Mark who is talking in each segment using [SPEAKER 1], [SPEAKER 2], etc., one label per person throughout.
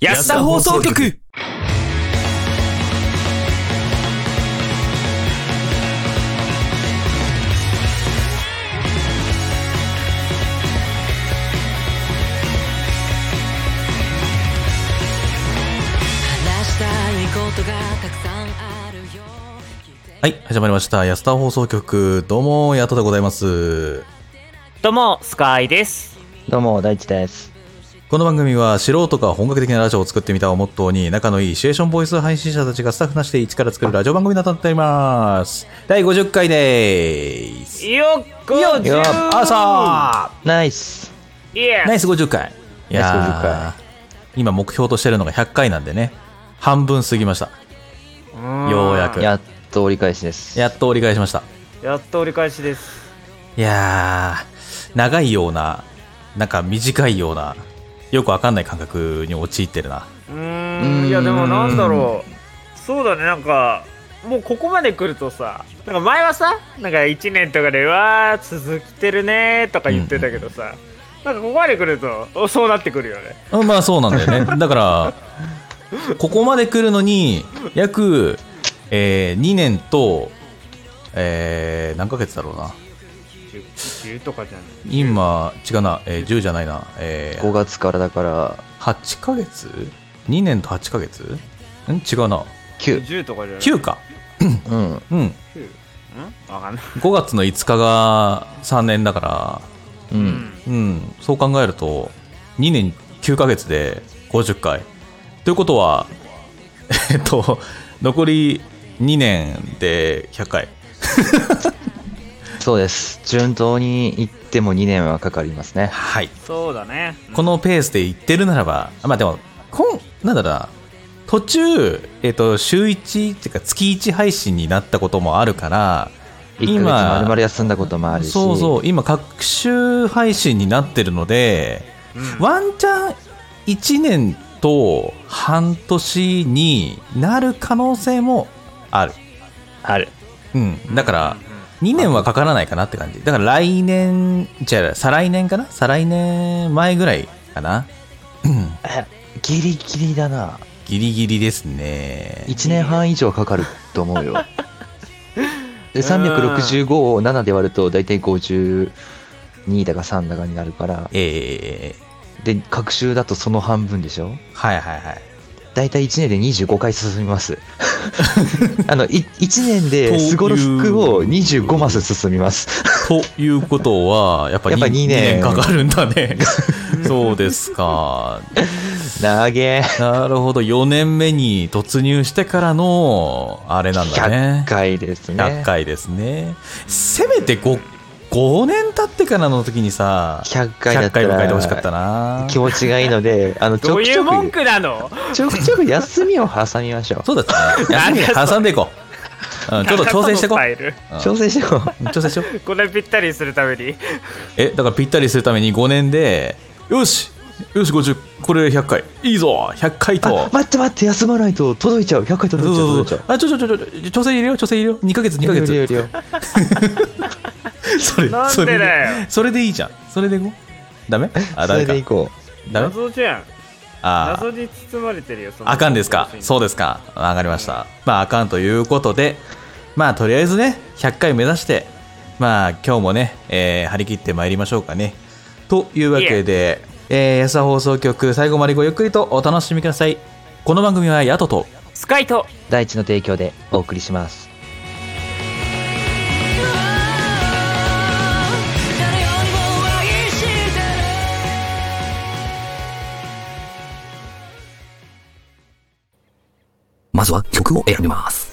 [SPEAKER 1] 安田放送局
[SPEAKER 2] 話したいことがたくさんあるよ
[SPEAKER 3] はい、始まりました。安田放送局、どうも、やっとでございます。
[SPEAKER 4] どうも、スカイです。
[SPEAKER 5] どうも、大地です。
[SPEAKER 3] この番組は、素人が本格的なラジオを作ってみたをモットーに、仲のいいシチュエーションボイス配信者たちがスタッフなしで一から作るラジオ番組になっております。第50回でーす。
[SPEAKER 4] よっこよ
[SPEAKER 5] よっ
[SPEAKER 3] あさ
[SPEAKER 5] ナイス
[SPEAKER 4] イエ
[SPEAKER 3] ーナイス50回。い
[SPEAKER 5] ナイス50回
[SPEAKER 3] やー、今目標としてるのが100回なんでね、半分過ぎました。ようやく
[SPEAKER 5] やっと折り返しです。
[SPEAKER 3] やっと折り返しました。
[SPEAKER 4] やっと折り返しです。
[SPEAKER 3] いやー、長いような、なんか短いような、よくわかんない感覚に陥ってるな。
[SPEAKER 4] うーん、いや、でもなんだろう。そうだね、なんか、もうここまで来るとさ、なんか前はさ、なんか1年とかで、うわー、続きてるねーとか言ってたけどさ、なんかここまで来ると、おそうなってくるよね。
[SPEAKER 3] うんまあそうなんだよね。だから、ここまで来るのに、約、えー2年と、えー何ヶ月だろうな。
[SPEAKER 4] 10, 10とかじゃん。
[SPEAKER 3] 今、違うな、えー10じゃないな、え
[SPEAKER 5] 5
[SPEAKER 3] ー、
[SPEAKER 5] 月からだから、
[SPEAKER 3] 8ヶ月 ?2 年と8ヶ月ん違うな。
[SPEAKER 5] 9。
[SPEAKER 4] 10とかじゃん。
[SPEAKER 3] 9か。
[SPEAKER 5] うん。
[SPEAKER 3] うん。
[SPEAKER 4] 9んわかんない。
[SPEAKER 3] 5月の5日が3年だから、
[SPEAKER 5] う。
[SPEAKER 4] うんん。
[SPEAKER 3] うん、そう考えると、2年9ヶ月で50回。ということは、 えっと、残り2年で100回。
[SPEAKER 5] そうです。順当に行っても2年はかかりますね。
[SPEAKER 3] はい。
[SPEAKER 4] そうだね。
[SPEAKER 3] このペースでいってるならば、あまあでも、こん、なんだろうな、途中、えっと、週1っていうか月1配信になったこともあるから、
[SPEAKER 5] 1ヶ月丸々休んだこともあるし。
[SPEAKER 3] そうそう、今、各週配信になってるので、ワンチャン1年と半年になる可能性もある。
[SPEAKER 5] ある。
[SPEAKER 3] うん。だから、2年はかからないかなって感じ。だから来年、じゃあ再来年かな再来年前ぐらいかな
[SPEAKER 5] ギリギリだな。
[SPEAKER 3] ギリギリですね。
[SPEAKER 5] 1年半以上かかると思 うよ。で、365を7で割ると、だいたい52だか3だかになるから、
[SPEAKER 3] ええ
[SPEAKER 5] で、各週だとその半分でしょ
[SPEAKER 3] はいはいはい。
[SPEAKER 5] 大体1年で25回進みます あのい1年でスゴロフを25マス進みます
[SPEAKER 3] ということは、やっぱり
[SPEAKER 5] やっぱ二年
[SPEAKER 3] かかるんだ ね。そうですか。
[SPEAKER 5] 長え
[SPEAKER 3] なるほど。4年目に突入してからの、あれなんだね
[SPEAKER 5] 100。回ですね
[SPEAKER 3] 100回ですね。せめて 5, 5年経ってからの時にさ、
[SPEAKER 5] 100
[SPEAKER 3] 100
[SPEAKER 5] 回だった
[SPEAKER 3] 回迎えてほしかった
[SPEAKER 5] ら
[SPEAKER 3] な。
[SPEAKER 5] 気持ちがいいのであのち
[SPEAKER 4] ど
[SPEAKER 5] ょ
[SPEAKER 4] う
[SPEAKER 5] く
[SPEAKER 4] い
[SPEAKER 5] ち
[SPEAKER 4] う
[SPEAKER 5] ょ
[SPEAKER 4] 文
[SPEAKER 5] く
[SPEAKER 4] 句なの
[SPEAKER 5] ちょくちょく休みを挟みましょ
[SPEAKER 3] そうだね。 休み
[SPEAKER 4] なんかそれ
[SPEAKER 3] 挟んでいこう。うん、ちょっと調整していこ
[SPEAKER 4] なんかそのスタイ
[SPEAKER 5] う調 整してこ
[SPEAKER 3] う。調整しよう。
[SPEAKER 4] ルこれぴったりするために。
[SPEAKER 3] え、だからぴったりするために5年で、よしよし、50、これ100回。いいぞ !100 回
[SPEAKER 5] う
[SPEAKER 3] と
[SPEAKER 5] あ。待って待って休まないと届いちゃう100回届
[SPEAKER 3] そ
[SPEAKER 5] いうちゃ
[SPEAKER 3] そうそ
[SPEAKER 5] う届いうちゃう
[SPEAKER 3] あ、ちょちょちょちょ、ちょ調整入れよう、調整入れよう。2ヶ月、2ヶ
[SPEAKER 5] いや
[SPEAKER 3] 月。
[SPEAKER 5] いやいやいや
[SPEAKER 3] それ、
[SPEAKER 4] なん
[SPEAKER 3] そ
[SPEAKER 4] で
[SPEAKER 3] れ
[SPEAKER 4] だ
[SPEAKER 3] で、それでいいじゃん。それでいこう。ダメあ、
[SPEAKER 5] そ
[SPEAKER 3] ダメ
[SPEAKER 5] れ
[SPEAKER 3] か
[SPEAKER 5] でい。こ
[SPEAKER 3] ダメ
[SPEAKER 4] 謎じゃん。
[SPEAKER 3] あー
[SPEAKER 4] 謎に包まれてるよ。その
[SPEAKER 3] あかんですかそうですかわかりましたまああかんということでまあとりあえずね100回目指してまあ今日もね、えー張り切ってまいりましょうかねというわけで、えー、安田放送局最後までごゆっくりとお楽しみくださいこの番組はヤトと
[SPEAKER 4] スカイと
[SPEAKER 5] う大地の提供でお送りします
[SPEAKER 2] 誰よりも愛してる
[SPEAKER 6] まずは曲を選びます。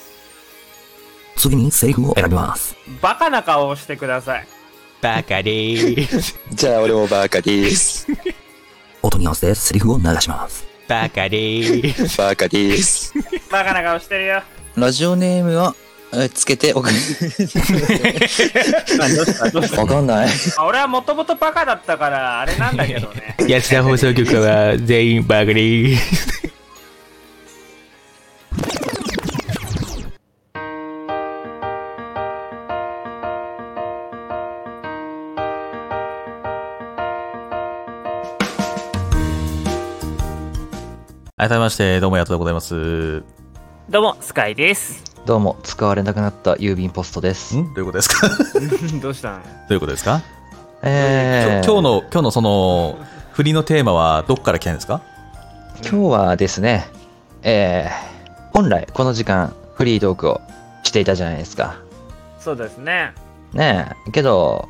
[SPEAKER 6] 次にセリフを選びます。
[SPEAKER 4] バカな顔をしてください。
[SPEAKER 3] バカでーす
[SPEAKER 5] じゃあ俺もバーカ です
[SPEAKER 6] 音に合わせてセリフを流します。
[SPEAKER 3] バカでーす
[SPEAKER 5] バーカです
[SPEAKER 4] バカな顔してるよ。
[SPEAKER 7] ラジオネームは、えつけておく。わかんない。
[SPEAKER 4] まあ俺はもともとバカだったから、あれなんだけど ね。
[SPEAKER 3] 安田放送局は全員バカでーす改めまして、どうもありがとうございます。ん
[SPEAKER 4] どうも、スカイです。
[SPEAKER 5] どうも、使われなくなった郵便ポストです。
[SPEAKER 3] どういうことですかど
[SPEAKER 4] どうしたの
[SPEAKER 3] ういうことですか、
[SPEAKER 5] えー、
[SPEAKER 3] 今日の、今日のその、振りのテーマはどっから来たんですか
[SPEAKER 5] 今日はですね、えー、本来この時間フリートークをしていたじゃないですか。
[SPEAKER 4] そうですね。
[SPEAKER 5] ねえ、けど、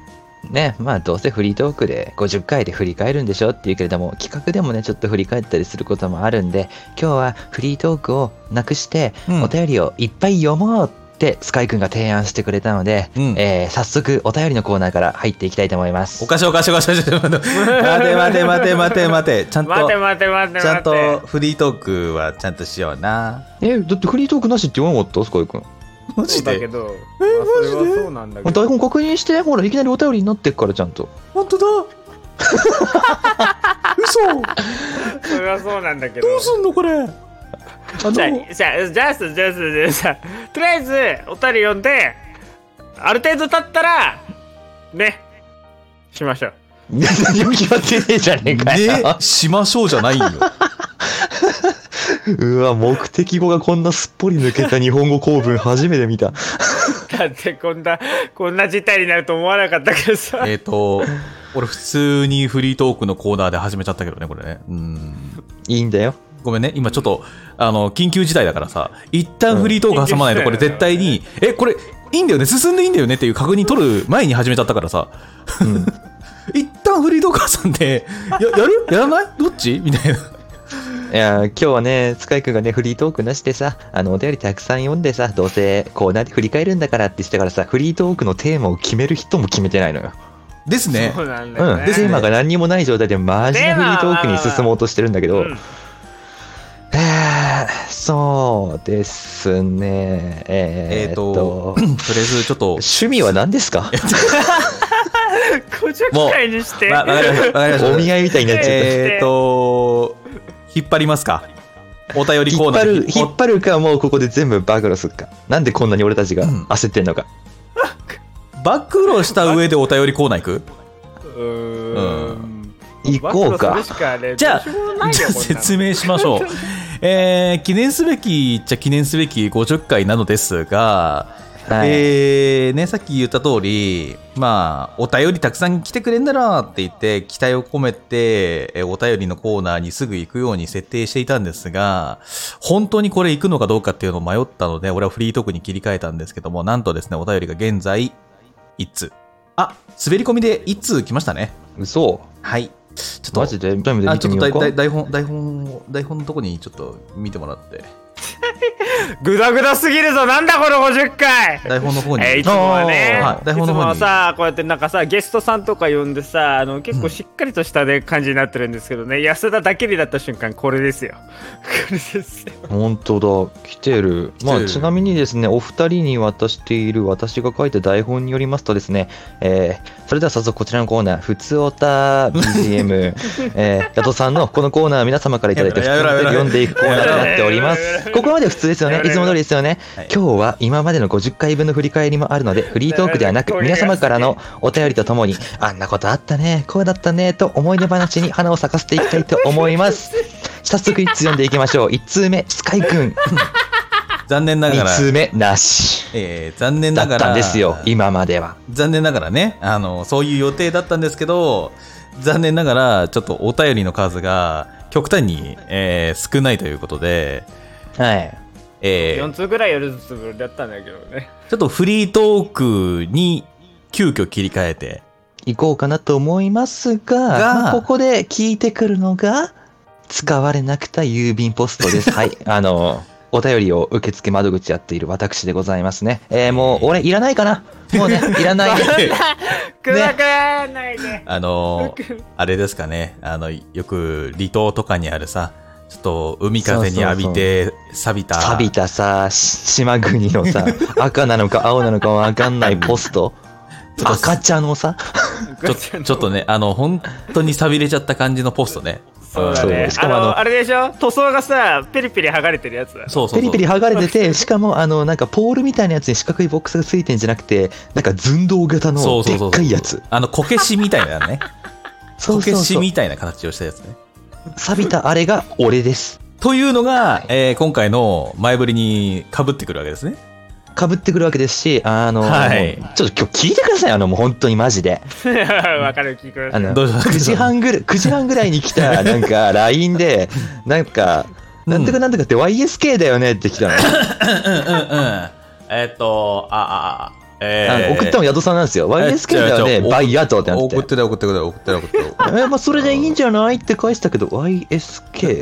[SPEAKER 5] ねまあどうせフリートークで50回で振り返るんでしょっていうけれども、企画でもね、ちょっと振り返ったりすることもあるんで、今日はフリートークをなくして、
[SPEAKER 3] うん
[SPEAKER 5] お便りをいっぱい読もうってスカイくんが提案してくれたので、
[SPEAKER 3] うん
[SPEAKER 5] えー早速お便りのコーナーから入っていきたいと思います。
[SPEAKER 3] おかしいおかしいおかしいおかしい。待て待て待て待て待て。ちゃんと、
[SPEAKER 4] 待て待て待て待て。
[SPEAKER 3] ちゃんとフリートークはちゃんとしような。
[SPEAKER 5] え、だってフリートークなしって言わなかったスカイくん。
[SPEAKER 4] そ
[SPEAKER 3] マ
[SPEAKER 4] う
[SPEAKER 3] ジ
[SPEAKER 4] だけ
[SPEAKER 3] で
[SPEAKER 4] ど。え、マジでそれはそうなんだけど。
[SPEAKER 5] 台本確認して、ほら、いきなりお便りになってっからちゃんと。
[SPEAKER 3] 本当だ 嘘
[SPEAKER 4] それはそうなんだけど。
[SPEAKER 3] んのこれあ
[SPEAKER 4] じゃあ、じゃあ、じゃあ、じゃあ、じゃあ、じゃあじゃあとりあえず、お便り読んで、ある程度経ったら、ね、しましょう。
[SPEAKER 5] 何も決まってねえじゃねえかよ。
[SPEAKER 3] ね、しましょうじゃないよ。
[SPEAKER 5] うわ、目的語がこんなすっぽり抜けた日本語構文初めて見た。
[SPEAKER 4] だって、こんな、こんな事態になると思わなかったけどさ。
[SPEAKER 3] えっと、俺普通にフリートークのコーナーで始めちゃったけどね、これね。うん。
[SPEAKER 5] いいんだよ。
[SPEAKER 3] ごめんね、今ちょっと、あの、緊急事態だからさ、一旦フリートーク挟まないと、
[SPEAKER 4] うん
[SPEAKER 3] これ絶対に、え、これ、いいんだよね、進んでいいんだよねっていう確認取る前に始めちゃったからさ、 一旦フリートーク挟んで、や、やるやらないどっちみたいな。
[SPEAKER 5] いや、今日はね、スカイくんがね、フリートークなしでさ、あの、お便りたくさん読んでさ、どうせコーナーで振り返るんだからって言ってたからさ、フリートークのテーマを決める人も決めてないのよ。
[SPEAKER 3] ですね。
[SPEAKER 4] そうなんだ
[SPEAKER 5] う
[SPEAKER 4] よ
[SPEAKER 5] ん。
[SPEAKER 4] ね。
[SPEAKER 5] で、テーマが何にもない状態でマジなフリートークに進もうとしてるんだけど、
[SPEAKER 4] うん
[SPEAKER 5] えー、そうですね。
[SPEAKER 3] え
[SPEAKER 5] えー、
[SPEAKER 3] っ
[SPEAKER 5] っ
[SPEAKER 3] と
[SPEAKER 5] と、、
[SPEAKER 3] とりあえずちょっ と、
[SPEAKER 5] 趣味は何ですか
[SPEAKER 4] 50回にして。
[SPEAKER 3] わわかりました。わかりました。
[SPEAKER 5] お見合いみたいになっちゃった。
[SPEAKER 3] えっと、引っ張りますか。お便りコー
[SPEAKER 5] 引っ
[SPEAKER 3] ナ
[SPEAKER 5] 張
[SPEAKER 3] ー
[SPEAKER 5] る、引っ張るか、もうここで全部暴露するか。なんでこんなに俺たちが
[SPEAKER 3] うん
[SPEAKER 5] 焦ってんのか。
[SPEAKER 3] お暴露した上でお便りコーナー行く
[SPEAKER 4] うーん。
[SPEAKER 5] 行こうか
[SPEAKER 4] 暴露するしあれ
[SPEAKER 3] じゃあ
[SPEAKER 4] どうしようもないよ
[SPEAKER 3] じゃ
[SPEAKER 4] こん
[SPEAKER 3] あ
[SPEAKER 4] なの
[SPEAKER 3] 説明しま しょう。えー記念すべきっちゃ記念すべき50回なのですが、
[SPEAKER 5] はい
[SPEAKER 3] えーね、さっき言った通り、まあ、お便りたくさん来てくれんだなって言って、期待を込めて、えーお便りのコーナーにすぐ行くように設定していたんですが、本当にこれ行くのかどうかっていうのを迷ったので、俺はフリートークに切り替えたんですけども、なんとですね、お便りが現在、1通。あ、滑り込みで1通来ましたね。
[SPEAKER 5] 嘘
[SPEAKER 3] はい。ちょっと
[SPEAKER 5] マジで全部で
[SPEAKER 3] あ
[SPEAKER 5] 見
[SPEAKER 3] ち
[SPEAKER 5] て
[SPEAKER 3] ょ
[SPEAKER 5] み
[SPEAKER 3] っ
[SPEAKER 5] よう
[SPEAKER 3] と
[SPEAKER 5] か
[SPEAKER 3] 台。台本台本を台本のとこにちょっと見てもらって
[SPEAKER 4] グダグダすぎるぞなんだこの50回
[SPEAKER 3] 台本の方に、
[SPEAKER 4] えーいつもはね、
[SPEAKER 3] はい台
[SPEAKER 4] いつ
[SPEAKER 3] 本の
[SPEAKER 4] も
[SPEAKER 3] 方に
[SPEAKER 4] はさこうやってなんかさゲストさんとか呼んでさあの結構しっかりとした、ね感じになってるんですけどね安田だけになった瞬間これですよこれですよ
[SPEAKER 5] 本当だ。来てる。
[SPEAKER 3] てる
[SPEAKER 5] まあ、ちなみにですね、お二人に渡している私が書いた台本によりますとですね、えーそれでは早速こちらのコーナー、ふつおた BGM、えー、ヤトさんのこのコーナー皆様からいただいた普通
[SPEAKER 3] や
[SPEAKER 5] の
[SPEAKER 3] めろやめろ
[SPEAKER 5] 読んでいくコーナーとなっておりま
[SPEAKER 4] やめろやめ
[SPEAKER 5] す。
[SPEAKER 4] ろ
[SPEAKER 5] ここまで普通ですよね
[SPEAKER 4] や。め
[SPEAKER 5] い
[SPEAKER 4] ろ
[SPEAKER 5] つも通りですよね
[SPEAKER 3] はい。
[SPEAKER 5] 今日は今までの50回分の振り返りもあるので、フリートークではなく、皆様からのお便りとともに、あんなことあったね、こうだったね、と思い出話に花を咲かせていきたいと思い ます。早速1通読んでいきましょう。1通目、スカイくん。
[SPEAKER 3] 残念ながら
[SPEAKER 5] 2、通目、なし。
[SPEAKER 3] えー残念
[SPEAKER 5] だ
[SPEAKER 3] なが
[SPEAKER 5] っ
[SPEAKER 3] ら
[SPEAKER 5] たんですよ、今までは。
[SPEAKER 3] 残念ながらねあのそういう予定だったんですけど残念ながらちょっとお便りの数が極端に、えー少ないということで、
[SPEAKER 5] はい。
[SPEAKER 3] え
[SPEAKER 4] 4
[SPEAKER 3] ー
[SPEAKER 4] 通ぐらいやるつもりだったんだけどね
[SPEAKER 3] ちょっとフリートークに急遽切り替えて
[SPEAKER 5] 行こうかなと思います
[SPEAKER 3] が
[SPEAKER 5] が、まあここで聞いてくるのが、使われなくた郵便ポスト です。はい。あの、お便りを受付窓口やっている私でございますね。えーもう、俺、いらないかなもうね、いら ない。
[SPEAKER 4] くだかないで、
[SPEAKER 3] あのあれですかねあのよく離島とかにあるさちょっと海風に浴びて錆びた
[SPEAKER 5] 錆びたさ、し島国 のさ、赤なのか青なのかわかんないポスト。赤茶のさ、
[SPEAKER 3] ちょちょっとね、あの、本当に錆びれちゃった感じのポストね。
[SPEAKER 4] そうだね
[SPEAKER 5] そうし
[SPEAKER 4] あ
[SPEAKER 5] かも
[SPEAKER 4] の
[SPEAKER 5] あ
[SPEAKER 4] あ
[SPEAKER 5] の
[SPEAKER 4] れでしょ塗装がさペリペリ剥がれてるやつ だ
[SPEAKER 3] そうそうそう
[SPEAKER 5] ペリペリ剥がれてて、しかも、あの、なんかポールみたいなやつに四角いボックスがついてんじゃなくて、なんか寸胴型
[SPEAKER 3] そ
[SPEAKER 5] の
[SPEAKER 3] うそ
[SPEAKER 5] で
[SPEAKER 3] うそう
[SPEAKER 5] っかいやつ。。
[SPEAKER 3] あの、こけしみたいなね。
[SPEAKER 5] そ
[SPEAKER 3] こ
[SPEAKER 5] うそ
[SPEAKER 3] け
[SPEAKER 5] う
[SPEAKER 3] し
[SPEAKER 5] そう。
[SPEAKER 3] みたいな形をしたやつね。
[SPEAKER 5] 錆びたあれが俺です。
[SPEAKER 3] というのが、えー今回の前振りに被ってくるわけですね。
[SPEAKER 5] かぶってくるわけですし、あの、
[SPEAKER 3] はい
[SPEAKER 5] もうちょっと今日聞いてください、あの、もう本当にマジで。
[SPEAKER 4] わかる気く
[SPEAKER 5] あの、
[SPEAKER 3] どうした
[SPEAKER 5] 9時半ぐらい、9時半ぐらいに来た、なんか、LINE で、なんか、なんとかなんとかって YSK だよねって来た
[SPEAKER 3] う
[SPEAKER 5] の。
[SPEAKER 3] んうんうん。えーっと、ああ、あえ
[SPEAKER 5] あの送ったの宿さんなんですよ。YSK だよ
[SPEAKER 3] 違う違
[SPEAKER 5] ね、
[SPEAKER 3] う
[SPEAKER 5] バイヤとってなっ。
[SPEAKER 3] 送っててない送ってない送ってない送ってない
[SPEAKER 5] え、まあ、それでいいんじゃないって返したけど、YSK。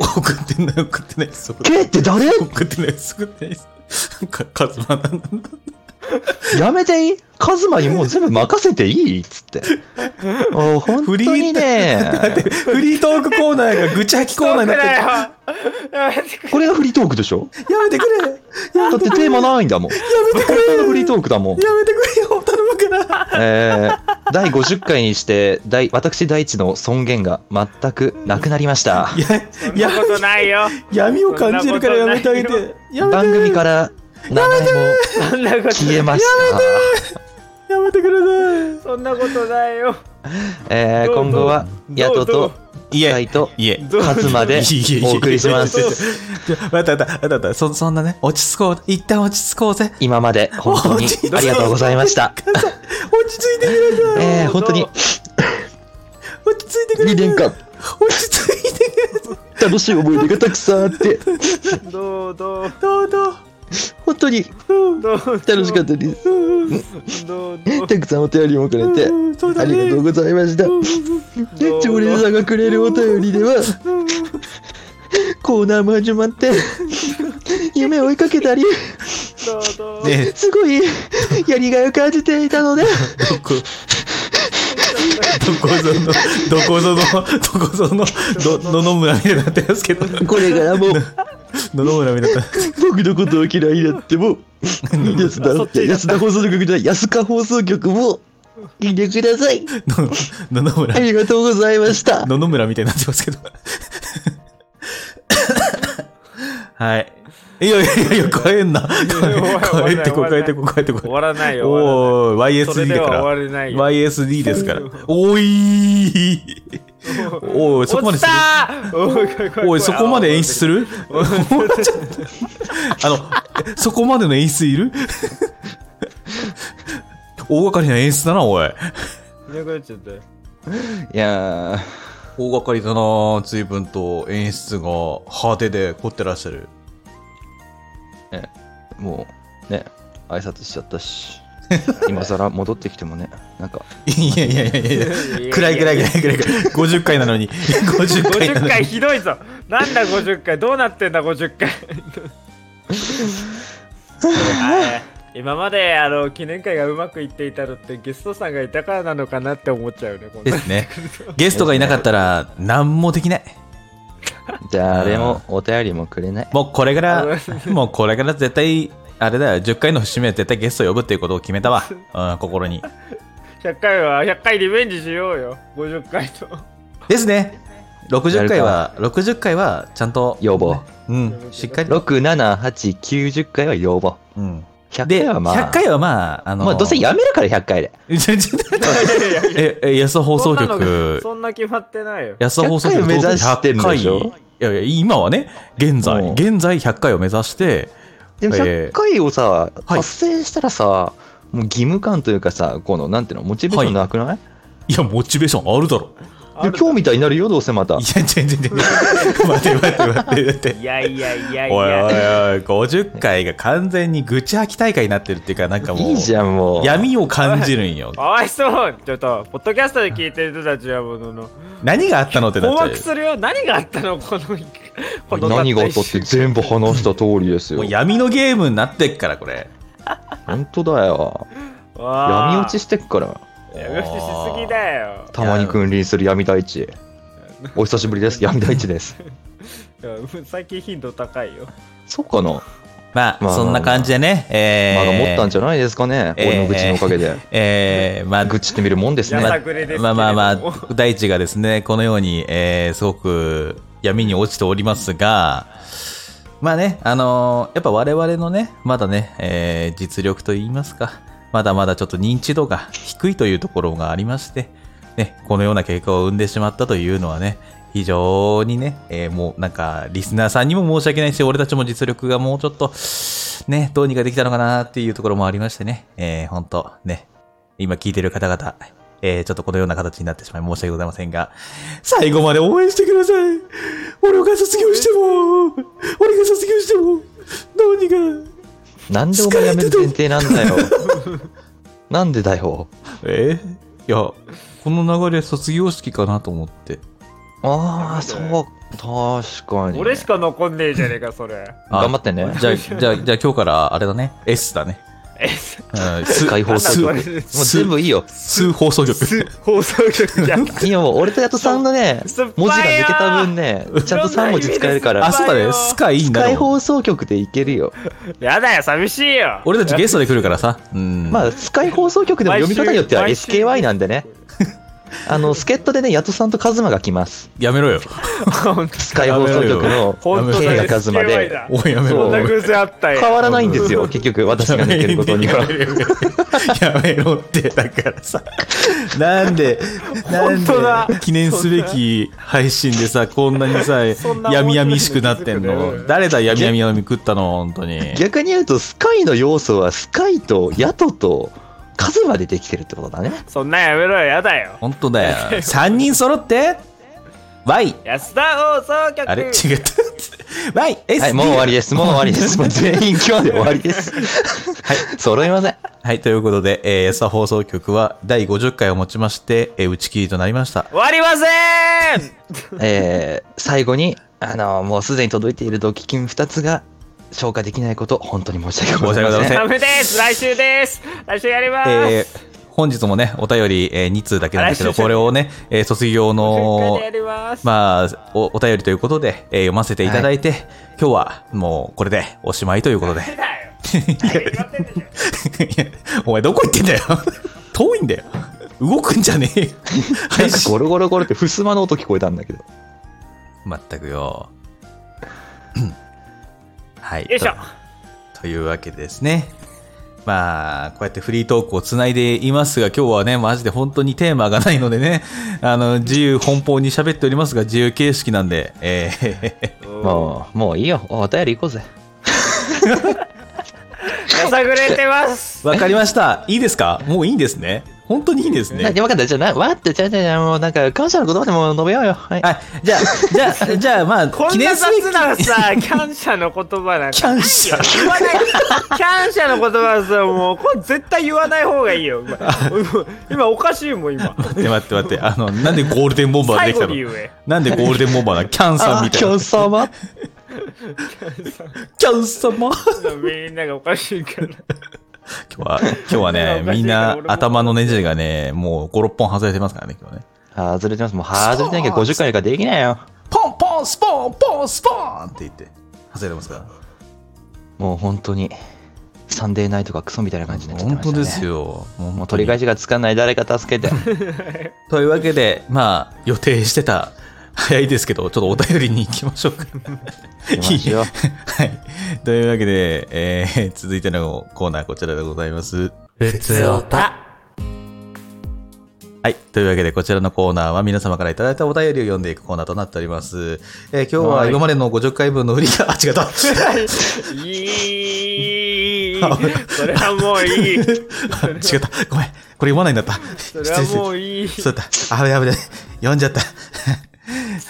[SPEAKER 3] 送ってない送ってないです送ってない
[SPEAKER 5] K っ て誰
[SPEAKER 3] 送ってないです送ってないですかカズ マなんだ
[SPEAKER 5] やめていいカズマにもう全部任せていいっつ って。お本当にね、
[SPEAKER 3] フリートークコーナーが愚痴吐きコーナーになってるや
[SPEAKER 5] これがフリートークでしょ
[SPEAKER 3] めてくれや
[SPEAKER 5] だってテーマないんだもん。やめてくれフリートークだもん。
[SPEAKER 3] めてくれよ頼むから
[SPEAKER 5] えー、第50回にして第私第一の尊厳が全くなくなりました
[SPEAKER 4] いやそんなことないよ
[SPEAKER 3] 闇を感じるからやめてあげて
[SPEAKER 4] そんなこ
[SPEAKER 3] や
[SPEAKER 5] 番
[SPEAKER 3] めて
[SPEAKER 5] 組から名前も
[SPEAKER 4] そんなこと
[SPEAKER 5] 消えました、
[SPEAKER 3] やめてくれな
[SPEAKER 4] そんなことないよ
[SPEAKER 5] えー、
[SPEAKER 4] どう
[SPEAKER 5] 今後は
[SPEAKER 4] ど
[SPEAKER 5] 野
[SPEAKER 4] う
[SPEAKER 5] 党
[SPEAKER 4] ど
[SPEAKER 5] と
[SPEAKER 4] う
[SPEAKER 3] い
[SPEAKER 5] 機械と
[SPEAKER 3] いえ
[SPEAKER 4] どう
[SPEAKER 5] 勝まで
[SPEAKER 3] いえいえいえいえ
[SPEAKER 5] お送りします
[SPEAKER 3] どうわかったわかったわかったそそんなね落ち着こう一旦落ち着こうぜ
[SPEAKER 5] 今まで本当にありがとうございました、
[SPEAKER 3] 落ち着いてください
[SPEAKER 5] えー、本当に
[SPEAKER 3] 落ち着いてくださ
[SPEAKER 5] 2
[SPEAKER 3] い
[SPEAKER 5] 年間
[SPEAKER 3] 落ち着いてください
[SPEAKER 5] 楽しい思い出がたくさんあって
[SPEAKER 4] どうどう
[SPEAKER 3] どうぞ
[SPEAKER 5] 本当に
[SPEAKER 4] どうどう
[SPEAKER 5] 楽しかったです
[SPEAKER 4] どうどう
[SPEAKER 5] たくさんお便りもくれて
[SPEAKER 3] うんそう
[SPEAKER 5] あ
[SPEAKER 3] だ
[SPEAKER 5] りがとう
[SPEAKER 3] ね
[SPEAKER 5] ございました。
[SPEAKER 4] どう
[SPEAKER 5] 常連さんがくれるお便りでは、コーナーも始まって、夢を追いかけたり、
[SPEAKER 4] どうどう
[SPEAKER 3] ね
[SPEAKER 5] すごいやりがいを感じていたので、
[SPEAKER 3] どこ、どこぞ の、どこぞの、どこぞの、ど、野々村みたいになってますけど、野
[SPEAKER 5] これからも
[SPEAKER 3] 々村みたいになってます
[SPEAKER 5] 僕のことを嫌いになっても、安田安田放送局じゃない安田放送局も聞いてください。
[SPEAKER 3] 野々村
[SPEAKER 5] あ、りがとうございました
[SPEAKER 3] 野。々村みたいになってますけど。はい。いやいやいや、帰んな。帰帰ってこ、帰ってこ、帰って
[SPEAKER 4] 終
[SPEAKER 3] こ。
[SPEAKER 4] わらないよ終わらない
[SPEAKER 3] おー、
[SPEAKER 4] それ
[SPEAKER 3] YSD
[SPEAKER 4] で
[SPEAKER 3] だ
[SPEAKER 4] は
[SPEAKER 3] か
[SPEAKER 4] 終わ
[SPEAKER 3] ら。
[SPEAKER 4] れないよ
[SPEAKER 3] YSD ですから。おいおい、そこまで
[SPEAKER 4] 落
[SPEAKER 3] す
[SPEAKER 4] ち
[SPEAKER 3] る
[SPEAKER 4] たーお
[SPEAKER 3] おい、そこまで演出す
[SPEAKER 4] る
[SPEAKER 3] るあの、そこまでの演出いる大掛かりな演出だな、おい。
[SPEAKER 4] いなくなっちゃったよ
[SPEAKER 5] いや
[SPEAKER 3] 大掛かりだな、随分と演出が派手で凝ってらっしゃる。
[SPEAKER 5] ー、もうね、挨拶しちゃったし、今更戻ってきてもね、なんか、
[SPEAKER 3] いやいやいやいや
[SPEAKER 4] いや
[SPEAKER 3] 暗い暗い暗い暗い暗い。50回なのに。50回な
[SPEAKER 4] 50
[SPEAKER 3] の
[SPEAKER 4] 回
[SPEAKER 3] に。
[SPEAKER 4] ひどいぞなんだ50回どうなってんだ50回 はい今まであの記念会がうまくいっていたのってゲストさんがいたからなのかなって思っちゃうよねこん
[SPEAKER 3] で
[SPEAKER 4] な
[SPEAKER 3] すね。ゲストがいなかったら何もできない。
[SPEAKER 5] 誰もお便りもくれない。
[SPEAKER 3] もうこれから、もうこれから絶対、あれだよ、10回の節目は絶対ゲスト呼ぶっていうことを決めた わ。うん、心に。
[SPEAKER 4] 100回は100回リベンジしようよ50回 と
[SPEAKER 3] ですね。60回は、60回はちゃんと、
[SPEAKER 5] 要望。
[SPEAKER 3] うん、しっかりと。
[SPEAKER 5] 6、7、8、90回は要望。
[SPEAKER 3] うん、
[SPEAKER 5] 100
[SPEAKER 3] で、
[SPEAKER 5] 回はまあ、
[SPEAKER 3] 100回はまあ、あの、
[SPEAKER 5] まあ、どうせやめるから100回で。
[SPEAKER 3] ちょちょえ、え、安田放
[SPEAKER 4] そ
[SPEAKER 3] 送
[SPEAKER 4] んなの
[SPEAKER 3] 局、
[SPEAKER 4] そんな決まってないよ
[SPEAKER 3] 安田放送局
[SPEAKER 5] 100回を目指してんでし
[SPEAKER 3] 100
[SPEAKER 5] ょ
[SPEAKER 3] 回いやいや、今はね、現在、
[SPEAKER 5] うん
[SPEAKER 3] 現在100回を目指して、
[SPEAKER 5] でも
[SPEAKER 3] えー
[SPEAKER 5] 100回をさ、
[SPEAKER 3] はい
[SPEAKER 5] 達成したらさ、もう義務感というかさ、この、なんていうの、モチベーションなくない、
[SPEAKER 3] いや、モチベーションあるだろ。
[SPEAKER 5] で今日みたいになるよ、どうせま
[SPEAKER 3] い。
[SPEAKER 5] た
[SPEAKER 3] や、全然、全然。待って待って待って待って。
[SPEAKER 4] いやいやい やい
[SPEAKER 3] おいおいおい
[SPEAKER 4] や、
[SPEAKER 3] 50回が完全に愚痴吐き大会になってるっていうか、なんかもう、
[SPEAKER 5] いいじゃん、もう。
[SPEAKER 3] 闇を感じるん よ。
[SPEAKER 4] かわいそうちょっとポッドキャストで聞いてる人たちはものの
[SPEAKER 3] 何があったのってな
[SPEAKER 4] 困
[SPEAKER 3] っちゃう
[SPEAKER 4] 惑するよ何があったのこのこの
[SPEAKER 5] 何があったって全部話した通りです
[SPEAKER 3] よ。も
[SPEAKER 5] よ
[SPEAKER 3] う。闇のゲームになってっから、これ。
[SPEAKER 5] 本当だよ。闇
[SPEAKER 4] 闇
[SPEAKER 5] 落ちしてっから。
[SPEAKER 4] 闇落ちしすぎだよ
[SPEAKER 5] たまに君臨する闇大地。お久しぶりです。闇大 地です。
[SPEAKER 4] うん最近頻度高いよ
[SPEAKER 5] そうかな、
[SPEAKER 3] まあ、
[SPEAKER 5] まあ
[SPEAKER 3] そんな感じでね、えー、
[SPEAKER 5] 間が持ったんじゃないですかね。
[SPEAKER 3] えー
[SPEAKER 5] 俺の愚痴のおかげで。
[SPEAKER 3] えー、まあ、
[SPEAKER 5] 愚痴ってみるもんです
[SPEAKER 4] や
[SPEAKER 5] ね。
[SPEAKER 4] さぐれですけれど
[SPEAKER 3] まあ
[SPEAKER 4] も
[SPEAKER 3] まあまあ、大地がですね、このように、えー、すごく闇に落ちておりますが、まあね、あのーやっぱ我々のね、まだね、えー実力といいますか、まだまだちょっと認知度が低いというところがありまして、ね、このような結果を生んでしまったというのはね、非常にね、えーもうなんか、リスナーさんにも申し訳ないし、俺たちも実力がもうちょっと、ね、どうにかできたのかなっていうところもありましてね、えー、本当ね、今聞いてる方々、えー、ちょっとこのような形になってしまい申し訳ございませんが、最後まで応援してください俺が卒業しても俺が卒業してもどうにか
[SPEAKER 5] なんでお前辞める前提なんだ よ。なんでだよ。
[SPEAKER 3] えいや、この流れ卒業式かなと思って。
[SPEAKER 5] ああ、そう、確かに。
[SPEAKER 4] 俺しか残んねえじゃねえかそれ
[SPEAKER 3] あ
[SPEAKER 5] 頑張っ てね。
[SPEAKER 3] じゃあ、じゃあ、じゃあ今日からあれだね。S だね。
[SPEAKER 4] え
[SPEAKER 3] うん、す
[SPEAKER 5] 解放す
[SPEAKER 3] す
[SPEAKER 5] る。
[SPEAKER 4] な
[SPEAKER 5] も
[SPEAKER 4] ん
[SPEAKER 5] う
[SPEAKER 4] だこれ
[SPEAKER 5] 全部いいよ。
[SPEAKER 3] す放送局。
[SPEAKER 4] 放送局じゃん
[SPEAKER 5] いや、もう俺とやっとさんのね、
[SPEAKER 4] 酸っぱいよ
[SPEAKER 5] 文字が抜けた分ね、ちゃんと3文字使えるから
[SPEAKER 3] あ、、そうだね。スカイいいんだ
[SPEAKER 5] 使い
[SPEAKER 3] ろう。
[SPEAKER 5] 放送局でいけるよ。
[SPEAKER 4] やだよ寂しいよ
[SPEAKER 3] 俺たちゲストで来るからさ。うん。
[SPEAKER 5] まあ、スカイ放送局でも読み方によっては
[SPEAKER 4] 毎週
[SPEAKER 5] SKY なんでね。あの、助っ人でね、やとさんとカズマが来ます。
[SPEAKER 3] やめろよ。
[SPEAKER 4] 本
[SPEAKER 5] スカイ放送局の
[SPEAKER 4] 当だ
[SPEAKER 5] ケイがカズマ
[SPEAKER 4] SKY
[SPEAKER 5] で。
[SPEAKER 4] だ
[SPEAKER 3] おい、やめ
[SPEAKER 4] そ
[SPEAKER 3] ろ。
[SPEAKER 4] んな偶然あったよ
[SPEAKER 5] 変わらないんですよ、結局、私が抜けることには。
[SPEAKER 3] やめろって、だからさ。なんで、なん
[SPEAKER 4] 本当だ
[SPEAKER 3] で、記念すべき配信でさ、こんなにさ、
[SPEAKER 4] そんな
[SPEAKER 3] やみやみしくなってん
[SPEAKER 4] 面白いの気づく
[SPEAKER 3] の。
[SPEAKER 4] ね
[SPEAKER 3] 誰だ、やみやみやみ食ったの、本当に。
[SPEAKER 5] 逆に言うと、スカイの要素は、スカイとヤトとカズマでできてるってことだね。
[SPEAKER 4] そんなんやめろよやだよ
[SPEAKER 3] 本当だよ。三人揃って、Y。
[SPEAKER 4] 安田放送局
[SPEAKER 3] あれ違った。Y、S。
[SPEAKER 5] はい、もう終わりです。もう終わりです。もう全員今日で終わりです。はい、揃いません。
[SPEAKER 3] はい、ということで、えー、安田放送局は第50回をもちまして、えー打ち切りとなりました。
[SPEAKER 4] 終わりません
[SPEAKER 5] えー、最後に、あの、もうすでに届いているドキキン2つが消化できないこと、本当に申し訳ございません。
[SPEAKER 3] 申し訳ございませ
[SPEAKER 4] ダ
[SPEAKER 3] ん
[SPEAKER 4] メです来週です来週やります、
[SPEAKER 3] えー本日もね、お便り、え2通だけなんですけど、
[SPEAKER 4] あ来週
[SPEAKER 3] これをね、えー卒業
[SPEAKER 4] も
[SPEAKER 3] の
[SPEAKER 4] うや、ります、
[SPEAKER 3] まあお、お便りということで、えー読ませていただいて、今日はもうこれでおしまいということで。
[SPEAKER 4] やだよ
[SPEAKER 3] いやお前どこ行ってんだよ 遠いんだよ動くんじゃね えよ
[SPEAKER 5] な
[SPEAKER 3] 配
[SPEAKER 5] んか
[SPEAKER 3] 信
[SPEAKER 5] ゴロゴロゴロって襖の音聞こえたんだけど。
[SPEAKER 3] まったくよ はい
[SPEAKER 4] よいしょ
[SPEAKER 3] とというわけでですねまあこうやってフリートークをつないでいますが今日はねマジで本当にテーマがないのでね あの自由奔放に喋っておりますが自由形式なんでえー
[SPEAKER 5] もう、もういいよ。お便り行こうぜ。
[SPEAKER 4] やさぐれてます
[SPEAKER 3] わ、かりましたいいですかもういいんですね本当にいいんですね
[SPEAKER 5] な分かった。じゃあ、なわって、じゃあ、じゃあじゃあ、もうなんか、感謝の言葉でも述べようよ。はい。
[SPEAKER 3] はいじゃあじゃ あじゃあまあ
[SPEAKER 4] こ
[SPEAKER 3] 記
[SPEAKER 4] んな
[SPEAKER 3] 念す
[SPEAKER 4] 雑
[SPEAKER 3] べき
[SPEAKER 4] なさ、キャンシャの言葉なん
[SPEAKER 3] キ
[SPEAKER 4] か
[SPEAKER 3] ャンシャ
[SPEAKER 4] 言わない。キャンシャの言葉はさ、もう、これ絶対言わない方がいいよ。今 今おかしいもん、今。
[SPEAKER 3] 待って待って待って、あの、なんでゴールデンボンバー
[SPEAKER 4] 最
[SPEAKER 3] でき
[SPEAKER 4] 後
[SPEAKER 3] た
[SPEAKER 4] に
[SPEAKER 3] の
[SPEAKER 4] 言え。
[SPEAKER 3] なんでゴールデンボンバーなのキャンさんみたいな。
[SPEAKER 5] 様
[SPEAKER 3] キャン様
[SPEAKER 4] みんながおかしいから。
[SPEAKER 3] 今日は、今日は ね、みんな頭のネジがね、もう5、6本外れてますからね、今日ね。
[SPEAKER 5] 外れてます。もう外れてなきゃ50回ができないよ。
[SPEAKER 3] ポンポンスポンポンスポンって言って、外れてますか
[SPEAKER 5] もう本当に、サンデーナイトがクソみたいな感じに
[SPEAKER 3] ら。
[SPEAKER 5] なっちゃって
[SPEAKER 3] 本
[SPEAKER 5] まし
[SPEAKER 3] 当で
[SPEAKER 5] たね。
[SPEAKER 3] す。よ。も
[SPEAKER 5] もう取り返
[SPEAKER 3] し。
[SPEAKER 5] しがつかない誰か助 けて。
[SPEAKER 3] というわけで、まあ、予定してた、早いですけど、ちょっとお便りに行きましょうか。
[SPEAKER 5] 行きましょう
[SPEAKER 3] はい。というわけで、えー続いてのコーナー、こちらでございます。はい。というわけで、こちらのコーナーは皆様からいただいたお便りを読んでいくコーナーとなっております。えー今日は今までの50回分の売りが、あ、違った。
[SPEAKER 4] い い。それはもういい。
[SPEAKER 3] あ違った。ごめん。これ読まないんだった。
[SPEAKER 4] それ
[SPEAKER 3] 失
[SPEAKER 4] は
[SPEAKER 3] 礼し
[SPEAKER 4] も
[SPEAKER 3] て。
[SPEAKER 4] ういい。
[SPEAKER 3] そうだった。あ、やべやべ。読んじゃった。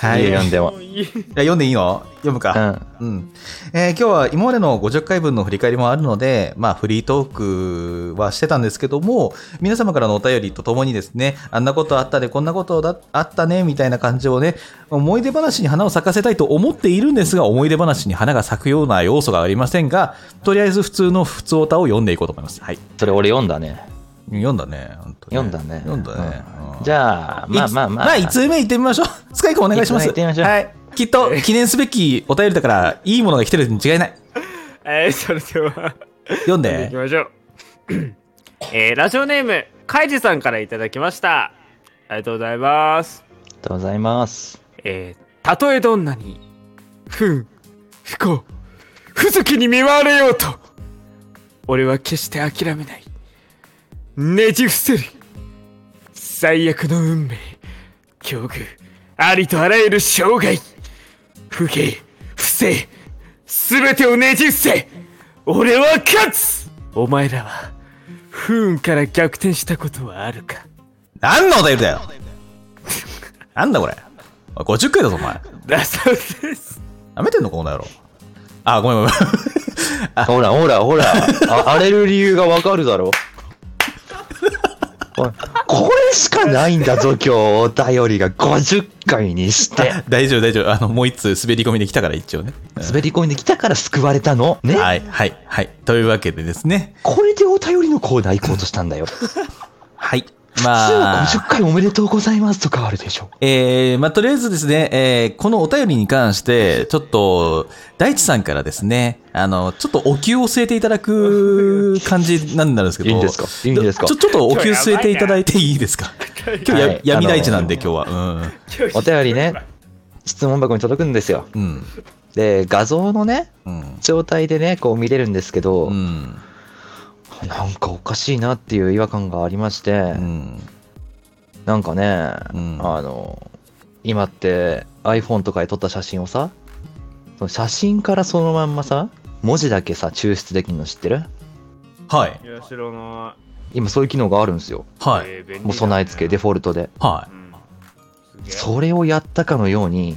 [SPEAKER 3] はい。
[SPEAKER 5] いいよ読んでも
[SPEAKER 4] も。ういい。
[SPEAKER 3] いや読んでいいの読むか。うん。えー今日は今までの50回分の振り返りもあるので、まあフリートークはしてたんですけども、皆様からのお便りとともにですね、あんなことあったで、こんなことだあったね、みたいな感じをね、思い出話に花を咲かせたいと思っているんですが、思い出話に花が咲くような要素がありませんが、とりあえず普通の普通オタを読んでいこうと思います。はい。
[SPEAKER 5] それ俺読んだね。
[SPEAKER 3] 読んだね。本当
[SPEAKER 5] 読んだね。
[SPEAKER 3] 読んだね。
[SPEAKER 5] うんじゃあ、まあまあま
[SPEAKER 3] ま
[SPEAKER 5] あ。
[SPEAKER 3] あ、1通目行ってみましょう。 スカイ君お願いします。
[SPEAKER 5] 一通目行ってみましょう
[SPEAKER 3] はい。きっと記念すべきお便りだから、いいものが来てるに違いない。
[SPEAKER 4] えー、それでは。
[SPEAKER 3] 読ん
[SPEAKER 4] 行き
[SPEAKER 3] で。
[SPEAKER 4] ましょう。えー、ラジオネーム、カイジさんからいただきました。ありがとうございます。
[SPEAKER 5] ありがとうございます。
[SPEAKER 4] えー、たとえどんなに、不運、不幸、不足に見舞われようと、俺は決して諦めない。ねじ伏せる。最悪の運命、境遇、ありとあらゆる障害不敬不正すべてをねじ伏せ俺は勝つお前らは不運から逆転したことはあるか
[SPEAKER 3] 何のお便りだよなんだこれおい50回だぞお前
[SPEAKER 4] だそうです
[SPEAKER 3] なめてんのこの野郎あごめんご めん
[SPEAKER 5] ほらほらほら、 あ荒れる理由がわかるだろ。おいこれしかないんだぞ、今日、お便りが50回にして。
[SPEAKER 3] 大丈夫大丈夫あのもう一通滑り込みできたから一応ね、うん
[SPEAKER 5] 滑り込んできたから救われたの。ね、
[SPEAKER 3] はいはいはいというわけでですね
[SPEAKER 5] これでお便りのコーナー行こうとしたんだよ。
[SPEAKER 3] はい
[SPEAKER 5] 普通
[SPEAKER 3] ま
[SPEAKER 5] は
[SPEAKER 3] あ
[SPEAKER 5] 50回おめでとうございますとかあるでしょ。
[SPEAKER 3] えーまあ、とりあえずですね、えーこのお便りに関して、ちょっと、大地さんからですね、あの、ちょっとお灸を据えていただ く感じなんですけど。
[SPEAKER 5] いいんですかいいんですか
[SPEAKER 3] ちょ、ちょっとお灸据えていただいていいですか今日や、
[SPEAKER 5] はい
[SPEAKER 3] 闇
[SPEAKER 5] あの
[SPEAKER 3] 大地なんで今日は。
[SPEAKER 5] お便りね、質問箱に届くんですよ。
[SPEAKER 3] うん。うん。
[SPEAKER 5] で、画像のね、
[SPEAKER 3] うん。
[SPEAKER 5] 状態でね、こう見れるんですけど、
[SPEAKER 3] うん。
[SPEAKER 5] なんかおかしいなっていう違和感がありまして、
[SPEAKER 3] うん。
[SPEAKER 5] なんかね、
[SPEAKER 3] うん
[SPEAKER 5] あの、今って iPhone とかで撮った写真をさ、その写真からそのまんまさ、文字だけさ、抽出できるの知ってる
[SPEAKER 3] はい。
[SPEAKER 4] いや知らな
[SPEAKER 5] 今そういう機能があるんですよ。
[SPEAKER 3] はい。
[SPEAKER 4] い
[SPEAKER 5] もう備え付け、デフォルトで。
[SPEAKER 3] は
[SPEAKER 5] それをやったかのように、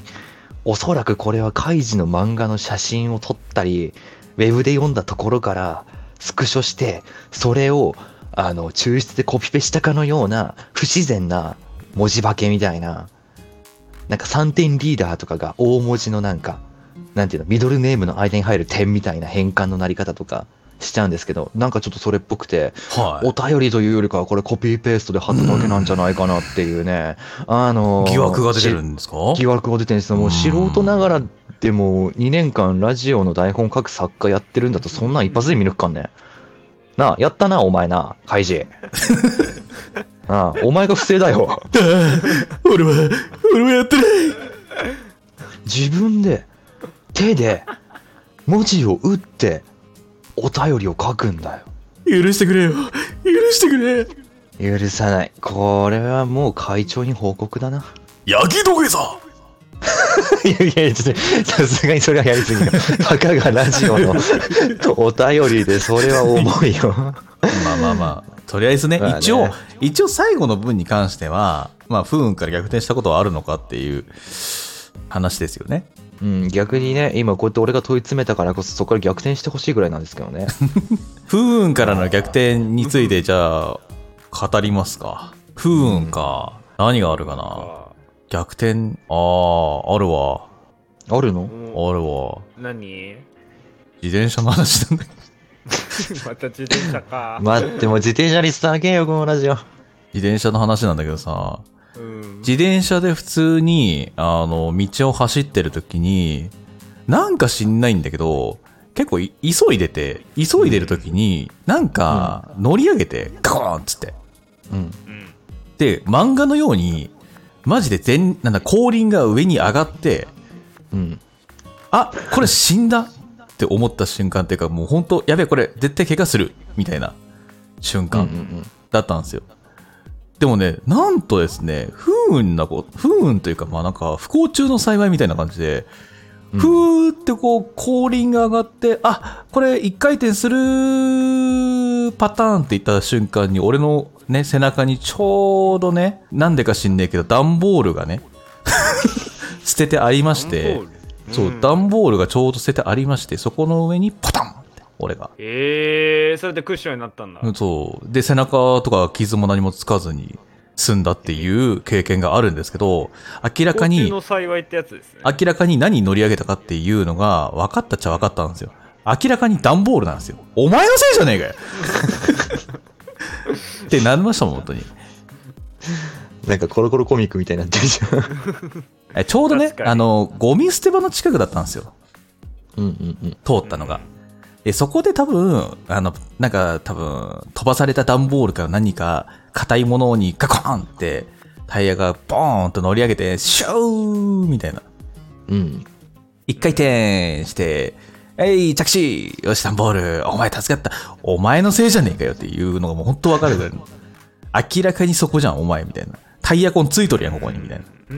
[SPEAKER 5] おそらくこれはカイジの漫画の写真を撮ったり、ウェブで読んだところからスクショして、それをあの抽出でコピペしたかのような不自然な文字化けみたいな、なんか3点リーダーとかが大文字のなんか、なんていうの、ミドルネームの間に入る点みたいな変換のなり方とかしちゃうんですけど、なんかちょっとそれっぽくて、
[SPEAKER 3] い。は
[SPEAKER 5] お便りというよりかはこれコピーペーストで貼っただけなんじゃないかなっていうね、あの
[SPEAKER 3] い。疑惑が出てる
[SPEAKER 5] し
[SPEAKER 3] んですか
[SPEAKER 5] 疑惑が出てるんですよもう素人ながらでも2年間ラジオの台本書く作家やってるんだとそんなん一発で見抜くかんねなあやったなお前な 開示なあお前が不正だよ
[SPEAKER 3] 俺は、俺はやってない
[SPEAKER 5] 自分で手で文字を打ってお便りを書くんだよ
[SPEAKER 3] 許してくれよ許してくれ
[SPEAKER 5] 許さないこれはもう会長に報告だな
[SPEAKER 3] 焼き土下座
[SPEAKER 5] いやいやいや、ちょっとさすがにそれはやりすぎよ。 たかがラジオのお便りで、それは重いよ。
[SPEAKER 3] まあまあまあ、とりあえずね、
[SPEAKER 5] まあね
[SPEAKER 3] 一応、一応最後の分に関しては、まあ、不運から逆転したことはあるのかっていう話ですよね。
[SPEAKER 5] うん、逆にね、今こうやって俺が問い詰めたからこそ、そこから逆転してほしいぐらいなんですけどね。
[SPEAKER 3] 不運からの逆転について、じゃあ、語りますか。不運か。何があるかな。逆転、ああ、あるわ。
[SPEAKER 5] あるの
[SPEAKER 3] あるわ。
[SPEAKER 4] 何
[SPEAKER 3] 自転車の話なんだけど。
[SPEAKER 4] また自転車か、
[SPEAKER 5] 待って、もう自転車リストあげよ、このラジオ。
[SPEAKER 3] 自転車の話なんだけどさ、
[SPEAKER 4] うん、
[SPEAKER 3] 自転車で普通に、あの、道を走ってる時に、なんか知んないんだけど、結構い急いでて、急いでる時に、なんか乗り上げて、ガコーンっつって。
[SPEAKER 5] うん。
[SPEAKER 4] うん
[SPEAKER 3] で、漫画のように、マジで全、なんだ、後輪が上に上がって、
[SPEAKER 5] うん。
[SPEAKER 3] あ、これ死んだって思った瞬間っていうか、もう本当やべえ、これ絶対怪我するみたいな瞬
[SPEAKER 5] うん。
[SPEAKER 3] 間。
[SPEAKER 5] うん。
[SPEAKER 3] だったんですよ。でもね、なんとですね、不運なこ不運というか、まあなんか、不幸中の幸いみたいな感じで、
[SPEAKER 5] うん
[SPEAKER 3] ふーってこう、後輪が上がって、あ、これ一回転するパターンって言った瞬間に、俺のね、背中にちょうどね、なんでか知んねえけど、段ボールがね、 捨ててありまして、そう、段ボールがちょうど捨ててありまして、そこの上にポタンって、俺が。
[SPEAKER 4] ええー、それでクッションになったんだ、
[SPEAKER 3] そう。で、背中とか傷も何もつかずに済んだっていう経験があるんですけど、明らか
[SPEAKER 4] 交通
[SPEAKER 3] に、
[SPEAKER 4] の幸いってやつですね
[SPEAKER 3] 明らかに何乗り上げたかっていうのが分かったっちゃ分かったんですよ。明らかに段ボールなんですよ。お前のせいじゃ ねえかよってなりましたもん、本当に。
[SPEAKER 5] なんかコロコロコミックみたいになってるじゃ
[SPEAKER 3] えちょうどね
[SPEAKER 4] 確か、に
[SPEAKER 3] あの、ゴミ捨て場の近くだったんですよ。
[SPEAKER 5] ん。 うんうんうん。
[SPEAKER 3] 通ったのが。でそこで多分、あの、なんか多分、飛ばされた段ボールから何か硬いものにガコーンってタイヤがボーンと乗り上げて、シューみたいな。
[SPEAKER 5] うん。
[SPEAKER 3] 一回転して、えい、着地よし、段ボールお前助かったお前のせいじゃねえかよっていうのがもう本当わかるぐらいの。明らかにそこじゃん、お前みたいな。タイヤ痕ついとるやん、ここに、みたいな。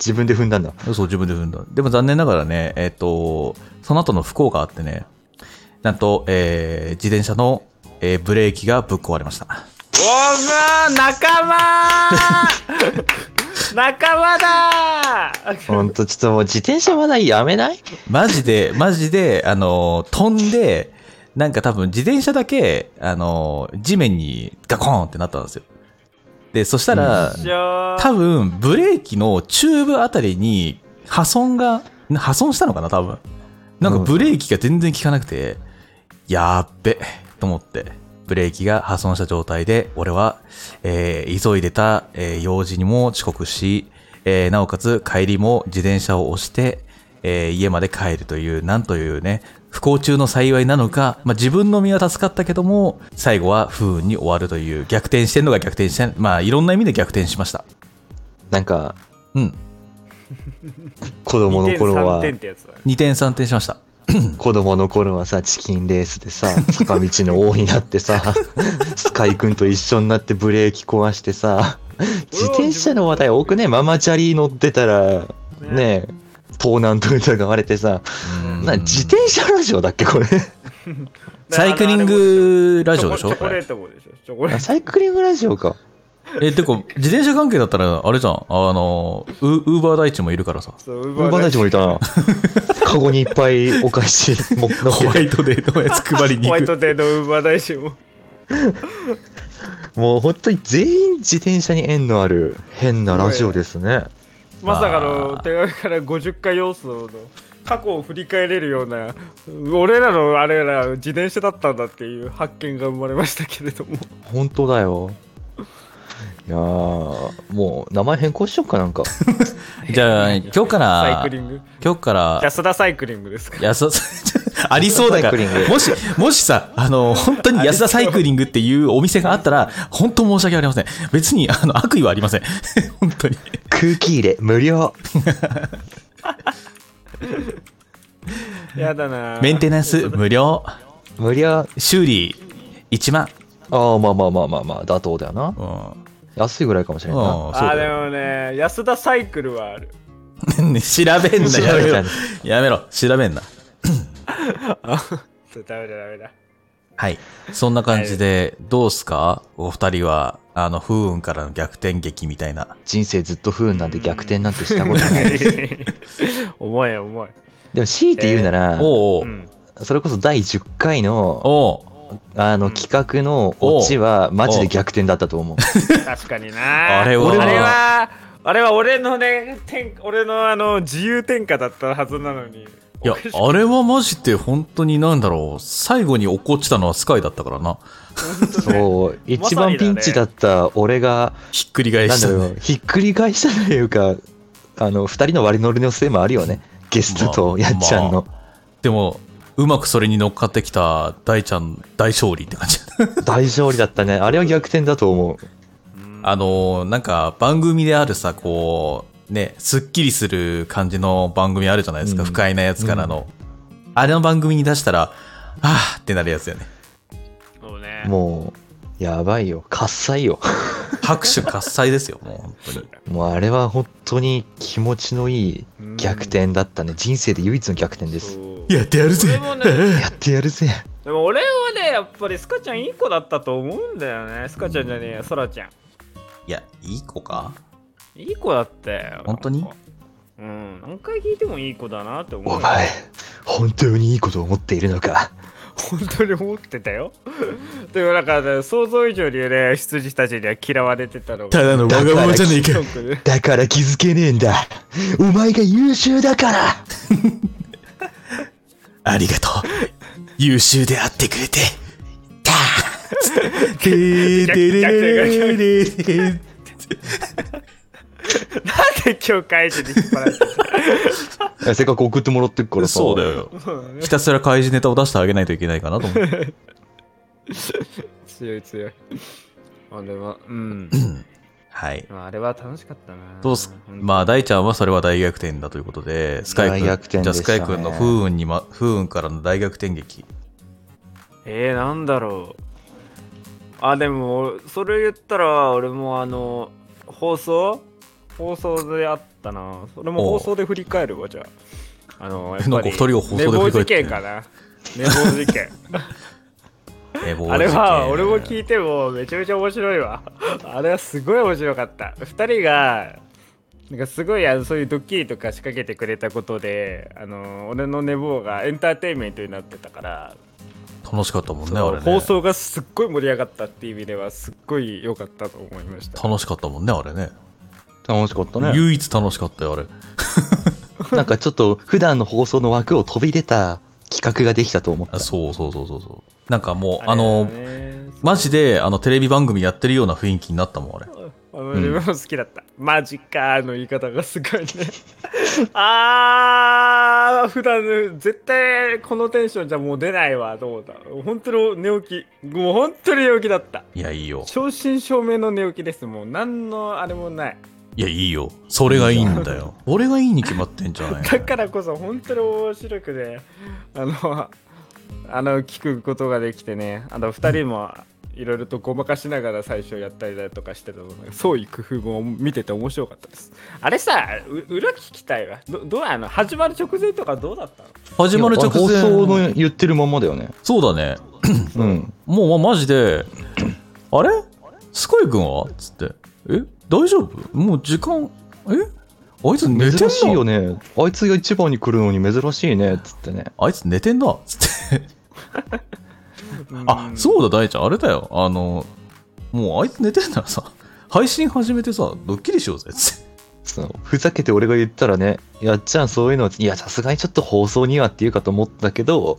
[SPEAKER 5] 自分で踏んだんだ。
[SPEAKER 3] そう、自分で踏んだ。でも残念ながらね、えっ、と、その後の不幸があってね、なんと、えー自転車の、えーブレーキがぶっ壊れました。
[SPEAKER 4] おぶ仲間仲間だ
[SPEAKER 5] ほんと、ちょっともう自転車話題やめない
[SPEAKER 3] マジで、マジで、あの、飛んで、なんか多分自転車だけ、あの、地面にガコーンってなったんですよ。で、そしたら、
[SPEAKER 4] じゃ
[SPEAKER 3] 多分ブレーキのチューブあたりに破損が、破損したのかな、多分。なんかブレーキが全然効かなくて、やーっべ、と思って。ブレーキが破損した状態で、俺は、えー急いでた、えー用事にも遅刻し、えーなおかつ帰りも自転車を押して、えー家まで帰るという、なんというね、不幸中の幸いなのか、まあ、自分の身は助かったけども、最後は不運に終わるという、逆転してんのが逆転してん、まあ、いろんな意味で逆転しました。
[SPEAKER 5] なんか、
[SPEAKER 3] うん。
[SPEAKER 5] 子
[SPEAKER 4] あ
[SPEAKER 5] 供の頃
[SPEAKER 4] 2.3
[SPEAKER 5] は、
[SPEAKER 4] 点ってやつだね
[SPEAKER 3] 2点3点しました。
[SPEAKER 5] 子供の頃はさ、チキンレースでさ、坂道の王になっ てさ、スカイくんと一緒になってブレーキ壊し てさ、自転車の話題多くね、ママチャリ乗ってたら、ね、盗難と疑われてさ、な自転車ラジオだっけこれ。
[SPEAKER 3] サイクリングラジオでしょ
[SPEAKER 4] チョコ
[SPEAKER 3] こ
[SPEAKER 4] レ
[SPEAKER 3] れ
[SPEAKER 4] ー。トもでしょチョコレ
[SPEAKER 5] あ
[SPEAKER 4] ー
[SPEAKER 5] サイクリングラジオか。
[SPEAKER 3] え、てか、自転車関係だったら、あれじゃん。あの、ウウーバー大地もいるからさ。
[SPEAKER 4] トウ
[SPEAKER 5] ウーバーダイジもいたな。カゴにいっぱいお菓子 も乗っ
[SPEAKER 3] ホ
[SPEAKER 5] け
[SPEAKER 3] ワ
[SPEAKER 5] て
[SPEAKER 3] イトデーのやつ配りに
[SPEAKER 4] ホ
[SPEAKER 3] 行
[SPEAKER 4] ワイ
[SPEAKER 3] く。
[SPEAKER 4] トデーのウーバー大使も
[SPEAKER 5] もう本当に全員自転車に縁のある変なラジオですね。
[SPEAKER 4] まさか
[SPEAKER 3] ま
[SPEAKER 4] の
[SPEAKER 3] あ
[SPEAKER 4] 手紙から50回要素の過去を振り返れるような俺らのあれら自転車だったんだっていう発見が生まれましたけれども
[SPEAKER 5] 本当だよ。いやーもう名前変更しよっかなん か。
[SPEAKER 3] じゃあ、今日か
[SPEAKER 4] サイ
[SPEAKER 3] ら
[SPEAKER 4] クリ、ング
[SPEAKER 3] 今日から、
[SPEAKER 4] 安田サイクリング ですか
[SPEAKER 3] 安田ありそうだか
[SPEAKER 5] サイクリン
[SPEAKER 3] ら、
[SPEAKER 5] グ
[SPEAKER 3] もし、もしさ、あの、本当に安田サイクリングっていうお店があったら、本当申し訳ありません。別に、あの、悪意はありません。 本当に。
[SPEAKER 5] 空気入れ無料。
[SPEAKER 4] やだな
[SPEAKER 3] メンテナンス無料。
[SPEAKER 5] 無料。
[SPEAKER 3] 修理1万。
[SPEAKER 5] ああ、まあまあまあまあまあ、妥当だよな。
[SPEAKER 3] うん。
[SPEAKER 5] 安いぐらいかもしれ
[SPEAKER 3] うん、
[SPEAKER 5] ないな。
[SPEAKER 3] そう
[SPEAKER 4] あー
[SPEAKER 3] だ
[SPEAKER 4] で
[SPEAKER 3] よ。
[SPEAKER 4] もね安田サイクルはある
[SPEAKER 3] ね 調べんな、
[SPEAKER 5] 調
[SPEAKER 3] やめ
[SPEAKER 5] べち
[SPEAKER 3] ろ
[SPEAKER 5] ゃう。
[SPEAKER 3] やめろ、調べんな。
[SPEAKER 4] ちょダメだダメだ
[SPEAKER 3] はい。そんな感じで、どうすかお二人は、あの、不運からの逆転劇みたいな。
[SPEAKER 5] 人生ずっと不運なんで逆転なんてしたこと ない。
[SPEAKER 4] 重い重い、
[SPEAKER 5] でも強いて言うなら、
[SPEAKER 3] おうお
[SPEAKER 4] う、
[SPEAKER 3] うん
[SPEAKER 5] それこそ第10回の
[SPEAKER 3] おう
[SPEAKER 5] あの企画のオチはマジで逆転だったと思う。
[SPEAKER 4] 確かにな
[SPEAKER 3] あれは
[SPEAKER 4] 俺あれはあれは俺のね天俺のあの自由転下だったはずなのに
[SPEAKER 3] いや、あれはマジで本当になんだろう。最後に落っこちたのはスカイだったからな。
[SPEAKER 5] そう、一番ピンチだった俺が、
[SPEAKER 3] ひっくり返
[SPEAKER 5] なん
[SPEAKER 3] し
[SPEAKER 5] だ
[SPEAKER 3] たね、
[SPEAKER 5] ろう、ひっくり返したというか、あの、二人の割り乗りのせいもあるよね。ゲストとやっちゃんの
[SPEAKER 3] でも、うまくそれに乗っかってきた大ちゃん大勝利って感じ。
[SPEAKER 5] 大勝利だったね。あれは逆転だと思う。
[SPEAKER 3] あのーなんか番組であるさ、こう、ね、すっきりする感じの番組あるじゃないですか。
[SPEAKER 5] うん
[SPEAKER 3] 不快なやつからの。あれの番組に出したら、あーってなるやつよね。
[SPEAKER 4] そうね
[SPEAKER 5] もう、やばいよ。喝采よ。
[SPEAKER 3] 拍手喝采ですよ、もう本当に。
[SPEAKER 5] もうあれは本当に気持ちのいい逆転だったね。人生で唯一の逆転です。
[SPEAKER 4] そう
[SPEAKER 3] やってやる
[SPEAKER 4] 俺
[SPEAKER 3] ぜ
[SPEAKER 4] も ね
[SPEAKER 5] やってやるぜ。
[SPEAKER 4] でも俺はねやっぱりスカちゃんいい子だったと思うんだよねスカちゃんじゃねえやソラちゃん
[SPEAKER 3] いや、いい子か
[SPEAKER 4] いい子だったよ
[SPEAKER 3] 本当に
[SPEAKER 4] うん何回聞いてもいい子だなって思う
[SPEAKER 5] お前、本当にいいことを思っているのか。
[SPEAKER 4] 本当に思ってたよ でもなんか、ね、想像以上にね羊たちには嫌われてたの が
[SPEAKER 3] だの
[SPEAKER 5] 我が物じゃねえ
[SPEAKER 4] ショックで
[SPEAKER 5] だから気づけねえんだ。お前が優秀だから。
[SPEAKER 3] ありがとう。優秀であってくれて。たーてーてれれれれれ
[SPEAKER 4] なんで今日返しに引っ張られてた
[SPEAKER 5] いやせっかく送ってもらってるからさ。
[SPEAKER 3] そうだよ。ひたすら開示ネタを出してあげないといけないかなと思って。
[SPEAKER 4] 強い 強いあれはうん
[SPEAKER 3] はい。
[SPEAKER 4] まああれは楽しかったな
[SPEAKER 3] どうすまあ、大ちゃんはそれは大逆転だということで、スカイ君、
[SPEAKER 5] 大逆転
[SPEAKER 3] じゃ
[SPEAKER 5] で
[SPEAKER 3] あス
[SPEAKER 5] し
[SPEAKER 3] カ
[SPEAKER 5] たね
[SPEAKER 3] イ君の不運に、ま、不運からの大逆転劇。
[SPEAKER 4] えー、なんだろうあでもそれ言ったら俺もあの放送放送であったなそれも放送で振り返るわじゃああのやっぱり
[SPEAKER 3] なんか二人を放送で振り
[SPEAKER 4] 寝
[SPEAKER 3] 返
[SPEAKER 4] 坊
[SPEAKER 3] って
[SPEAKER 4] 事件かな寝坊事 件
[SPEAKER 3] えー
[SPEAKER 4] あれは俺も聞いてもめちゃめちゃ面白いわあれはすごい面白かった二人がなんかすごいあのそういうドッキリとか仕掛けてくれたことであの俺の寝坊がエンターテインメントになってたから
[SPEAKER 3] 楽しかったもんね、
[SPEAKER 4] そ
[SPEAKER 3] あ
[SPEAKER 4] う
[SPEAKER 3] れね。
[SPEAKER 4] 放送がすっごい盛り上がったっていう意味ではすっごい良かったと思いました
[SPEAKER 3] 楽しかったもんね、あれね。
[SPEAKER 5] 楽しかったね。
[SPEAKER 3] 唯一楽しかったよ、あれ。
[SPEAKER 5] なんかちょっと普段の放送の枠を飛び出た企画ができたと思った
[SPEAKER 3] あ。そうそうそうそうそう。なんかもう、あ
[SPEAKER 4] れだ
[SPEAKER 3] の、
[SPEAKER 4] ね
[SPEAKER 3] マジで、あの、テレビ番組やってるような雰囲気になったもん、あれ。
[SPEAKER 4] あの自分も好きだった、マジかーの言い方がすごいね あー普段絶対このテンションじゃもう出ないわと思った本当に寝起きもう本当に寝起きだった
[SPEAKER 3] いや、いいよ。
[SPEAKER 4] 正真正銘の寝起きですもう何のあれもない
[SPEAKER 3] いや、いいよ。それがいいんだよ。俺がいいに決まってんじゃない
[SPEAKER 4] だからこそ本当に面白くねあのあの聞くことができてねあの2人もいろいろとごまかしながら最初やったりだとかしてたので創意工夫も見てて面白かったですあれさう裏聞きたいわどどうやの始まる直前とかどうだったの
[SPEAKER 3] 始まる直前。
[SPEAKER 5] 放送の言ってるまんまだよね。
[SPEAKER 3] そうだね。
[SPEAKER 5] うん。
[SPEAKER 3] もう、まマジで、あれスカイ君はつって。え大丈夫もう時間、えあいつ寝てん
[SPEAKER 5] 珍しい
[SPEAKER 3] な
[SPEAKER 5] よね。あいつが一番に来るのに珍しいね、つってね。
[SPEAKER 3] あいつ寝てんなつって。あ、そうだ、大ちゃん。あれだよ。あの、もうあいつ寝てんならさ、配信始めてさ、ドッキリしようぜ。つって。
[SPEAKER 5] そのふざけて俺が言ったらね、やっちゃんそういうの、いや、さすがにちょっと放送にはっていうかと思ったけど、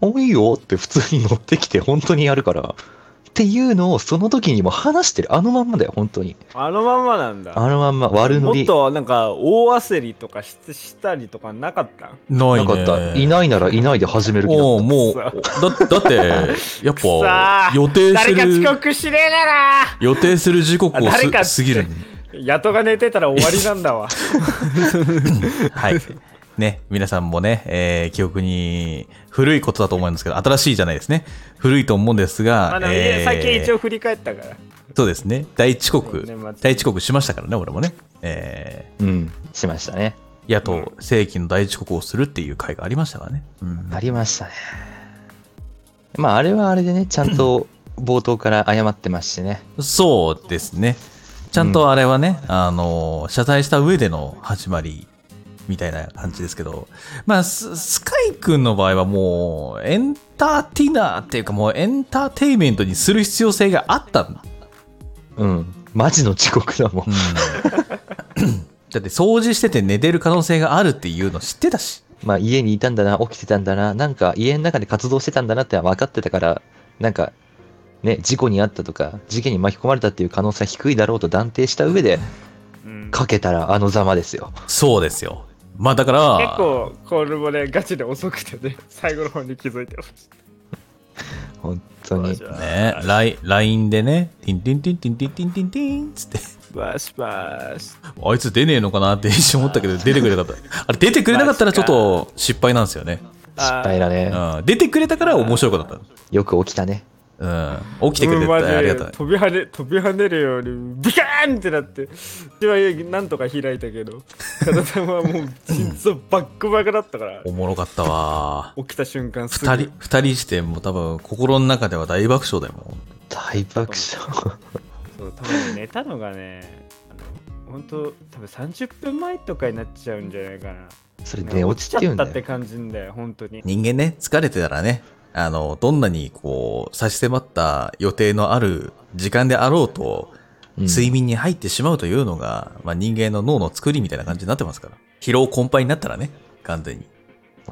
[SPEAKER 5] おいいよって普通に乗ってきて、本当にやるから。っていうのを、その時にも話してる。あのまんまだよ、本当に。
[SPEAKER 4] あのまんまなんだ
[SPEAKER 5] あのまんま、悪乗
[SPEAKER 4] もっ
[SPEAKER 5] り。
[SPEAKER 4] となんか大焦りとかししたりとかなかった
[SPEAKER 3] な
[SPEAKER 5] なかった。い
[SPEAKER 3] い
[SPEAKER 5] ないならいないで始める気だ
[SPEAKER 3] お
[SPEAKER 5] っ
[SPEAKER 3] う
[SPEAKER 5] た。
[SPEAKER 3] もう、だ、だって、やっ
[SPEAKER 4] くそ
[SPEAKER 3] ぱ、
[SPEAKER 4] ー
[SPEAKER 3] 予定す
[SPEAKER 4] 誰か遅
[SPEAKER 3] る、
[SPEAKER 4] 刻しねえなら
[SPEAKER 3] 予定する時刻を
[SPEAKER 4] 誰かって
[SPEAKER 3] す過ぎるんで。
[SPEAKER 4] やとが寝てたら終わりなんだ わ
[SPEAKER 3] はい。ね、皆さんもね、えー記憶に古いことだと思うんですけど、新しいじゃないですね。古いと思うんですが、
[SPEAKER 4] あの、
[SPEAKER 3] えー
[SPEAKER 4] 最近一応振り返ったから
[SPEAKER 3] そうですね。大遅刻
[SPEAKER 4] 年末、
[SPEAKER 3] 大遅刻しましたからね、俺もね。え
[SPEAKER 5] うん、しましたね。
[SPEAKER 3] ー野党正規の大遅刻をするっていう回がありましたからね。うん
[SPEAKER 5] ありましたね。まあ、あれはあれでね、ちゃんと冒頭から謝ってますしね。
[SPEAKER 3] そうですね。ちゃんとあれはね、あの、謝罪した上での始まりみたいな感じですけど、まあ、ススカイ君の場合はもう、エンターテイナーっていうかもうエンターテイメントにする必要性があったんだ。
[SPEAKER 5] うん。マジの遅刻だもん。
[SPEAKER 3] だって掃除してて寝てる可能性があるっていうの知ってたし。
[SPEAKER 5] まあ家にいたんだな、起きてたんだな、なんか家の中で活動してたんだなってのは分かってたから、なんかね、事故に遭ったとか、事件に巻き込まれたっていう可能性は低いだろうと断定した上で、
[SPEAKER 4] うん
[SPEAKER 5] かけたらあのざまですよ。
[SPEAKER 3] そうですよ。まあだから、
[SPEAKER 4] 結構コールもねガチで遅くてね 最後の方に気づいてまし
[SPEAKER 5] 本当に。
[SPEAKER 4] た
[SPEAKER 3] ね、ライ LINE でね、ティンティンティンティンティンティンティンティンつって、
[SPEAKER 4] バシバシ
[SPEAKER 3] あいつ出ねえのかなって一瞬思ったけど、出てくれなかった。あれ、出てくれなかったらちょっと失敗なんですよね。
[SPEAKER 5] 失敗だね。
[SPEAKER 3] うん、出てくれたから面白くなった。
[SPEAKER 5] よく起きたね。
[SPEAKER 3] うん、起きてくれて
[SPEAKER 4] マジ
[SPEAKER 3] ありがたい。
[SPEAKER 4] 飛び跳ね飛び跳ねるようにビカーンってなって口はなんとか開いたけど体はもう心臓バックバクだったから
[SPEAKER 3] おもろかったわ。
[SPEAKER 4] 起きた瞬間すぐ
[SPEAKER 3] 二人、二人して、もう多分心の中では大爆笑だよ、もう
[SPEAKER 5] 大爆笑。
[SPEAKER 4] そう多分寝たのがねあの本当多分30分前とかになっちゃうんじゃないかな
[SPEAKER 5] それ寝落ちっていう
[SPEAKER 4] 落
[SPEAKER 5] ん
[SPEAKER 4] ちちゃったっ
[SPEAKER 5] だ
[SPEAKER 4] て
[SPEAKER 5] よ。
[SPEAKER 4] 感じんだよ本当に
[SPEAKER 3] 人間ね、疲れてたらね、あの、どんなにこう、差し迫った予定のある時間であろうと、
[SPEAKER 5] うん
[SPEAKER 3] 睡眠に入ってしまうというのが、まあ人間の脳の作りみたいな感じになってますから。疲労困憊になったらね、完全に。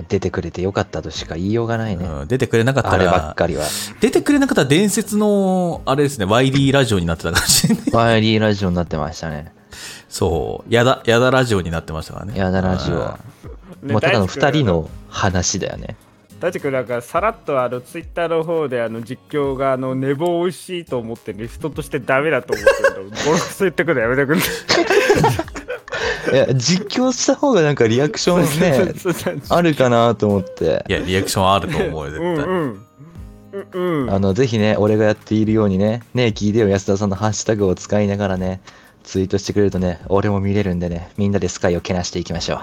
[SPEAKER 5] 出てくれてよかったとしか言いようがないね。
[SPEAKER 3] うん、出てくれなかった
[SPEAKER 5] あればっ
[SPEAKER 3] ら、
[SPEAKER 5] かり は。
[SPEAKER 3] 出てくれなかったら伝説の、あれですね、YD ラジオになってたかもしれ ない。
[SPEAKER 5] バイリーラジオになってましたね。
[SPEAKER 3] そう、やだ、やだラジオになってましたからね。
[SPEAKER 5] やだラジ
[SPEAKER 3] あ
[SPEAKER 5] オ
[SPEAKER 3] ー。。
[SPEAKER 5] もうただの二人
[SPEAKER 4] の
[SPEAKER 5] の話だよね。
[SPEAKER 4] 大地君なんかさらっとあのツイッターの方であの実況があの寝坊美味しいと思ってリストとしてダメだと思ってるんだボロクソ言ってくるのやめてくれ
[SPEAKER 5] いや、実況した方がなんかリアクション ね、あるかなと思って
[SPEAKER 3] い。や、リアクションあると思うよ、
[SPEAKER 4] う
[SPEAKER 3] 絶対。
[SPEAKER 4] んうんうんうん
[SPEAKER 5] あの、ぜひね、俺がやっているようにね、ねえ、聞いてよ安田さんのハッシュタグを使いながらね、ツイートしてくれるとね、俺も見れるんでね、みんなでスカイをけなしていきましょう。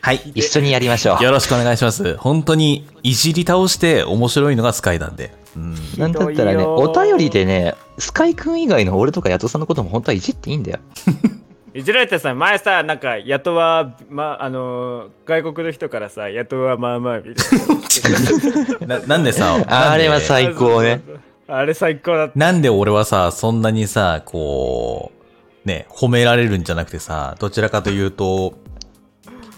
[SPEAKER 3] はい。
[SPEAKER 5] 一緒にやりましょ
[SPEAKER 3] よ
[SPEAKER 5] う。
[SPEAKER 3] ろしくお願いします。本当にいじり倒して面白いのがスカイなんで。うん。
[SPEAKER 5] なんだった
[SPEAKER 4] ひど
[SPEAKER 5] ら
[SPEAKER 4] い
[SPEAKER 5] ね、
[SPEAKER 4] よ
[SPEAKER 5] お便りでね、スカイくん以外の俺とかヤトさんのことも本当はいじっていいんだよ。
[SPEAKER 4] いじられてさ、前さ、なんか、やとは、ま、あのー、外国の人からさ、やとはまあまあみたい
[SPEAKER 3] な なんでさ、
[SPEAKER 5] あれは
[SPEAKER 3] さ
[SPEAKER 5] 最
[SPEAKER 4] な。
[SPEAKER 5] 高ね。
[SPEAKER 4] そうそうそう。あれ最高だった。
[SPEAKER 3] なんで俺はさ、そんなにさ、こう、ね、褒められるんじゃなくてさ、どちらかというと、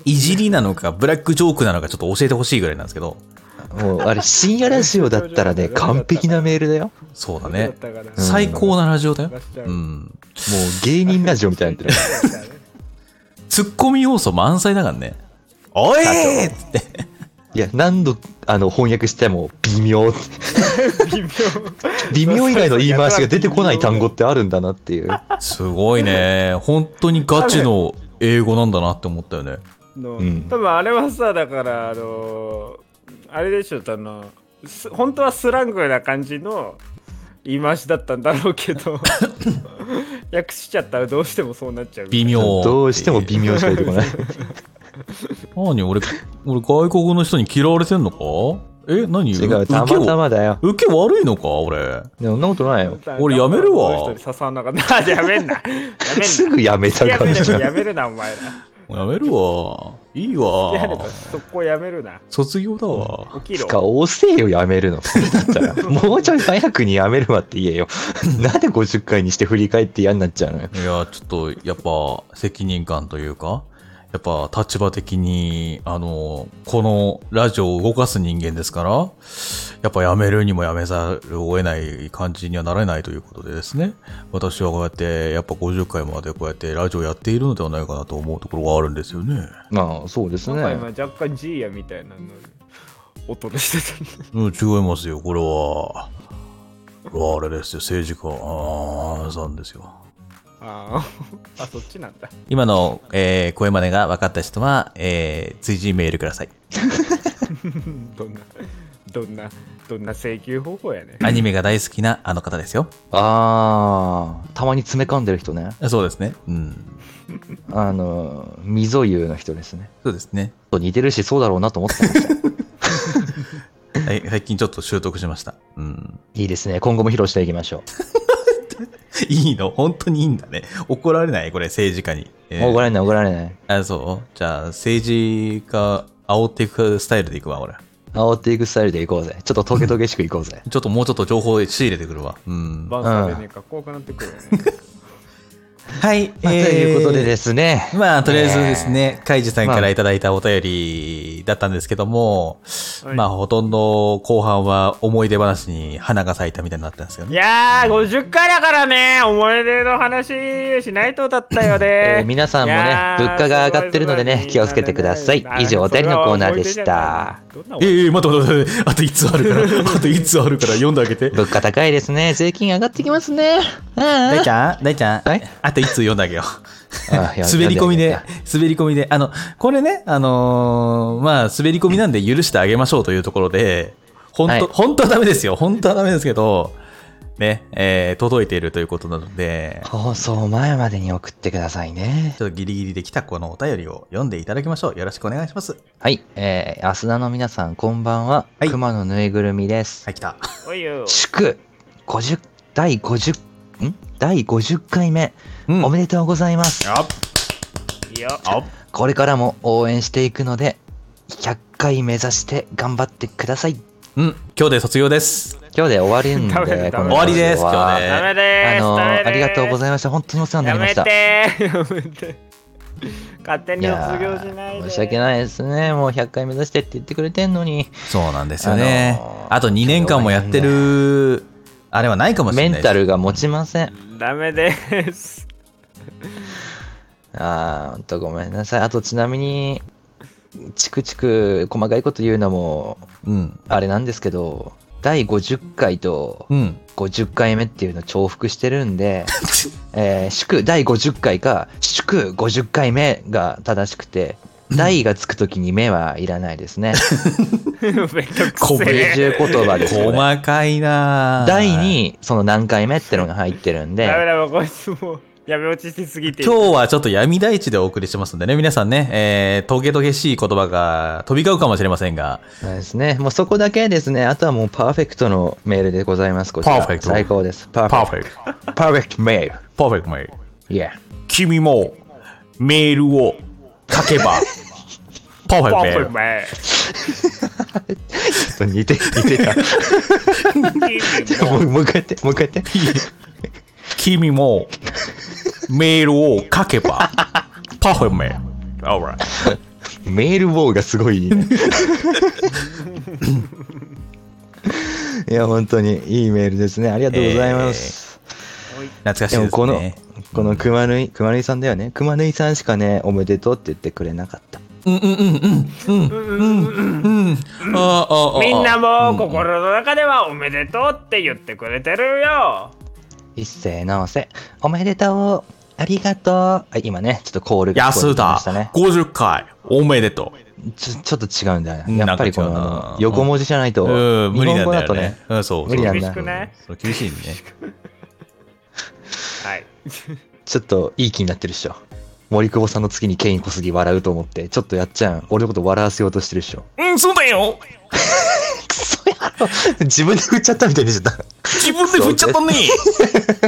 [SPEAKER 3] いじりなのか、ブラックジョークなのか、ちょっと教えてほしいぐらいなんですけど、
[SPEAKER 5] もう、あれ、深夜ラジオだった らね、完璧なメールだよ。も
[SPEAKER 3] そうだね。
[SPEAKER 4] だったかな
[SPEAKER 5] うん
[SPEAKER 3] 最高なラジオだよ。
[SPEAKER 4] う
[SPEAKER 3] うん。
[SPEAKER 5] う芸人ラジオみたいになってる。
[SPEAKER 3] ツッコミ要素満載だからね。おいーっつって。
[SPEAKER 5] いや、何度、あの、翻訳しても、微妙って。
[SPEAKER 4] 微妙。
[SPEAKER 5] 微妙以外の言い回しが出てこない単語ってあるんだなっていう。
[SPEAKER 3] すごいね。本当にガチの英語なんだなって思ったよね。
[SPEAKER 4] の、
[SPEAKER 5] うん
[SPEAKER 4] 多分あれはさだからあのーあれでしょあのす本当はスラングな感じの言い回しだったんだろうけ ど訳しちゃったらどうしてもそうなっちゃう
[SPEAKER 3] 微妙。
[SPEAKER 5] どうしても微妙しか出てこない。
[SPEAKER 3] 何俺、俺外国の人に嫌われてんのかえ何
[SPEAKER 5] 違う、た
[SPEAKER 3] 受け
[SPEAKER 5] また
[SPEAKER 3] を
[SPEAKER 5] まだよ。
[SPEAKER 3] 受け悪いのか俺。
[SPEAKER 5] でもそんなことないよ。
[SPEAKER 3] 俺やめるわ
[SPEAKER 4] この人に刺さんなかったやめんなや
[SPEAKER 5] すぐやめた
[SPEAKER 4] めんなや
[SPEAKER 5] 感
[SPEAKER 4] め
[SPEAKER 5] じじゃ
[SPEAKER 4] る
[SPEAKER 5] ん。
[SPEAKER 4] やめるなお前ら
[SPEAKER 3] やめるわ。いいわ
[SPEAKER 4] や。めろそこやめるな
[SPEAKER 3] 卒業だわ。
[SPEAKER 4] 起きろ
[SPEAKER 5] つか、遅えよ、やめ るの。だったら、もうちょい早くにやめるわって言え よ。なんで50回にして振り返って嫌になっちゃうのよ。
[SPEAKER 3] いや、ちょっと、やっぱ、責任感というか、やっぱ、立場的に、あの、このラジオを動かす人間ですから、やっぱやめるにもやめざるを得ない感じにはなれないということでですね、私はこうやって、やっぱ50回までこうやってラジオやっているのではないかなと思うところがあるんですよね。
[SPEAKER 5] まあ、そうです
[SPEAKER 4] なんか今
[SPEAKER 5] ね。
[SPEAKER 4] 若干ジーヤみたいなの音でしてた
[SPEAKER 3] うん、違いますよ、これは。これはあれですよ、政治家、あーさんですよ。
[SPEAKER 4] あーあそっちなんだ
[SPEAKER 3] 今の、えー声真似が分かった人は、えー随時メールください。
[SPEAKER 4] どんな、どんな、どんな請求方法やね。
[SPEAKER 3] アニメが大好きなあの方ですよ。
[SPEAKER 5] あー、たまに詰め込んでる人ね。
[SPEAKER 3] そうですね。うん。
[SPEAKER 5] あの、溝優の人ですね。
[SPEAKER 3] そうですね。
[SPEAKER 5] と似てるし、そうだろうなと思ってました。
[SPEAKER 3] はい最近ちょっと習得しました。うん。
[SPEAKER 5] いいですね。今後も披露していきましょ
[SPEAKER 3] いいの本当にいいんだね。怒られないこれ、政治家に。
[SPEAKER 5] う。
[SPEAKER 3] えー
[SPEAKER 5] もう怒られない、怒られない。
[SPEAKER 3] あ、そうじゃあ、政治家、煽っていくスタイルでいくわ、俺。
[SPEAKER 5] 煽っていくスタイルでいこうぜ。ちょっとトゲトゲしくいこうぜ。
[SPEAKER 3] ちょっともうちょっと情報を仕入れてくるわ。うん。
[SPEAKER 4] バンサーでね、かっこよくなってくるよね。
[SPEAKER 3] はい、 えー
[SPEAKER 5] まあということでですね。
[SPEAKER 3] まあ、とりあえずですね、カイジさんからいただいたお便りだったんですけども、
[SPEAKER 4] はい
[SPEAKER 3] まあ、ほとんど後半は思い出話に花が咲いたみたいになったんですよ
[SPEAKER 4] い
[SPEAKER 3] ね。
[SPEAKER 4] やー、50回だからね、思い出の話しないとだったよ ね
[SPEAKER 5] えー。皆さんも
[SPEAKER 4] い
[SPEAKER 5] ね
[SPEAKER 4] や、ー
[SPEAKER 5] 物価が上がってるのでね、気をつけてください。以上、お便りのコーナーで
[SPEAKER 4] それは思い出
[SPEAKER 5] した。。
[SPEAKER 4] じゃないどんな思い出
[SPEAKER 3] ええ待って待って待って、あと1つあるから、あと1つあるから読んであげて。
[SPEAKER 5] 物価高いですね。税金上がってきますね。あ
[SPEAKER 3] 大ちゃん大ちゃん、
[SPEAKER 5] はい
[SPEAKER 3] あと1つ読んであげよう。
[SPEAKER 5] あ
[SPEAKER 3] 滑り込みで、滑り込みで、あの、これね、あのーまあ、滑り込みなんで許してあげましょうというところで、本当、
[SPEAKER 5] はい
[SPEAKER 3] 本当はダメですよ。本当はダメですけど、ね、えー届いているということなので、
[SPEAKER 5] 放送前までに送ってくださいね。
[SPEAKER 3] ちょっとギリギリで来たこのお便りを読んでいただきましょう。よろしくお願いします。
[SPEAKER 5] はい。えー、アスナの皆さん、こんばんは。
[SPEAKER 3] はい
[SPEAKER 5] 熊のぬいぐるみです。
[SPEAKER 3] はい、来た。
[SPEAKER 4] だおいよ。
[SPEAKER 5] 祝50、第50、ん第50回目、
[SPEAKER 3] うん
[SPEAKER 5] おめでとうございます。
[SPEAKER 3] あ
[SPEAKER 4] いいよ。
[SPEAKER 3] あ
[SPEAKER 5] これからも応援していくので、100回目指して頑張ってください。
[SPEAKER 3] うん、今日で卒業です。
[SPEAKER 5] 今日で終わりん
[SPEAKER 4] ダメだ
[SPEAKER 5] で、この放送は
[SPEAKER 3] 終わりです今日で
[SPEAKER 4] ダメでー
[SPEAKER 5] あ
[SPEAKER 4] す。
[SPEAKER 5] の
[SPEAKER 4] ダメ
[SPEAKER 5] ー、
[SPEAKER 4] で
[SPEAKER 5] ありがとうご
[SPEAKER 4] い
[SPEAKER 5] ざいました。本当にお世話になりました。
[SPEAKER 4] や めてー、やめて。 勝手
[SPEAKER 5] い
[SPEAKER 4] に
[SPEAKER 5] や
[SPEAKER 4] 卒業しない
[SPEAKER 5] ー
[SPEAKER 4] で。
[SPEAKER 5] 申し訳ないですね。もう100回目指してって言ってくれてんのに、
[SPEAKER 3] そうなんですよね。
[SPEAKER 5] あ
[SPEAKER 3] あ
[SPEAKER 5] のー
[SPEAKER 3] と2年間もやってる、あれはないかもしれ
[SPEAKER 5] メ
[SPEAKER 3] ない
[SPEAKER 5] ン
[SPEAKER 3] です
[SPEAKER 5] タルが持ちません。
[SPEAKER 4] ダメです。
[SPEAKER 5] あー、ほんとごめんなさい。あとちなみに、チクチク細かいこと言うのも、
[SPEAKER 3] うん。
[SPEAKER 5] あれなんですけど、第50回と
[SPEAKER 3] うん。
[SPEAKER 5] 50回目っていうの重複してるんで、えー祝第50回か、祝50回目が正しくて、第がつくときに目はいらないですね。
[SPEAKER 4] めんどくせえ
[SPEAKER 3] こび
[SPEAKER 5] 永住言葉ですよ、ね。
[SPEAKER 3] 細かいなぁ
[SPEAKER 5] 第にその何回目ってのが入ってるん
[SPEAKER 4] ダメ
[SPEAKER 5] で、
[SPEAKER 4] だわ、こいつもう。闇落ちしすぎている。
[SPEAKER 3] 今日はちょっと闇大地でお送りしてますんでね、皆さんね、えー、トゲトゲしい言葉が飛び交うかもしれませんが、
[SPEAKER 5] そうですね。もうそこだけですね。あとはもうパーフェクトのメールでございます。こちら
[SPEAKER 3] パーフェクト
[SPEAKER 5] 最高です。パーフ
[SPEAKER 3] パー
[SPEAKER 5] ェ
[SPEAKER 3] フェクト、
[SPEAKER 5] クト。パーフェクトメール。
[SPEAKER 3] パーフェクトメール。
[SPEAKER 5] Yeah。
[SPEAKER 3] 君もメールを書け ば、パーフェクト
[SPEAKER 4] パ
[SPEAKER 3] メー
[SPEAKER 4] フ
[SPEAKER 3] ル
[SPEAKER 4] ェ。前。
[SPEAKER 5] ちょっと似て、似てた。 もうもう一回やって、もう一回やって。
[SPEAKER 3] 君もメールを書け ば、パーフェクトメール。Alright.
[SPEAKER 5] メールウォーがすごいいいね。いや、本当にいいメールですね。ありがとうございます。
[SPEAKER 3] 懐かしい
[SPEAKER 5] で
[SPEAKER 3] で
[SPEAKER 5] も、
[SPEAKER 3] す
[SPEAKER 5] この
[SPEAKER 3] ね。、
[SPEAKER 5] この熊縫い、熊縫いさんだよね。熊縫いさんしかね、おめでとうって言ってくれなかっ
[SPEAKER 3] あ
[SPEAKER 5] た。
[SPEAKER 3] あああ
[SPEAKER 4] みんなも心の中ではおめでとうって言ってくれてるよ。
[SPEAKER 5] 一斉のせ、おめでとうありがとうはい、今ね、ちょっとコールが聞こ
[SPEAKER 3] 安
[SPEAKER 5] えてきま
[SPEAKER 3] 田
[SPEAKER 5] したね。
[SPEAKER 3] 50回おめでと
[SPEAKER 5] ちょちょっと違うんだよ
[SPEAKER 3] うん
[SPEAKER 5] な。やっぱりこ
[SPEAKER 3] なんか違うな
[SPEAKER 5] の、横文字じゃないと、
[SPEAKER 3] う。うん、無
[SPEAKER 5] 日
[SPEAKER 3] 理
[SPEAKER 5] 本
[SPEAKER 3] なんだ
[SPEAKER 5] 語だ
[SPEAKER 3] よ
[SPEAKER 5] と
[SPEAKER 3] ね
[SPEAKER 5] ね。。
[SPEAKER 3] うん、そう。
[SPEAKER 5] 無理なん
[SPEAKER 4] 厳し
[SPEAKER 5] だ
[SPEAKER 4] くない
[SPEAKER 3] そう厳しいね。
[SPEAKER 4] はい。
[SPEAKER 5] ちょっといい気になってるっしょ。森久保さんの次にケイン小杉笑うと思って、ちょっとやっちゃん、俺のこと笑わせようとしてるっしょ。
[SPEAKER 3] うん、そうだよ
[SPEAKER 5] クソ野郎自分で振っちゃったみたいにしちゃった。
[SPEAKER 3] 自分で振っちゃったね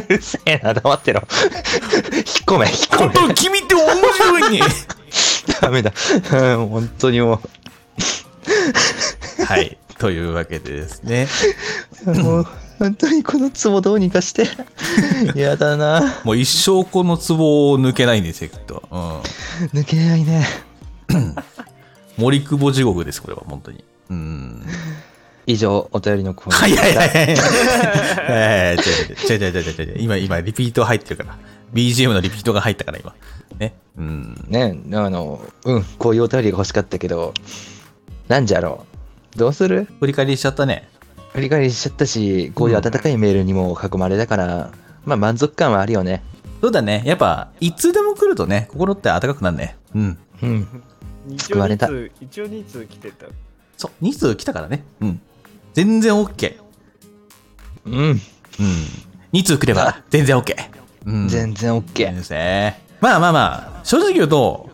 [SPEAKER 5] うるせえな、黙ってろ。 引っ込め、引っ込
[SPEAKER 3] 本
[SPEAKER 5] め。
[SPEAKER 3] 当君って面白いね
[SPEAKER 5] ダメだ。うん、本当にも
[SPEAKER 3] はい。というわけでですね。
[SPEAKER 5] う、 もう、本当にこのツボどうにかして。やだな。
[SPEAKER 3] もう一生このツボを抜けないんですよ、きっと。うん。
[SPEAKER 5] 抜けないね。
[SPEAKER 3] 森久保地獄です、これは、本当に。うん。
[SPEAKER 5] 以上、お便りのコーナー。
[SPEAKER 3] はいはいはいはい。違う違う違う違う違う違う違う違う。今、今、リピート入ってるから。BGM のリピートが入ったから、今。ね。うん。
[SPEAKER 5] ね、あの、うん、こういうお便りが欲しかったけど、なんじゃろう。どうする
[SPEAKER 3] 振り返りしちゃったね。
[SPEAKER 5] 振り返りしちゃったし、こういう温かいメールにも囲まれたから、まあ満足感はあるよね。
[SPEAKER 3] そうだね。やっぱ、いつでも来るとね、心って温かくなるね。うん。
[SPEAKER 5] うん。
[SPEAKER 4] 一
[SPEAKER 5] 救わ
[SPEAKER 4] 応
[SPEAKER 5] れ
[SPEAKER 4] 2
[SPEAKER 5] た
[SPEAKER 4] 通、一応2通来てた。
[SPEAKER 3] そう。2通来たからね。うん。全然 OK。
[SPEAKER 5] うん。
[SPEAKER 3] うん。2通来れば、全然 OK。うん。
[SPEAKER 5] 全然
[SPEAKER 3] いい
[SPEAKER 5] OK。
[SPEAKER 3] ですね。まあまあまあ、正直言うと、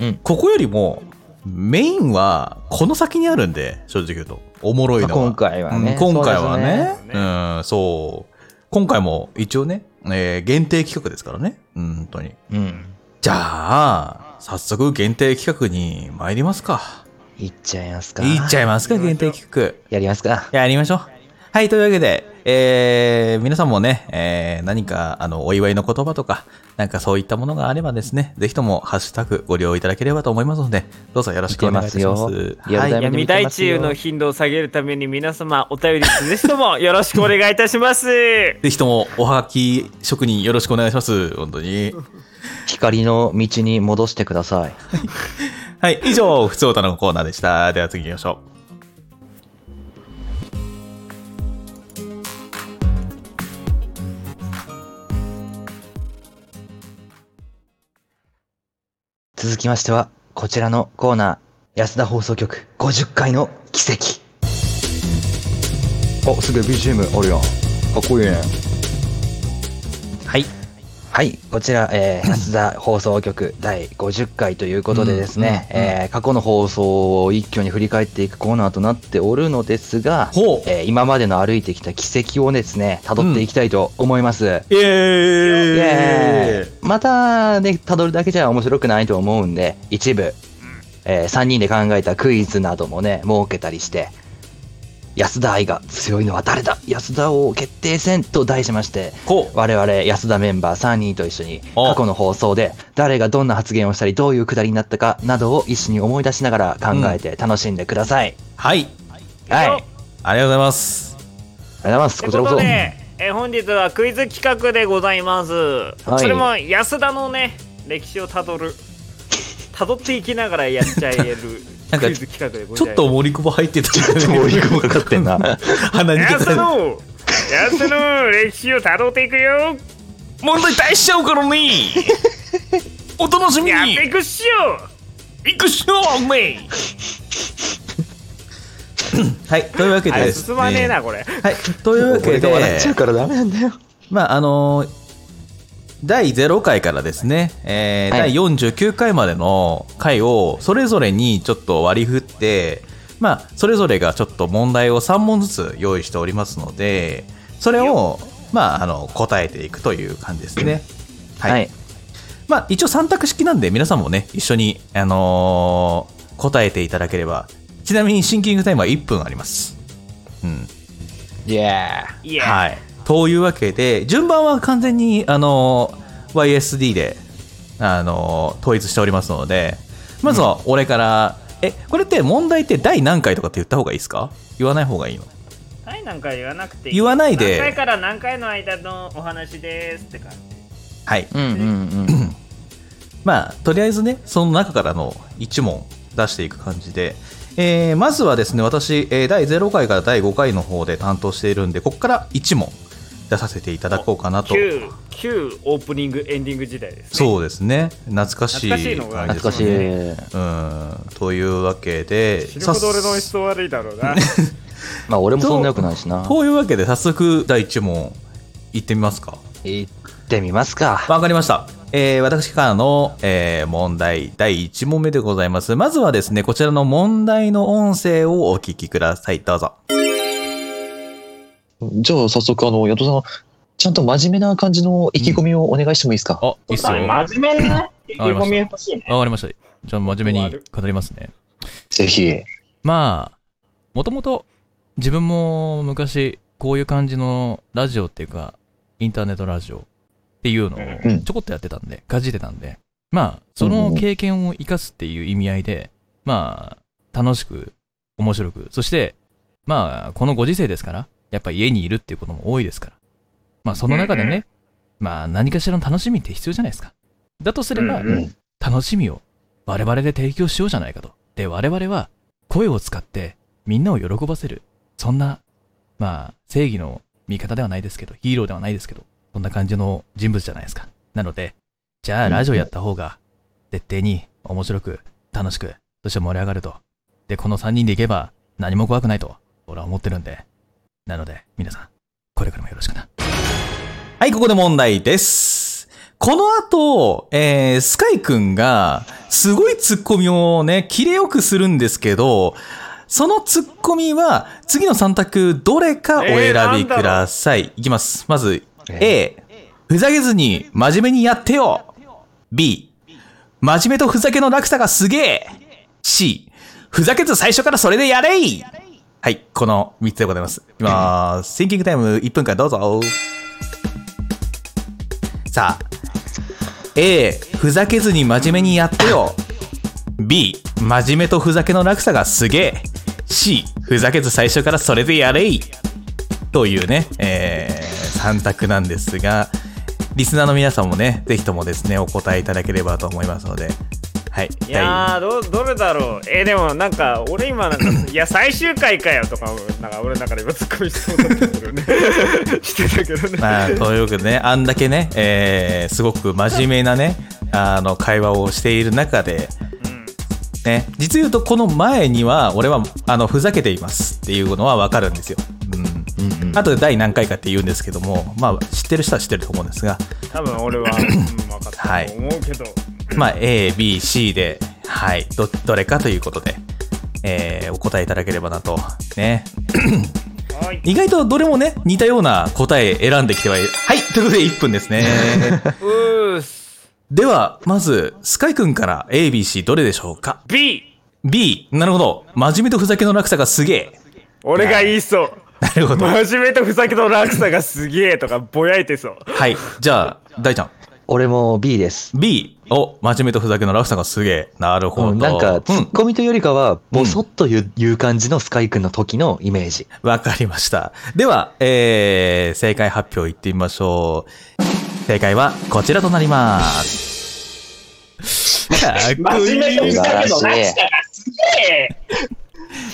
[SPEAKER 5] うん
[SPEAKER 3] ここよりも、メインはこの先にあるんで、正直言うと。おもろいのは。
[SPEAKER 5] まあ今回はね
[SPEAKER 3] うん今回は
[SPEAKER 4] そ
[SPEAKER 3] ね
[SPEAKER 4] う
[SPEAKER 3] う
[SPEAKER 4] ですね
[SPEAKER 3] ん、そう。今回も一応ね、えー限定企画ですからね。うん、本当に。
[SPEAKER 5] うん。
[SPEAKER 3] じゃあ、早速限定企画に参りますか。
[SPEAKER 5] いっちゃいますか。
[SPEAKER 3] いっち
[SPEAKER 5] ゃ
[SPEAKER 3] ゃいますか、限定企画。
[SPEAKER 5] やりますか。
[SPEAKER 3] やりましょう。はい、というわけで、えー、皆さんもね、えー、何か、あの、お祝いの言葉とか、なんかそういったものがあればですね、ぜひとも、ハッシュタグご利用いただければと思いますので、どうぞよろしくお願いいたします。
[SPEAKER 5] 見てますよ
[SPEAKER 3] はい、
[SPEAKER 5] リアルタイム
[SPEAKER 4] 闇大中の頻度を下げるために皆様お便りぜひともよろしくお願いいたします。
[SPEAKER 3] ぜひとも、おはがき職人よろしくお願いします。本当に。
[SPEAKER 5] 光の道に戻してください。
[SPEAKER 3] はい、以上、ふつおたのコーナーでした。では次行きましょう。
[SPEAKER 5] 続きましては、こちらのコーナー、安田放送局50回の奇跡。お、すぐ BGM あるやん。かっこいいね。
[SPEAKER 3] はい。
[SPEAKER 5] はい、こちら、え ー、安田放送局第50回ということでですね、えー過去の放送を一挙に振り返っていくコーナーとなっておるのですが、
[SPEAKER 3] ほう
[SPEAKER 5] えー今までの歩いてきた軌跡をですね、辿っていきたいと思います。
[SPEAKER 3] イ
[SPEAKER 5] イエ
[SPEAKER 3] エーイ
[SPEAKER 5] ーイまたね、辿るだけじゃ面白くないと思うんで、一部、え3人で考えたクイズなどもね、設けたりして、安田愛が強いのは誰だ安田王決定戦と題しまして、
[SPEAKER 3] こう。
[SPEAKER 5] 我々安田メンバー3人と一緒に
[SPEAKER 3] お
[SPEAKER 5] 過去の放送で誰がどんな発言をしたりどういうくだりになったかなどを一緒に思い出しながら考えて楽しんでください、
[SPEAKER 3] はい。
[SPEAKER 5] はいありがとう
[SPEAKER 3] ありがとうございます。
[SPEAKER 5] ございます
[SPEAKER 4] という
[SPEAKER 5] こちら
[SPEAKER 4] こ
[SPEAKER 5] ことそ
[SPEAKER 4] で、えー本日はクイズ企画でございます。
[SPEAKER 5] はい
[SPEAKER 4] それも安田のね歴史をたどるたどっていきながらやっちゃえ る
[SPEAKER 3] なんか
[SPEAKER 4] クイズ企画でご
[SPEAKER 3] ち
[SPEAKER 4] ざい
[SPEAKER 3] ょっ
[SPEAKER 4] ます。
[SPEAKER 3] と森久保入ってた。ちょ
[SPEAKER 5] ちょっと森久保かかってんな
[SPEAKER 3] 鼻にか
[SPEAKER 4] 安
[SPEAKER 3] か
[SPEAKER 4] 田
[SPEAKER 3] る。
[SPEAKER 4] の安田の歴史をたどっていく よ。
[SPEAKER 3] 問題出しちゃうからね お楽しみ
[SPEAKER 4] やって
[SPEAKER 3] に
[SPEAKER 4] いくっしょ。
[SPEAKER 3] いくっしょおめえはいというわけ
[SPEAKER 4] あ
[SPEAKER 3] で
[SPEAKER 4] れ
[SPEAKER 3] です
[SPEAKER 4] 進まねえなこれ。
[SPEAKER 3] はいというわけ
[SPEAKER 5] 俺
[SPEAKER 3] で
[SPEAKER 5] が笑っちゃうからダメなんだよ
[SPEAKER 3] まああのー第0回からですね、えー
[SPEAKER 5] はい
[SPEAKER 3] 第49回までの回をそれぞれにちょっと割り振って、まあ、それぞれがちょっと問題を3問ずつ用意しておりますので、それを、まあ、あの答えていくという感じですね。
[SPEAKER 5] はい、
[SPEAKER 3] まあ、一応3択式なんで皆さんもね一緒に、あのー答えていただければちなみにシンキングタイムは1分あります、うん
[SPEAKER 5] イエ
[SPEAKER 4] いや、
[SPEAKER 3] はい、というわけで順番は完全に、あのー YSD で、あのー統一しておりますのでまずは俺から、えこれって問題って第何回とかって言った方がいいですか言わない方がいいの
[SPEAKER 4] はい、なんか言わなくて
[SPEAKER 3] 言わないで
[SPEAKER 4] 何回から何回の間のお話ですって感じ。
[SPEAKER 3] はい
[SPEAKER 5] うんうんうん
[SPEAKER 3] まあとりあえずねその中からの1問出していく感じで、えーまずはですね私、えー第0回から第5回の方で担当しているんでここから1問出させていただこうかなと
[SPEAKER 4] 旧、旧オープニング、エンディング時代です、ね。
[SPEAKER 3] そうですね懐かしい感じですね
[SPEAKER 4] 懐かしいのが
[SPEAKER 5] 懐かしい
[SPEAKER 3] うんというわけで
[SPEAKER 4] 死ぬほど俺の
[SPEAKER 3] さ
[SPEAKER 4] 質素悪いだろう な。
[SPEAKER 5] まあ俺もそんな良くないしな
[SPEAKER 3] というわけで早速第1問いってみますか
[SPEAKER 5] 行ってみますか
[SPEAKER 3] わかりました。えー私からの、えー問題第1問目でございます。まずはですね、こちらの問題の音声をお聞きください。どうぞ。
[SPEAKER 7] じゃあ、早速、あの、ヤトさん、ちゃんと真面目な感じの意気込みをお願いしてもいいですか、
[SPEAKER 3] あ、いいっすよ。わか
[SPEAKER 4] 真面目な意気
[SPEAKER 3] わかりました
[SPEAKER 4] 欲しいね。
[SPEAKER 3] りました。ちょっと真面目に語りますね。
[SPEAKER 7] ぜひ。
[SPEAKER 1] まあ、もともと自分も昔こういう感じのラジオっていうか、インターネットラジオっていうの
[SPEAKER 7] うん
[SPEAKER 1] をちょこっとやってたんで、かじってたんで、まあ、その経験を生かすっていう意味合いで、まあ、楽しく、面白く、そして、まあ、このご時世ですから、やっぱ家にいるっていうことも多いですから。まあ、その中でね、まあ、何かしらの楽しみって必要じゃないですか。だとすれば、
[SPEAKER 4] うん
[SPEAKER 7] うん
[SPEAKER 1] 楽しみを我々で提供しようじゃないかと。で、我々は声を使ってみんなを喜ばせる。そんな、まあ、正義の味方ではないですけど、ヒーローではないですけど、そんな感じの人物じゃないですか。なので、じゃあラジオやった方が、絶対に面白く、楽しく、そして盛り上がると。で、この3人でいけば何も怖くないと、俺は思ってるんで。なので、皆さん、これからもよろしくな。
[SPEAKER 3] はい、ここで問題です。この後、えー、スカイくんが、すごいツッコミをね、キレよくするんですけど、そのツッコミは、次の3択、どれかお選びください。いきます。まず、A、ふざけずに、真面目にやってよ !B、真面目とふざけの落差がすげえ !C、ふざけず最初からそれでやれいはい、この3つでございます。いきまーす。シンキングタイム1分間どうぞ。さあ A ふざけずに真面目にやってよ B 真面目とふざけの落差がすげえ C ふざけず最初からそれでやれいというね、え3択なんですがリスナーの皆さんもねぜひともですねお答えいただければと思いますのではい
[SPEAKER 4] いやーどどれだろうえー、でもなんか俺今なんか いや最終回かよとかなんか俺の中で今ツッコミしそうだったけど ねしてたけどね、
[SPEAKER 3] まあ、というわけでね、あんだけね、えーすごく真面目なね、あの、会話をしている中で、ね、実言うとこの前には、俺は、あの、ふざけていますっていうのはわかるんですよ。うん。あとで第何回かって言うんですけども、まあ、知ってる人は知ってると思うんですが、
[SPEAKER 4] 多分俺は、うん、分か
[SPEAKER 3] は
[SPEAKER 4] った
[SPEAKER 3] い
[SPEAKER 4] と思うけど、
[SPEAKER 3] まあ、A、B、C で、はい、ど、どれかということで、えーお答えいただければなと。ね。
[SPEAKER 4] はい、
[SPEAKER 3] 意外とどれもね、似たような答え選んできてはいる。はい、ということで1分ですね。
[SPEAKER 4] うーす
[SPEAKER 3] では、まず、スカイくんから A、B、C どれでしょうか
[SPEAKER 4] B
[SPEAKER 3] ?B、なるほど。真面目とふざけの落差がすげえ。
[SPEAKER 4] 俺が言いそう
[SPEAKER 3] なる ほど。は
[SPEAKER 4] 真面目とふざけの落差がすげえとかぼやいてそう
[SPEAKER 3] い。じゃあ、大ちゃん。
[SPEAKER 5] 俺も B です
[SPEAKER 3] B、お、真面目とふざけの落差がすげえ。なるほど。
[SPEAKER 5] うんなんか、ツ
[SPEAKER 3] う
[SPEAKER 5] ッ
[SPEAKER 3] ん。
[SPEAKER 5] コミというよりかは、ボソッと言う,、いう感じのスカイくんの時のイメージ。
[SPEAKER 3] わかりました。では、えー、正解発表いってみましょう。正解は、こちらとなります。 かっこいい。
[SPEAKER 5] 素晴らしい。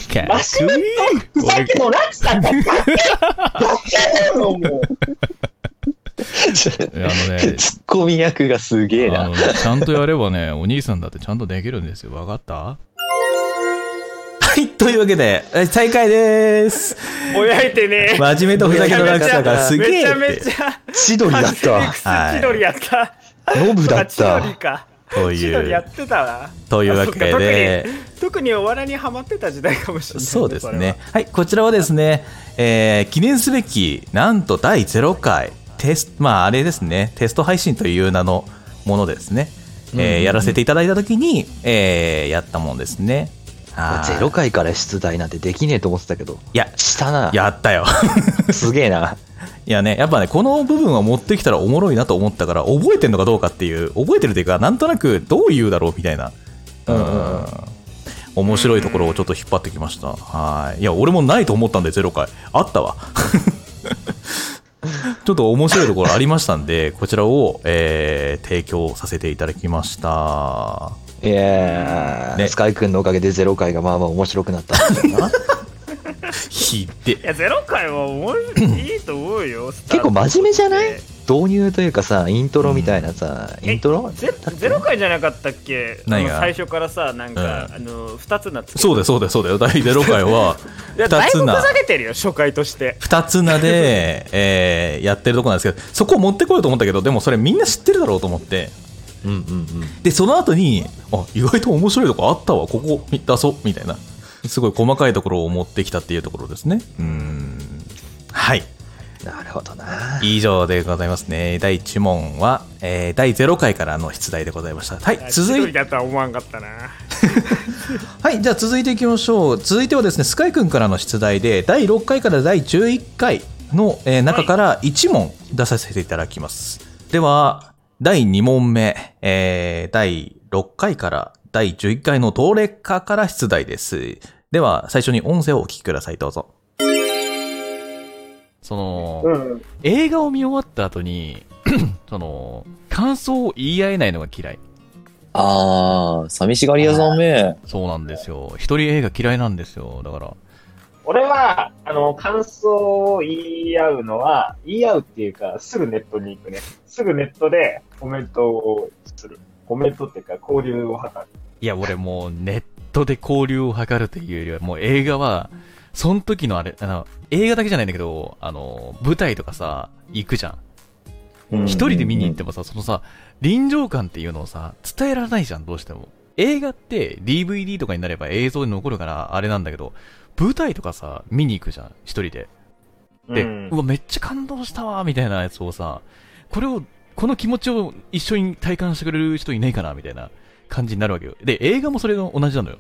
[SPEAKER 1] かっこいいあのね、
[SPEAKER 5] ツッコミ役がすげえ
[SPEAKER 1] あ
[SPEAKER 5] な。
[SPEAKER 1] のねちゃんとやればね、お兄さんだってちゃんとできるんですよ。わかった
[SPEAKER 3] はい、というわけで、え再開でーす。
[SPEAKER 4] ぼやいてね
[SPEAKER 3] 真面目とふざけの落差がすげ
[SPEAKER 4] めち
[SPEAKER 3] え
[SPEAKER 4] ゃ
[SPEAKER 3] っ
[SPEAKER 4] め
[SPEAKER 3] て。
[SPEAKER 4] ちゃ
[SPEAKER 5] 千鳥だ
[SPEAKER 4] エ
[SPEAKER 5] った
[SPEAKER 4] ク。ス千鳥やった
[SPEAKER 5] ノブだ
[SPEAKER 4] あ
[SPEAKER 5] っ
[SPEAKER 4] 千鳥
[SPEAKER 5] た。
[SPEAKER 4] か
[SPEAKER 3] という
[SPEAKER 4] 千鳥やってたわ
[SPEAKER 3] というわけで
[SPEAKER 4] あそっか特に特にお笑いにハマってた時代かもしれない
[SPEAKER 3] そうですね。はい、こちらはですね、えー記念すべき、なんと第0回、テスト、まああれですね、テスト配信という名のものですね。えーやらせていただいたときに、えーやったもんですね。はい
[SPEAKER 5] ゼロ回から出題なんてできねえと思ってたけど、
[SPEAKER 3] いや、
[SPEAKER 5] したな。
[SPEAKER 3] やったよ。
[SPEAKER 5] すげえな。
[SPEAKER 3] いやね、やっぱね、この部分は持ってきたらおもろいなと思ったから、覚えてるのかどうかっていう、覚えてるというか、なんとなくどう言うだろうみたいな、うん、面白いところをちょっと引っ張ってきました。はい。いや、俺もないと思ったんで、0回。あったわ。 ちょっと面白いところありましたんで、こちらを、えー提供させていただきました。
[SPEAKER 5] いやー、
[SPEAKER 3] ね
[SPEAKER 5] スカイ君のおかげでゼロ回がまあまあ面白くなったんだよな
[SPEAKER 3] ひで
[SPEAKER 4] い。やゼロ回は面白いいいと思うよ
[SPEAKER 5] 結構真面目じゃない
[SPEAKER 4] ス
[SPEAKER 5] 導入というかさ、イントロみたいなさ、
[SPEAKER 4] ん
[SPEAKER 5] イントロ
[SPEAKER 4] タートゼゼロ回じゃなかったっけ
[SPEAKER 3] 何が
[SPEAKER 4] あの最初からさなんか、
[SPEAKER 3] うん
[SPEAKER 4] あの2つなって
[SPEAKER 3] そうだよそうだよそうだよ。第0回は、
[SPEAKER 4] いや
[SPEAKER 3] 二
[SPEAKER 4] だい
[SPEAKER 3] つ
[SPEAKER 4] ぶ
[SPEAKER 3] な
[SPEAKER 4] ふざけてるよ初回として
[SPEAKER 3] 二つ名 で、えーやってるとこなんですけどそこを持ってこようと思ったけどでもそれみんな知ってるだろうと思って
[SPEAKER 5] うんうんうん。
[SPEAKER 3] でその後にあ意外と面白いとこあったわここ出そうみたいなすごい細かいところを持ってきたっていうところですねうーんはい
[SPEAKER 5] なるほどな。
[SPEAKER 3] 以上でございますね第1問は、えー第0回からの出題でございましたはい続
[SPEAKER 4] 千
[SPEAKER 3] い
[SPEAKER 4] 鳥だとは思わんかったな
[SPEAKER 3] はい、じゃあ続いていきましょう。続いてはですね、スカイ君からの出題で、第6回から第11回の、えー中から1問出させていただきます。では、第2問目、えー第6回から第11回のどれかから出題です。では、最初に音声をお聞きください、どうぞ。
[SPEAKER 1] その、
[SPEAKER 4] うん
[SPEAKER 1] 映画を見終わった後に、 その、感想を言い合えないのが嫌い。
[SPEAKER 7] あー、寂しがり屋さんめ。
[SPEAKER 1] そうなんですよ。一人映画嫌いなんですよ。だから。
[SPEAKER 8] 俺は、あの、感想を言い合うのは、言い合うっていうか、すぐネットに行くね。すぐネットでコメントをする。コメントっていうか、交流を図る。
[SPEAKER 1] いや、俺もうネットで交流を図るというよりは、もう映画は、その時のあれ、あの、映画だけじゃないんだけど、あの、舞台とかさ、行くじゃん。一人で見に行ってもさ、そのさ、臨場感っていうのをさ、伝えられないじゃん、どうしても。映画って DVD とかになれば映像に残るからあれなんだけど、舞台とかさ、見に行くじゃん、一人で。で、うわ、めっちゃ感動したわ、みたいなやつをさ、これを、この気持ちを一緒に体感してくれる人いないかな、みたいな感じになるわけよ。で、映画もそれが同じなのよ。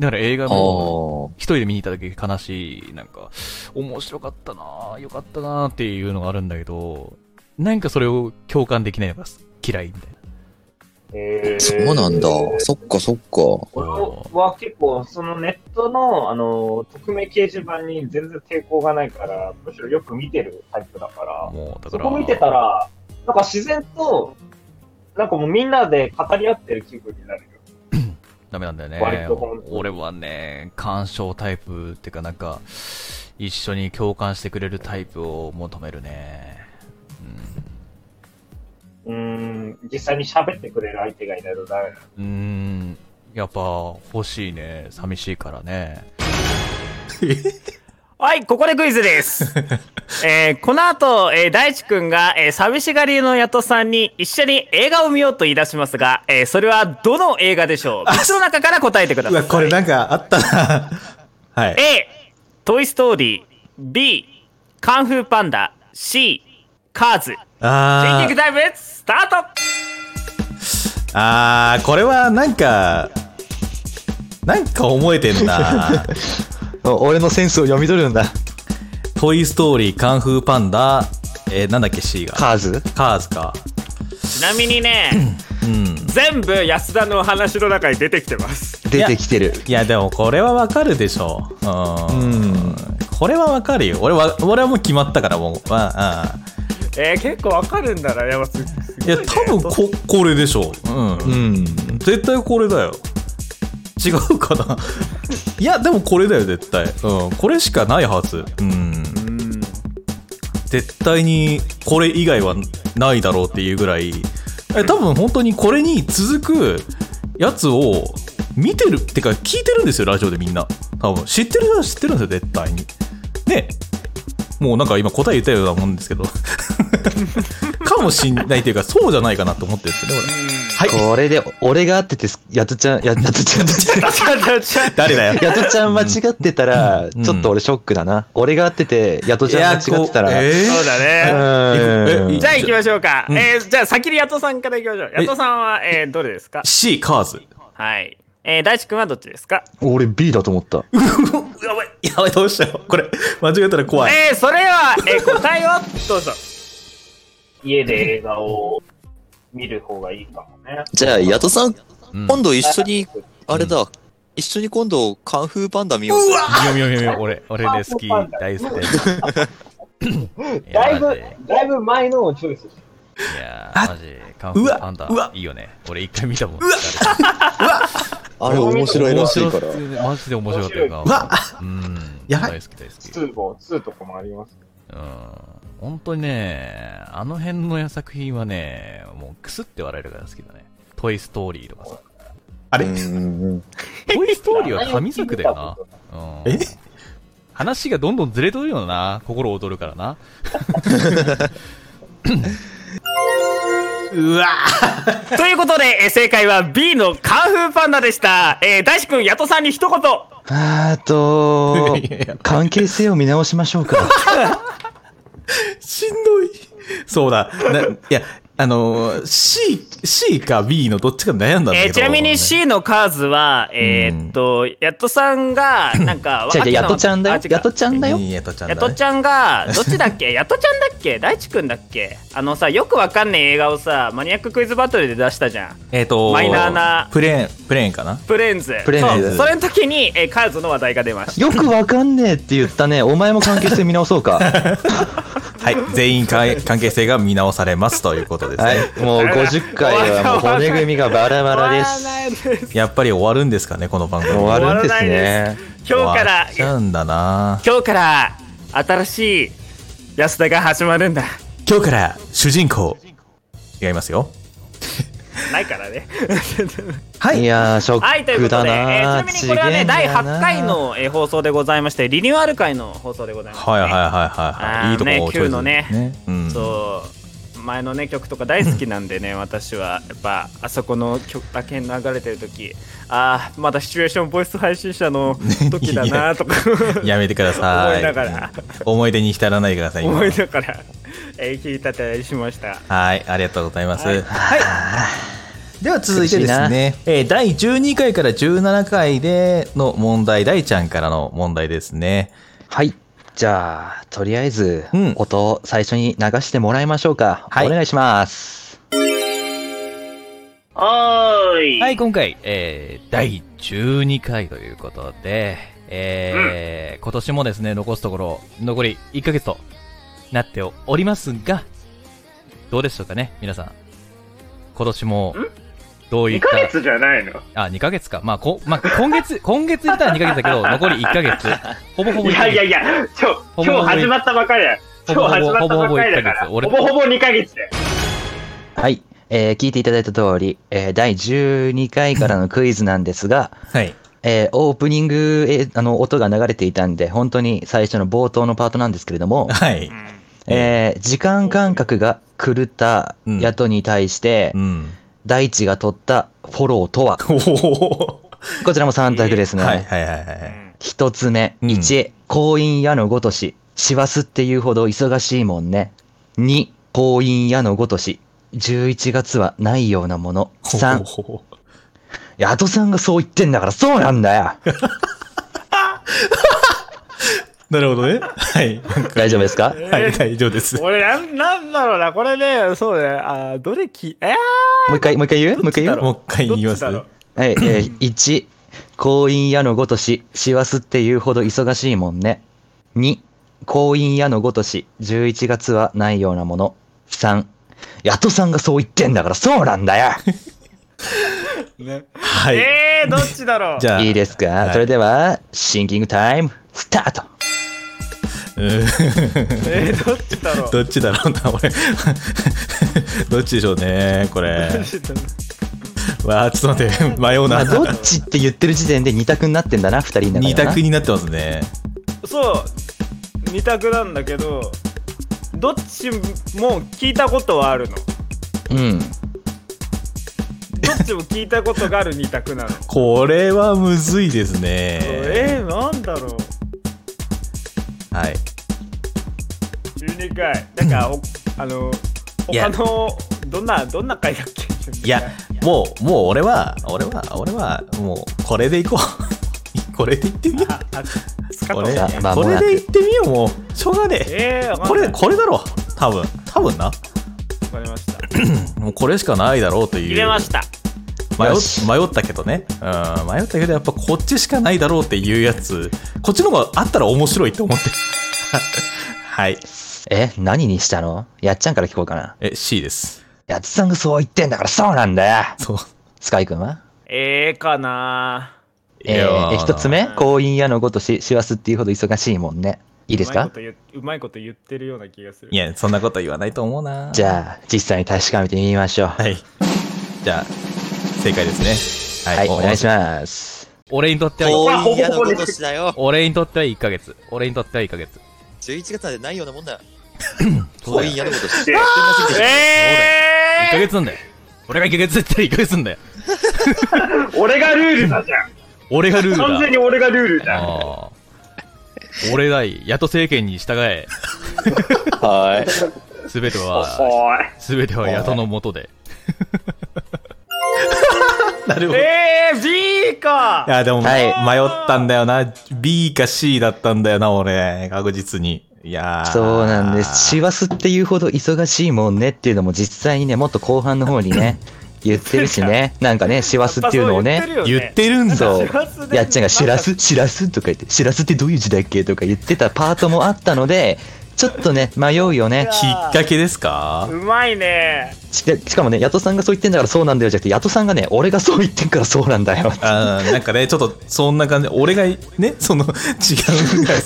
[SPEAKER 1] だから映画
[SPEAKER 7] あ
[SPEAKER 1] も、
[SPEAKER 7] ー。
[SPEAKER 1] 一人で見に行った時悲しい、なんか、面白かったなぁ、よかったなぁっていうのがあるんだけど、なんかそれを共感できないのが嫌いみたいな。
[SPEAKER 8] えー
[SPEAKER 7] そうなんだ。そっかそっか。
[SPEAKER 8] 俺は結構、そのネットの、あの、匿名掲示板に全然抵抗がないから、むしろよく見てるタイプだから、
[SPEAKER 1] もう、だか
[SPEAKER 8] そ
[SPEAKER 1] ら。
[SPEAKER 8] こ見てたら、なんか自然と、なんかもうみんなで語り合ってる気分になるよ。
[SPEAKER 1] ダメなんだよ
[SPEAKER 8] 割
[SPEAKER 1] ね
[SPEAKER 8] と本。当
[SPEAKER 1] 俺はね、干渉タイプっていうかなんか、一緒に共感してくれるタイプを求めるね。
[SPEAKER 8] うーん、実際に喋ってくれる相手がいないとダメだ。
[SPEAKER 1] うん。うーん。やっぱ欲しいね。寂しいからね。
[SPEAKER 4] はい、ここでクイズ です。えーこの後、えー大地くんが、えー寂しがりのやとさんに一緒に映画を見ようと言い出しますが、えーそれはどの映画でしょう3つの中から答えてくだ
[SPEAKER 3] う
[SPEAKER 4] さ
[SPEAKER 3] わ、
[SPEAKER 4] い。
[SPEAKER 3] これなんかあったな。 はい。
[SPEAKER 4] A、トイストーリー。B、カンフーパンダ。C、カーズ。シンキ
[SPEAKER 3] あ
[SPEAKER 4] ングタイム、スタート
[SPEAKER 3] ー、あーこれはなんか、なんか覚えてんな。
[SPEAKER 5] お俺のセンスを読み取るんだ。
[SPEAKER 3] トイ・ストーリー、カンフーパンダ、えーなんだっけ C が。
[SPEAKER 5] カーズ
[SPEAKER 3] カーズか。
[SPEAKER 4] ちなみにね、全部安田のお話の中に出てきて ます。
[SPEAKER 5] 出てきてる。
[SPEAKER 3] いや、でもこれはわかるでしょう。うん。
[SPEAKER 5] うん。
[SPEAKER 3] これはわかるよ。俺は、俺はもう決まったから、もう。まあ、
[SPEAKER 4] えー結構わかるんだな、やばすす
[SPEAKER 3] うん。い
[SPEAKER 4] ご
[SPEAKER 3] や、
[SPEAKER 4] いね
[SPEAKER 3] 多分こ、これでしょう。うん。
[SPEAKER 5] うん。
[SPEAKER 3] 絶対これだよ。違うかな いや、でもこれだよ、絶対。うん。これしかないはず。うん。絶対に、これ以外はないだろうっていうぐらい。え、多分本当にこれに続くやつを見てるってか聞いてるんですよラジオでみんな多分知ってる人は知ってるんですよ絶対にねもうなんか今答え言ったようなもんですけどかもしんないというかそうじゃないかなと思ってるんですよね
[SPEAKER 5] はい。これで、俺が合ってて、やつちゃん、ややつちゃん、やつちゃん
[SPEAKER 3] 俺誰だよ
[SPEAKER 5] やとちゃん間違ってたら、
[SPEAKER 3] うん
[SPEAKER 5] ちょっと俺ショックだな。俺が合ってて、やとちゃん間違ってたら、
[SPEAKER 3] え
[SPEAKER 4] そうだね。
[SPEAKER 5] う
[SPEAKER 3] えい
[SPEAKER 5] ん
[SPEAKER 4] じゃあ行きましょうか。
[SPEAKER 3] うん
[SPEAKER 4] えーじゃあ先にヤトさんから行きましょう。ヤトさんは、えーどれですか
[SPEAKER 3] ー、C カーズ
[SPEAKER 4] はい。えー、大地君はどっちですか
[SPEAKER 7] 俺 B だと思った。
[SPEAKER 3] やばいやばいどう したよこれ間違えたら怖い
[SPEAKER 4] えー、それでは、えー、答えをどうぞ。
[SPEAKER 8] 家で映画を見る方がいいかもね。
[SPEAKER 9] じゃあ、ヤトさん、
[SPEAKER 3] うん
[SPEAKER 9] 今度一緒に、あれだ、一緒に今度、カンフーパンダ見ようぜ。
[SPEAKER 1] みよみよみよ、俺、俺ね、好き、大好き です。
[SPEAKER 8] だい
[SPEAKER 1] やマ
[SPEAKER 8] ぶ
[SPEAKER 1] ジ、
[SPEAKER 8] だいぶ前のをチョイスして
[SPEAKER 1] いやー、マジ、カンフ
[SPEAKER 3] うわ
[SPEAKER 1] ーパンダ
[SPEAKER 3] うわ、
[SPEAKER 1] いいよね。俺一回見たもん。
[SPEAKER 9] あれ面白いらしいから。
[SPEAKER 1] ら。マジで面白かったよな。
[SPEAKER 3] うわ
[SPEAKER 1] うん。
[SPEAKER 3] やばい
[SPEAKER 1] 大好き、大好き。
[SPEAKER 8] 2も、2とかもあります。
[SPEAKER 1] うん。本当にね、あの辺の作品はね、もうクスって笑えるから好きだね。トイ・ストーリーとかさ。
[SPEAKER 3] あれ
[SPEAKER 1] トイ・ストーリーは神作だよな。うん
[SPEAKER 3] え
[SPEAKER 1] 話がどんどんずれとるよな。心躍るからな。
[SPEAKER 3] うわ
[SPEAKER 4] ということで、えー正解は B のカンフーパンダでした。えー、大地君、ヤトさんに一言。
[SPEAKER 5] あーと
[SPEAKER 3] いやいや、
[SPEAKER 5] 関係性を見直しましょうか。、
[SPEAKER 3] しんどい。そうだ。ないや、あのー、C、C か B のどっちか悩んだんだけど、
[SPEAKER 4] えー、ちなみに C のカーズは、えーっと、ヤトさんが、なんか
[SPEAKER 5] じゃじゃ、やとちゃんだよ
[SPEAKER 4] あ違。う
[SPEAKER 5] やとちゃんだよ。
[SPEAKER 3] いいやとちゃん
[SPEAKER 4] ヤ
[SPEAKER 3] だね
[SPEAKER 4] トちゃんが、どっちだっ けヤトちゃんだっけ大地君だっけあのさ、よくわかんねえ映画をさ、マニアッククイズバトルで出したじゃん。
[SPEAKER 3] えっ、と
[SPEAKER 4] マイナーな
[SPEAKER 3] プレーン、プレーンかな
[SPEAKER 4] プレーンズ。
[SPEAKER 5] プレーンズ
[SPEAKER 4] そうそれの時に、えーカーズの話題が出ました。
[SPEAKER 5] よくわかんねえって言ったね。お前も関係性見直そうか。
[SPEAKER 3] はい。全員か 関係性が見直されますということですね。
[SPEAKER 5] はい。もう50回はもう骨組みがバラバラです。
[SPEAKER 3] やっぱり終わるんですかね、この番組。
[SPEAKER 5] 終わるんです
[SPEAKER 4] 終わら
[SPEAKER 5] ね。
[SPEAKER 4] 今日か
[SPEAKER 3] 終わ
[SPEAKER 4] ら
[SPEAKER 3] っ、ちゃうんだな
[SPEAKER 4] 今日から、新しい安田が始まるんだ。
[SPEAKER 3] 今日から主人公。違いますよ。
[SPEAKER 4] ないからね。
[SPEAKER 5] いやー、ショ
[SPEAKER 4] はい、という
[SPEAKER 5] ッ
[SPEAKER 4] こ
[SPEAKER 5] ク
[SPEAKER 4] と
[SPEAKER 5] だ
[SPEAKER 4] で、え
[SPEAKER 5] な
[SPEAKER 4] ーちなみにこれは
[SPEAKER 5] ちげえ
[SPEAKER 4] ね、
[SPEAKER 5] んだ
[SPEAKER 4] 第
[SPEAKER 5] よな
[SPEAKER 4] 8回の、えー放送でございまして、リニューアル回の放送でございます、ね。
[SPEAKER 3] はいはいはいは
[SPEAKER 4] あ
[SPEAKER 3] いは
[SPEAKER 4] ー
[SPEAKER 3] い。いいとこ
[SPEAKER 4] ね
[SPEAKER 3] をチョイス
[SPEAKER 4] Q のね
[SPEAKER 3] うん。
[SPEAKER 4] そう前のね曲とか大好きなんで ね私はやっぱあそこの曲だけ流れてる時ああまだシチュエーションボイス配信者 の時だなとか
[SPEAKER 3] やめてくださ
[SPEAKER 4] 思
[SPEAKER 3] い。
[SPEAKER 4] いながら
[SPEAKER 3] 思い出に浸らないでください。今
[SPEAKER 4] 思いながら、えー、聞いたたりしました
[SPEAKER 3] はい、ありがとうございます。はい。では続いてですね、えー第12回から17回での問題、大ちゃんからの問題ですね。
[SPEAKER 5] はい。じゃあ、とりあえず
[SPEAKER 3] うん、
[SPEAKER 5] 音を最初に流してもらいましょうか。
[SPEAKER 3] はい
[SPEAKER 5] お願いします。
[SPEAKER 8] はーい。
[SPEAKER 1] はい、今回、えー、第12回ということで、えー今年もですね、残すところ、残り1ヶ月となっておりますが、どうでしょうかね、皆さん。今年も、どういっ
[SPEAKER 8] 2
[SPEAKER 1] た
[SPEAKER 8] ヶ、月じゃないの
[SPEAKER 1] あ、2ヶ月か。まあ、こ、まあ、今月、 今月言ったら2ヶ月だけど、残り1ヶ月。ほぼほぼ
[SPEAKER 8] い
[SPEAKER 1] 1
[SPEAKER 8] や
[SPEAKER 1] ヶ月。
[SPEAKER 8] いやいや、ちょ
[SPEAKER 1] ほぼほぼ
[SPEAKER 8] 今日始まったばかりだよ。
[SPEAKER 1] ほ
[SPEAKER 8] 今
[SPEAKER 1] ぼ
[SPEAKER 8] 日
[SPEAKER 1] ほぼ
[SPEAKER 8] 始まったばかりだから。
[SPEAKER 1] ほぼ
[SPEAKER 8] ほ
[SPEAKER 1] ほぼ
[SPEAKER 8] ぼ
[SPEAKER 1] 一ヶ月俺
[SPEAKER 8] ほぼ2ヶ月だよ。
[SPEAKER 5] はい。えー聞いていただいた通り、えー第12回からのクイズなんですが、
[SPEAKER 3] はい。
[SPEAKER 5] えーオープニング、えーあの、音が流れていたんで、本当に最初の冒頭のパートなんですけれど も、
[SPEAKER 3] はい。
[SPEAKER 5] えー時間感覚が狂った宿に対して、
[SPEAKER 3] うん。
[SPEAKER 5] 大地が取ったフォローとは、
[SPEAKER 3] おお。
[SPEAKER 5] こちらも3択ですね。
[SPEAKER 3] はいはいはいはい。
[SPEAKER 5] 一つ目、
[SPEAKER 3] うん
[SPEAKER 5] 一、婚姻屋のごとし、師走っていうほど忙しいもんね。二、婚姻屋のごとし、11月はないようなもの。三、
[SPEAKER 3] ほうほうほ
[SPEAKER 5] ヤトさんがそう言ってんだからそうな んだよ
[SPEAKER 3] う なるほどね。 はい。
[SPEAKER 5] 大丈夫で すか
[SPEAKER 3] はい、大丈夫です。
[SPEAKER 4] 俺なんなんだろうなこれねそうねあーどれきえー、
[SPEAKER 5] もう一回、もう一回言うもう一回言う
[SPEAKER 3] もう一回言います。
[SPEAKER 4] どっちだろう
[SPEAKER 5] はい、え ー、1、婚姻屋のごとし、師走っていうほど忙しいもんね。2、婚姻屋のごとし、11月はないようなもの。3、ヤトさんがそう言ってんだからそうなん だよ
[SPEAKER 3] はい。
[SPEAKER 4] えー、どっちだろう
[SPEAKER 3] じゃあ、
[SPEAKER 5] いいですか、
[SPEAKER 3] はい
[SPEAKER 5] それでは、シンキングタイム、スタート
[SPEAKER 3] う
[SPEAKER 4] え
[SPEAKER 3] ん
[SPEAKER 4] ー、どっちだろう
[SPEAKER 3] どっち だろうな、俺。どっちでしょうね、これ。わあ、ちょっと待って、迷う
[SPEAKER 5] ま
[SPEAKER 3] な
[SPEAKER 5] あ、。どっちって言ってる時点で二択になってんだな、二人の中
[SPEAKER 3] 二
[SPEAKER 5] ではな。
[SPEAKER 3] 択になってますね。
[SPEAKER 4] そう二択なんだけどどっちも聞いたことはあるのど
[SPEAKER 5] うん。
[SPEAKER 4] っちも聞いたことがある二択なのそう
[SPEAKER 3] これはむずいですね。
[SPEAKER 4] えー、なんだろう
[SPEAKER 3] はい。
[SPEAKER 4] 12回なんかおあの
[SPEAKER 3] いや
[SPEAKER 4] 他のどんなどんな回だっけ
[SPEAKER 3] いや、もう、もう俺は、俺は、俺は、もう、これでいこう。 これでいってみよ
[SPEAKER 4] ああ使
[SPEAKER 3] う。こ
[SPEAKER 4] っ
[SPEAKER 3] れ、
[SPEAKER 5] さあまあ
[SPEAKER 3] これ
[SPEAKER 5] もう
[SPEAKER 3] で
[SPEAKER 5] なく
[SPEAKER 3] いってみよう、もう。しょうがねえ。
[SPEAKER 4] えー、わかんない
[SPEAKER 3] これ、これだろう。多分。多分な。
[SPEAKER 4] わかりました
[SPEAKER 3] もうこれしかないだろうという。
[SPEAKER 4] 入れました
[SPEAKER 3] 迷っ
[SPEAKER 5] よし
[SPEAKER 3] 迷ったけどね、うん、迷ったけどやっぱこっちしかないだろうっていうやつこっちの方があったら面白いと思ってはい
[SPEAKER 5] え、何にしたのやっちゃんから聞こうかな。
[SPEAKER 3] え C です
[SPEAKER 5] やっちゃんがそう言ってんだからそうなんだよ
[SPEAKER 3] そう
[SPEAKER 5] スカイくんは
[SPEAKER 4] ええー、かない
[SPEAKER 5] えー、え一つ目婚姻屋のごとし、師走っていうほど忙しいもんね。いい
[SPEAKER 4] い
[SPEAKER 5] で
[SPEAKER 4] う
[SPEAKER 5] す
[SPEAKER 4] まい
[SPEAKER 5] か
[SPEAKER 4] こと言ううまいこと言ってるような気がする
[SPEAKER 3] いやそんなこと言わないと思うな
[SPEAKER 5] じゃあ、実際に確かめてみましょう。
[SPEAKER 3] はいじゃあ正解ですね
[SPEAKER 5] はい、お願いし
[SPEAKER 3] ま
[SPEAKER 5] ます。
[SPEAKER 1] 俺にとっては
[SPEAKER 9] 遠
[SPEAKER 1] い、
[SPEAKER 9] い嫌な今年だよ。
[SPEAKER 1] 俺にとっては1ヶ月。俺にとっては1ヶ月。
[SPEAKER 9] 11月なんてないようなもんだよ。遠い嫌な今年。
[SPEAKER 1] 1ヶ月なんだよ。俺が1ヶ月って言ったら1ヶ月なんだよ。
[SPEAKER 8] 俺がルールだじゃん。
[SPEAKER 1] 俺がルールだ。
[SPEAKER 8] 完全に俺がルールじゃん。
[SPEAKER 1] ああ。俺だい、野党政権に従え。
[SPEAKER 7] はい。
[SPEAKER 1] すべては、
[SPEAKER 8] おい。
[SPEAKER 1] すべては野党のもと で。
[SPEAKER 3] すなるほど、
[SPEAKER 4] えー、B か
[SPEAKER 3] いやでも、
[SPEAKER 5] はい
[SPEAKER 3] 迷ったんだよな B か C だったんだよな俺確実にいやー
[SPEAKER 5] そうなんです。師走っていうほど忙しいもんねっていうのも実際にね、もっと後半の方 にね、言ってるしね。なんかね、師走っていうのを
[SPEAKER 4] やっ
[SPEAKER 5] ね、
[SPEAKER 4] ぱそう言
[SPEAKER 3] 言っ
[SPEAKER 4] って
[SPEAKER 3] てるんだ
[SPEAKER 5] そう
[SPEAKER 4] 師走で
[SPEAKER 5] やっちゃんがしらす、しらすとか言って、しらすってどういう字だっけとか言ってたパートもあったので、ちょっとね、迷うよね。
[SPEAKER 3] きっかけですか
[SPEAKER 4] るよねうまいね
[SPEAKER 5] ししかもね、ヤトさんがそう言ってんだからそうなんだよじゃなくて、ヤトさんがね、俺がそう言ってんからそうなんだよ。
[SPEAKER 3] あーなんかねちょっとそんな感じ俺がねその違 うぐらい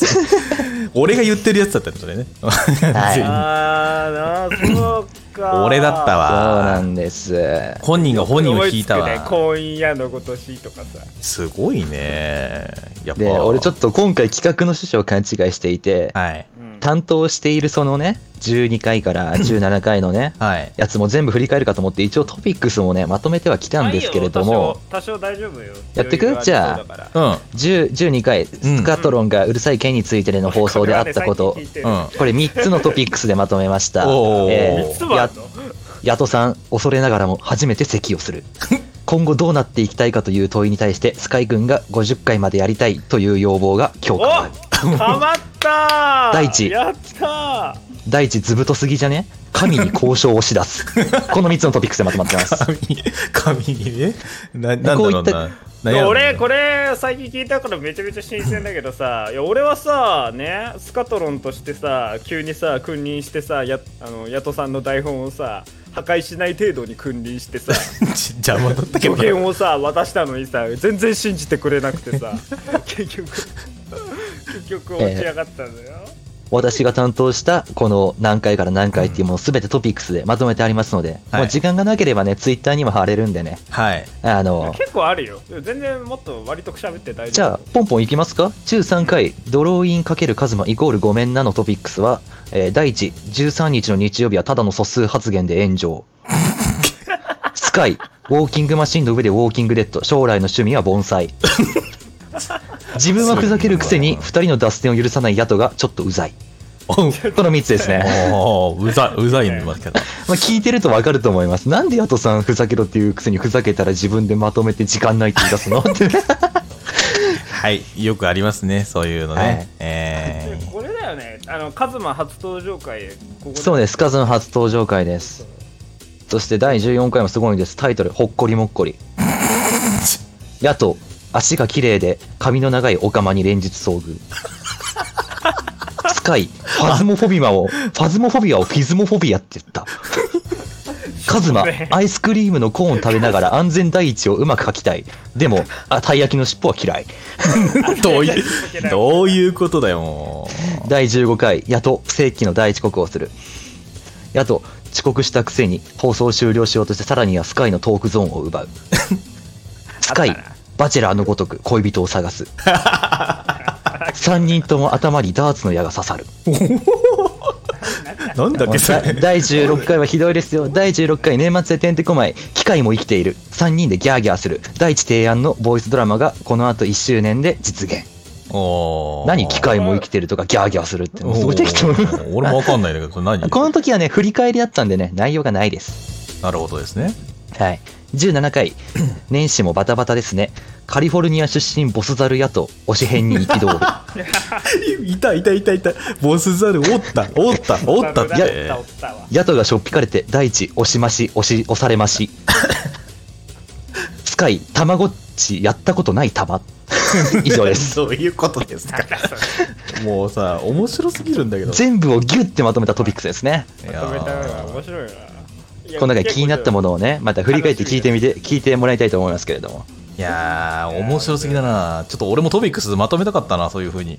[SPEAKER 3] 俺が言ってるやつだったんだよね、
[SPEAKER 4] あ
[SPEAKER 5] は
[SPEAKER 4] ーなあそう か
[SPEAKER 3] 俺だった
[SPEAKER 5] そうな
[SPEAKER 3] わ
[SPEAKER 5] んです。
[SPEAKER 3] 本人が本人を引いた
[SPEAKER 4] 思つくね
[SPEAKER 3] わ
[SPEAKER 4] 婚姻屋のごとしとかさ
[SPEAKER 3] すごいねやっぱ
[SPEAKER 5] で、俺ちょっと今回企画の趣旨を勘違いしていて、
[SPEAKER 3] はい、
[SPEAKER 4] うん
[SPEAKER 5] 担当しているそのね、12回から17回のね
[SPEAKER 3] はい
[SPEAKER 5] やつも全部振り返るかと思って、一応トピックスもね、まとめてはきたんですけれども、
[SPEAKER 4] 多少多少大丈夫よ
[SPEAKER 5] やってく
[SPEAKER 4] 余裕がありそうだから
[SPEAKER 3] うん
[SPEAKER 5] 10 12回、スカトロンがうるさい件について の放送であったこと
[SPEAKER 4] これはね最近聞い、てる
[SPEAKER 3] うん
[SPEAKER 5] これ3つのトピックスでまとめ ました。
[SPEAKER 3] おー
[SPEAKER 5] え
[SPEAKER 4] 三つ
[SPEAKER 5] ー
[SPEAKER 4] もあ
[SPEAKER 5] や
[SPEAKER 4] るの
[SPEAKER 5] ヤトさん、恐れながらも初めて咳をする。今後どうなっていきたいかという問いに対して、スカイ軍が50回までやりたいという要望が強化。
[SPEAKER 4] おハマったー
[SPEAKER 5] 第一
[SPEAKER 4] やったー
[SPEAKER 5] 第一、ずぶとすぎじゃね神に交渉を押し 出す。この3つのトピックスでまとまってます。
[SPEAKER 3] 紙に紙にねななんだろう
[SPEAKER 5] こうい
[SPEAKER 3] な何やろうな
[SPEAKER 4] 俺これ最近聞いたからめちゃめちゃ新鮮だけどさいや俺はさねスカトロンとしてさ急にさ君臨してさやあのヤトさんの台本をさ破壊しない程度に君臨してさ
[SPEAKER 3] ち邪魔だったけど
[SPEAKER 4] 助
[SPEAKER 3] な
[SPEAKER 4] 言をさ渡したのにさ全然信じてくれなくてさ 結局結局落ち上がったんだよ、
[SPEAKER 5] 私が担当したこの何回から何回っていうものすべてトピックスでまとめてありますので、
[SPEAKER 3] はい
[SPEAKER 5] もう時間がなければね、ツイッターにも貼れるんでね、
[SPEAKER 3] はい
[SPEAKER 5] あの、
[SPEAKER 4] 結構あるよ全然もっと割と喋って大
[SPEAKER 5] じ
[SPEAKER 4] 丈
[SPEAKER 5] ゃあ、ポンポンいきますか中3回、ドローイン×カズマイコールごめんなのトピックスは、えー第1、13日の日曜日はただの素数発言で 炎上。スカイ、ウォーキングマシンの上でウォーキングデッド、将来の趣味は盆栽。自分はふざけるくせに、二人の脱線を許さない野党がちょっとうざい。
[SPEAKER 3] おう
[SPEAKER 5] この3つですね。
[SPEAKER 3] おううざうざいんだけど
[SPEAKER 5] まあ、聞いてるとわかると思います。なんでヤトさんふざけろっていうくせにふざけたら自分でまとめて時間ないって言い出すのって。
[SPEAKER 3] はいよくありますねそういうのね、
[SPEAKER 5] はい
[SPEAKER 3] え
[SPEAKER 4] 夫これだよねあのカズマ初登場会ここ
[SPEAKER 5] そうです。カズン初登場回です。そして第14回もすごいんです。タイトル、ほっこりもっ こり。ヤト、足が綺麗で髪の長いオカマに連日遭遇。スカイ、ファズモフォビマを、ファズモフォビアをフィズモフォビアって言った。カズマ、アイスクリームのコーン食べながら安全第一をうまく書きたい。でも、あ、たい焼きの尻尾は嫌い。
[SPEAKER 3] ー どういう どういうことだよもう
[SPEAKER 5] 第15回、やと正規の第一国をする。やと、遅刻したくせに放送を終了しようとしてさらにはスカイのトークゾーンを 奪うスカイバチェラーのごとく恋人を 探す3人とも頭にダーツの矢が刺さる
[SPEAKER 3] なんだっけそ
[SPEAKER 5] だ
[SPEAKER 3] れ
[SPEAKER 5] 第16回はひどいですよ第16回年末でてんてこまい機械も生きている3人でギャーギャーする第一提案のボイスドラマがこのあと1周年で実現
[SPEAKER 3] おー
[SPEAKER 5] 何機械も生きてるとかギャーギャーするってもうすごい適当
[SPEAKER 3] おー俺もわかんないんだけど、それ何
[SPEAKER 5] この時はね振り返りだったんでね内容がないです
[SPEAKER 3] なるほどですね。
[SPEAKER 5] はい17回年始もバタバタですねカリフォルニア出身ボスザル野党推し編に憤る
[SPEAKER 3] いたいたいたいた。ボスザル、おった、おった、おったっ
[SPEAKER 4] いや
[SPEAKER 3] て。
[SPEAKER 4] おったわ
[SPEAKER 5] 野党がしょっぴかれて大地押しまし押し押されましスカイたまごっちやったことない玉以上です
[SPEAKER 3] そういうことですか。もうさ、面白すぎるんだけど。
[SPEAKER 5] 全部をギュッてまとめたトピックスですね
[SPEAKER 3] いや
[SPEAKER 4] まとめたのが
[SPEAKER 3] ー
[SPEAKER 4] 面白いな
[SPEAKER 5] この中で気になったも
[SPEAKER 4] の
[SPEAKER 5] のをねまた振り返って聞いてみて聞いてもらいたいと思いますけれども
[SPEAKER 3] いやー、面白すぎだな。ちょっと俺もトピックスまとめたかったな、そういうふうに。
[SPEAKER 5] い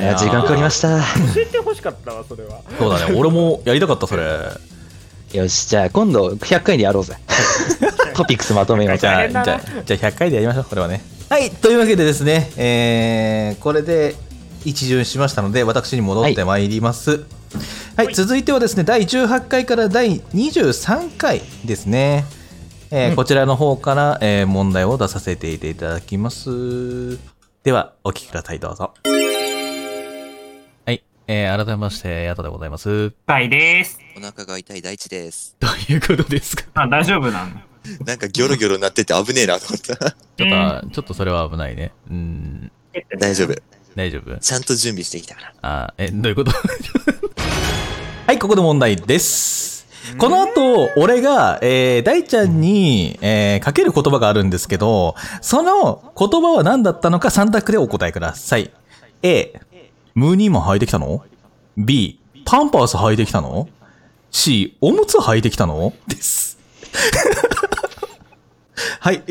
[SPEAKER 5] や時間かかりました
[SPEAKER 4] 教えてほしかったわそれは
[SPEAKER 3] そうだね、俺もやりたかった、それ。
[SPEAKER 5] よし、じゃあ今度100回でや ろうぜ。トピックスまとめよう
[SPEAKER 3] じ
[SPEAKER 5] ぜ。
[SPEAKER 3] ゃ
[SPEAKER 4] 大
[SPEAKER 3] あ、
[SPEAKER 4] 変
[SPEAKER 3] じゃ
[SPEAKER 4] だ
[SPEAKER 3] あ、じゃ
[SPEAKER 4] な
[SPEAKER 3] あ100回でやりましょう、これはね。はい、というわけでですね、えー、これで一巡しましたので、私に戻ってまいります。はい続いてはですね、第18回から第23回ですね。えーこちらの方から、えー問題を出させていただきます。では、お聞きください、どうぞ。はい、えー、改めまして、ヤトでございます。
[SPEAKER 4] はいです
[SPEAKER 9] お腹が痛い大地です。
[SPEAKER 1] どういうことですか
[SPEAKER 4] あ大丈夫なの
[SPEAKER 9] なんかギョロギョロなってて危ねえなと思った。
[SPEAKER 1] ちょっと、ちょっとそれは危ないね。うん、
[SPEAKER 9] 大丈夫。
[SPEAKER 1] 大丈夫
[SPEAKER 9] ちゃんと準備してきたから。
[SPEAKER 1] あー、え、どういうこと
[SPEAKER 3] はい、ここで問題です。この後、俺が、えー、大ちゃんに、えー、かける言葉があるんですけど、その言葉は何だったのか3択でお答えください。A、ムーニーマン履いてきたの ?B、パンパース履いてきたの ?C、おむつ履いてきたのです。 はい、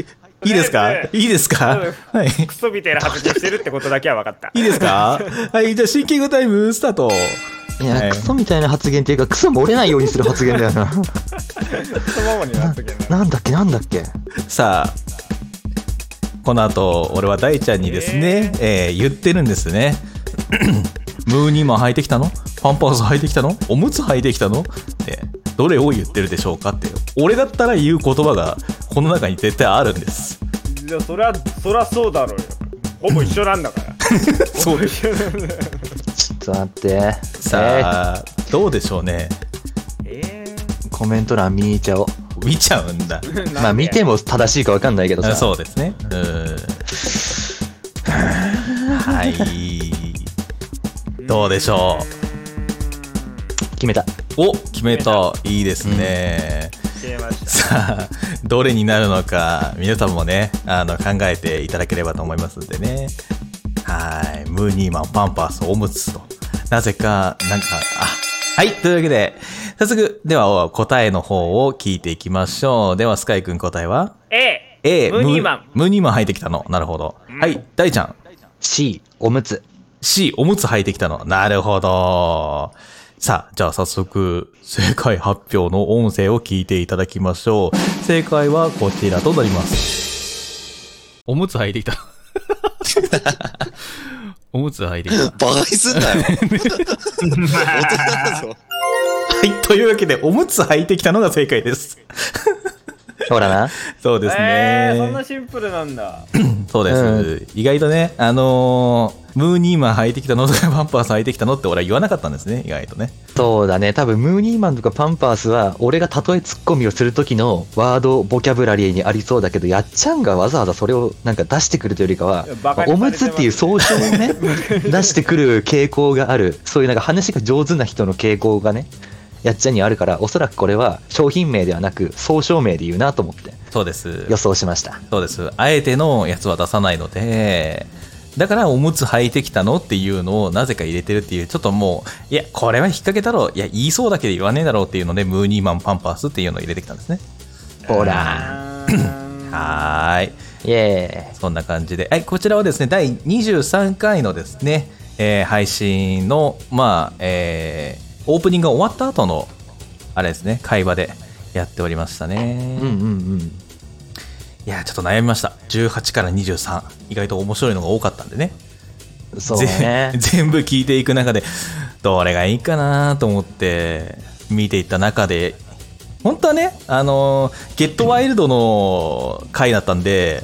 [SPEAKER 3] いいですか
[SPEAKER 4] ねえ
[SPEAKER 3] いいですかはい。
[SPEAKER 4] クソみたいな発言してるってことだけは分かった
[SPEAKER 3] いいですかはい、じゃあシンキングタイムスタート。
[SPEAKER 5] いや、クソみたいな発言っていうか、クソ漏れないようにする発言だよ な。
[SPEAKER 4] そのままに発言だ
[SPEAKER 5] なんだっけ、なんだっけ。
[SPEAKER 3] さあこの後俺は大ちゃんにですね、えー言ってるんですね ムーニーマン履いてきたのパンパース履いてきたのおむつ履いてきたのってどれを言ってるでしょうかって俺だったら言う言葉がこの中に絶対あるんです
[SPEAKER 4] じゃあそりゃそりゃそうだろうよほぼ一緒なんだから
[SPEAKER 3] そうです
[SPEAKER 4] 一緒なんだよ
[SPEAKER 5] ちょっと待って。え
[SPEAKER 3] さあ、どうでしょうね
[SPEAKER 4] え
[SPEAKER 5] ーコメント欄見ちゃおう。
[SPEAKER 3] 見ちゃうんだ
[SPEAKER 4] ー
[SPEAKER 5] まあ、見ても正しいかわかんないけどさ。
[SPEAKER 3] そうですねうん はいどうでしょう
[SPEAKER 5] 決めた。
[SPEAKER 3] お決めたいいですね、
[SPEAKER 4] 消えました
[SPEAKER 3] さあどれになるのか皆さんもねあの考えていただければと思いますんでねはいムーニーマンパンパースおむつとなぜかなんかあはいというわけで早速では答えの方を聞いていきましょうではスカイくん答えは
[SPEAKER 4] A
[SPEAKER 3] A
[SPEAKER 4] ムーニーマン
[SPEAKER 3] ムムーニーマン履いてきたのなるほどはい大ちゃん
[SPEAKER 5] C、おむつ。
[SPEAKER 3] C、おむつ履いてきたの。なるほど。さあ、じゃあ早速、正解発表の音声を聞いていただきましょう。正解はこちらとなります。
[SPEAKER 1] おむつ履いて きた。おむつ履いてきた。
[SPEAKER 9] バカにすんなよ。大人だぞ。
[SPEAKER 3] はい、というわけで、おむつ履いてきたのが正解です。
[SPEAKER 5] ほらな。
[SPEAKER 3] そうですね。
[SPEAKER 4] えー、そんなシンプルなんだ
[SPEAKER 3] そうです、意外とね、あのームーニーマン履いてきたのとか、パンパース履いてきたのって俺は言わなかったんですね、意外とね。
[SPEAKER 5] そうだね。多分、ムーニーマンとかパンパースは、俺がたとえツッコミをする時のワード、ボキャブラリーにありそうだけど、やっちゃんがわざわざそれをなんか出してくるというよりかは、
[SPEAKER 4] バカに
[SPEAKER 5] お
[SPEAKER 4] され
[SPEAKER 5] む
[SPEAKER 4] てます
[SPEAKER 5] つっていう総称をね、出してくる傾向がある、そういうなんか話が上手な人の傾向がね、やっちゃんにあるから、おそらくこれは商品名ではなく、総称名で言うなと思って
[SPEAKER 3] そうです。
[SPEAKER 5] 予想しました。
[SPEAKER 3] そうです。あえてのやつは出さないので、だからおむつ履いてきたのっていうのをなぜか入れてるっていう、ちょっともう、いや、これは引っ掛けだろう。いや、言いそうだけど言わねえだろうっていうので、ムーニーマンパンパースっていうのを入れてきたんですね。
[SPEAKER 5] ほら、
[SPEAKER 3] はーい。
[SPEAKER 5] イエ
[SPEAKER 3] そんな感じで。はい、こちらはですね、第23回のですね、えー配信の、まあ、えーオープニングが終わった後のあれですね、会話でやっておりましたね。
[SPEAKER 5] うんうんうん。
[SPEAKER 3] いや、ちょっと悩みました。18から23。意外と面白いのが多かったんでね。
[SPEAKER 5] そうね
[SPEAKER 3] ぜ。 全部聞いていく中で、どれがいいかなと思って、見ていった中で、本当はね、あのー、ゲットワイルドの回だったんで、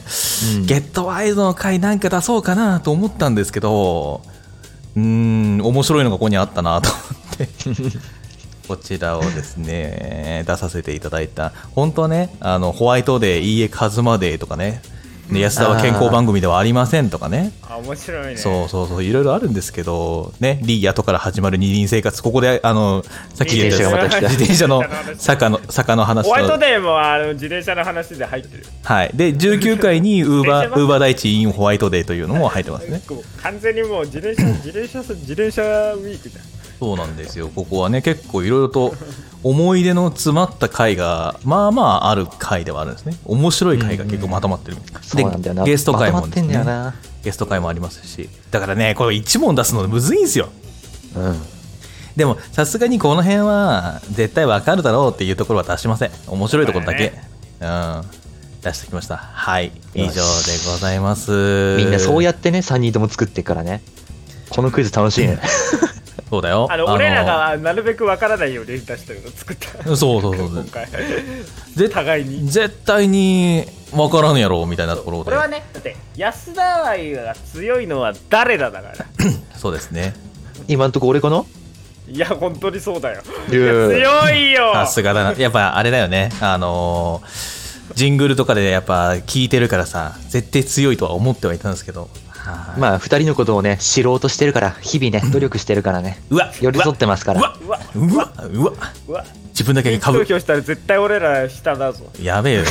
[SPEAKER 5] うん
[SPEAKER 3] ゲットワイルドの回なんか出そうかなと思ったんですけど、うーん、面白いのがここにあったなと思って。 こちらをですね、出させていただいた。本当はね、あの、ホワイトデー、いいえ、カズマデーとかね、ね安田は健康番組ではありませんとかね、
[SPEAKER 4] あ面白いね
[SPEAKER 3] そうそうそういろいろあるんですけどねリー後から始まる二輪生活ここであのさっき言った
[SPEAKER 4] 自転車がまた来た
[SPEAKER 3] 自転車の坂の坂の話
[SPEAKER 4] ホワイト
[SPEAKER 3] と
[SPEAKER 4] デーもあの自転車の話で入ってる
[SPEAKER 3] はいで19 回にウーバーウーバー大地インホワイトデーというのも入ってますね
[SPEAKER 4] こう完全にもう自転車自転車自転車ウィークじゃん
[SPEAKER 3] そうなんですよここはね結構いろいろと思い出の詰まった回がまあまあある回ではあるんですね面白い回が結構まとまってる、
[SPEAKER 5] そうなんだよな。
[SPEAKER 3] でゲスト回
[SPEAKER 5] ま
[SPEAKER 3] も
[SPEAKER 5] とま
[SPEAKER 3] です
[SPEAKER 5] ってんだよ
[SPEAKER 3] ね
[SPEAKER 5] な。
[SPEAKER 3] ゲスト回もありますしだからねこれ1問出すのむずいんですよ
[SPEAKER 5] うん。
[SPEAKER 3] でもさすがにこの辺は絶対わかるだろうっていうところは出しません面白いところだけ、うん出してきましたはい以上でございます
[SPEAKER 5] みんなそうや
[SPEAKER 3] っ
[SPEAKER 5] ってね、3人とも作ってっからね。このクイズ楽しいね。
[SPEAKER 3] そうだよ
[SPEAKER 4] あの俺らがなるべくわからないように出したけど作った
[SPEAKER 3] そうそうそう
[SPEAKER 4] 今回
[SPEAKER 3] 絶
[SPEAKER 4] 互いに
[SPEAKER 3] 絶対にわからんやろみたいなところ
[SPEAKER 4] こ
[SPEAKER 3] で
[SPEAKER 4] れはねだって安田愛が強いのは誰だだから
[SPEAKER 3] そうですね
[SPEAKER 5] 今んとこ俺かない
[SPEAKER 4] や本当にそうだよ
[SPEAKER 5] いや
[SPEAKER 4] 強いよ
[SPEAKER 3] さすがだなやっぱあれだよねあのージングルとかでやっぱ聞いてるからさ絶対強いとは思ってはいたんですけどはい
[SPEAKER 5] まあ、2人のことをね、知ろうとしてるから、日々ね、努力してるからね。
[SPEAKER 3] うわ
[SPEAKER 5] 寄り添ってますから
[SPEAKER 3] うわ
[SPEAKER 4] うわ
[SPEAKER 3] うわうわ
[SPEAKER 4] うわ
[SPEAKER 3] 自分だけかぶ
[SPEAKER 4] 投票したら絶対俺ら下だぞ
[SPEAKER 3] やべえよ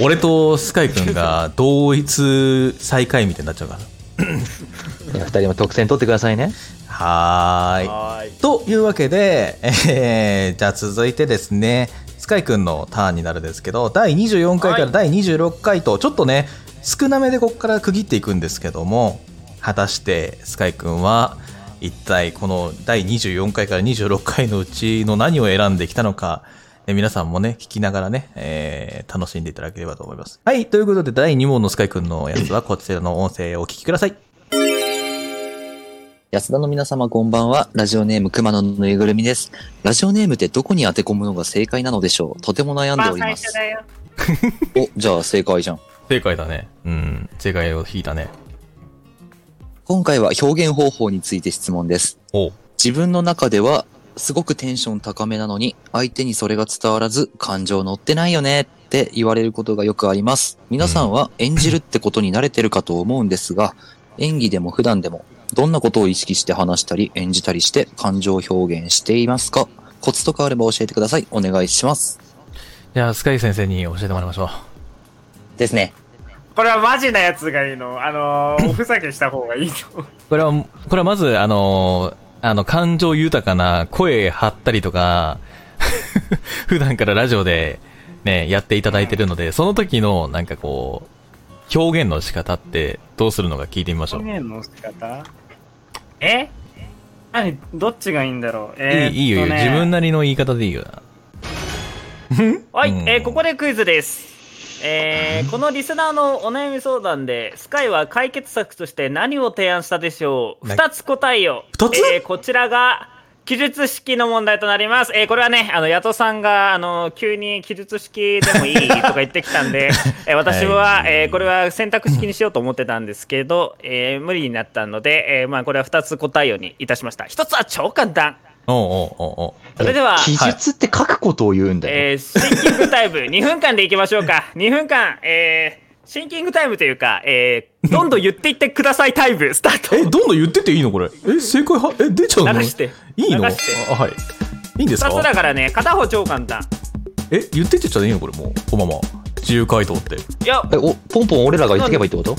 [SPEAKER 3] 俺とスカイ君が同一最下位みたいになっちゃうから
[SPEAKER 5] いや2人も得点取ってくださいね。
[SPEAKER 3] はーい
[SPEAKER 4] はーい
[SPEAKER 3] というわけで、えーじゃあ続いてですねスカイ君のターンになるんですけど第24回から第26回とちょっとね少なめでここから区切っていくんですけども果たしてスカイ君は一体この第24回から26回のうちの何を選んできたのかえ皆さんもね、聞きながらね、えー楽しんでいただければと思います。はい、ということで第2問のスカイ君のやつはこちらの音声をお聞きください。
[SPEAKER 9] 安田の皆様こんばんは。ラジオネーム熊野のぬいぐるみです。ラジオネームってどこに当て込むのが正解なのでしょうとても悩んでおります。お、じゃあ正解じゃん。
[SPEAKER 3] 正解だね。うん、正解を引いたね。
[SPEAKER 9] 今回は表現方法について質問です。
[SPEAKER 3] お
[SPEAKER 9] 自分の中ではすごくテンション高めなのに相手にそれが伝わらず感情乗ってないよねって言われることがよくあります。皆さんは演じるってことに慣れてるかと思うんですが、演技でも普段でもどんなことを意識して話したり演じたりして感情表現していますかコツとかあれば教えてください。お願いします。
[SPEAKER 1] じゃあ、スカイ先生に教えてもらいましょう。
[SPEAKER 9] ですね。
[SPEAKER 4] これはマジなやつがいいのあのーおふざけした方がいいと 思う
[SPEAKER 1] これは、これはまず、あの、あの、感情豊かな声張ったりとか、 普段からラジオでね、やっていただいてるので、その時の、なんかこう、表現の仕方ってどうするのか聞いてみましょう。
[SPEAKER 4] 表現の仕方えあどっちがいいんだろうえーっと
[SPEAKER 1] いいいいよ、いいよ
[SPEAKER 4] ね
[SPEAKER 1] 自分なりの言い方でいいよな。
[SPEAKER 4] はい、
[SPEAKER 3] うん
[SPEAKER 4] えーここでクイズです。えーこのリスナーのお悩み相談で、スカイは解決策として何を提案したでしょう
[SPEAKER 3] な
[SPEAKER 4] ?2 つ答えを。
[SPEAKER 3] 二つ
[SPEAKER 4] えーこちらが、記述式の問題となります。えーこれはね、あの、ヤトさんが、あの、急に記述式でもいいと か言ってきたんで、えー私は、
[SPEAKER 3] はい
[SPEAKER 4] えーこれは選択式にしようと思ってたんですけど、えー無理になったので、えーまあ、これは2つ答えようにいたしました。1つは超簡単。
[SPEAKER 3] おうおうおうおう
[SPEAKER 4] それでは、
[SPEAKER 5] 記述って書くことを言うんだよ。
[SPEAKER 4] えーシンキングタイム2分間でいきましょうか2分間、えーシンキングタイムというか、えーどんどん言っていってくださいタイムスター
[SPEAKER 3] え、
[SPEAKER 4] ト
[SPEAKER 3] どんどん言ってていいのこれ。え、正解は、え、出ちゃうの
[SPEAKER 4] 流して
[SPEAKER 3] いいのあ
[SPEAKER 4] 流して
[SPEAKER 3] はい。いいんです
[SPEAKER 4] 2つだ
[SPEAKER 3] か
[SPEAKER 4] からね片方超簡単
[SPEAKER 3] え、言ってっちゃっていいのこれもう。このまま。自由回答って。
[SPEAKER 4] いや
[SPEAKER 5] え、お、ポンポン俺らが言ってけばいいってこと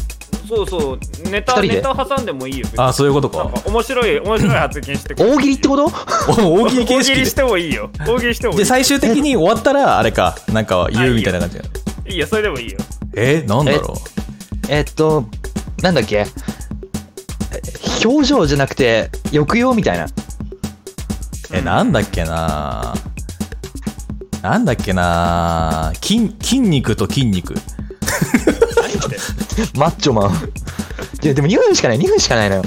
[SPEAKER 4] そうそうネタ
[SPEAKER 5] 二人
[SPEAKER 4] ネ
[SPEAKER 5] で
[SPEAKER 4] タ挟んでもいいよ別に
[SPEAKER 3] あ、そういうこと
[SPEAKER 4] なん
[SPEAKER 3] か。
[SPEAKER 4] か面白い面白い発言してくれ
[SPEAKER 5] 大喜利ってこと
[SPEAKER 3] お 大喜
[SPEAKER 4] 大
[SPEAKER 3] 利形
[SPEAKER 4] 喜利
[SPEAKER 3] 式
[SPEAKER 4] してもいいよ大喜利してもい
[SPEAKER 3] で。
[SPEAKER 4] いよ
[SPEAKER 3] で、最終的に終わったら、あれか、なんか言うみたいな感じ。
[SPEAKER 4] いいよそれでもいいよ
[SPEAKER 3] え、なんだろ
[SPEAKER 5] えっと、なんだっけえ表情じゃなくて、抑揚みたいな。
[SPEAKER 3] う。え、なんだっけななんだっけな筋、筋肉と筋肉。
[SPEAKER 5] マッチョマン。いや、でも2分しかない、2分しかないのよ。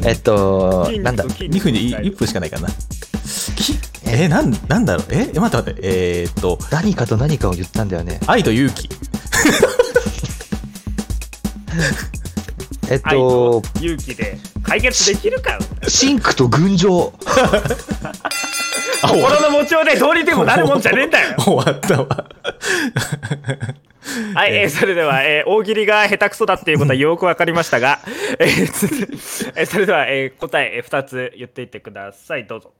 [SPEAKER 3] うん
[SPEAKER 5] えっと、
[SPEAKER 4] 筋肉
[SPEAKER 5] なんだ
[SPEAKER 4] と、筋
[SPEAKER 3] 2
[SPEAKER 4] 肉
[SPEAKER 3] 分で1分しかないかな。きえ、なん、なんだろうえ、待って待って。えーっと、
[SPEAKER 5] 何かと何かを言ったんだよね。
[SPEAKER 3] 愛と勇気。
[SPEAKER 5] えっ
[SPEAKER 4] 愛と、
[SPEAKER 5] と
[SPEAKER 4] 勇気で解決できるか
[SPEAKER 5] シンクと群青。
[SPEAKER 4] 心の持ちようでどうにでもなるもんじゃねえんだよ
[SPEAKER 3] 終わったわ。
[SPEAKER 4] はい、えーそれでは、えー大喜利が下手くそだっていうことはよくわかりましたが、えーつえーそれでは、えー答え、え2つ言っていってください、どうぞ。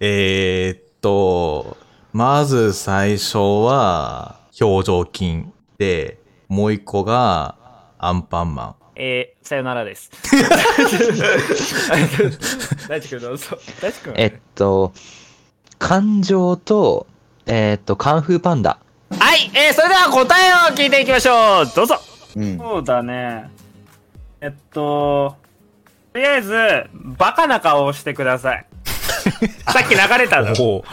[SPEAKER 3] えーっと、まず最初は、表情筋で、もう一個が、アンパンマン。
[SPEAKER 4] えーさよなら です。大地君どうぞ。大地君。
[SPEAKER 5] えっと、感情と、えっと、カンフーパンダ。
[SPEAKER 4] はい、えーそれでは答えを聞いていきましょう。どうぞ。
[SPEAKER 9] うん。
[SPEAKER 4] そうだね。えっと、とりあえず、バカな顔をしてくださ い。さっき流れたの。
[SPEAKER 3] お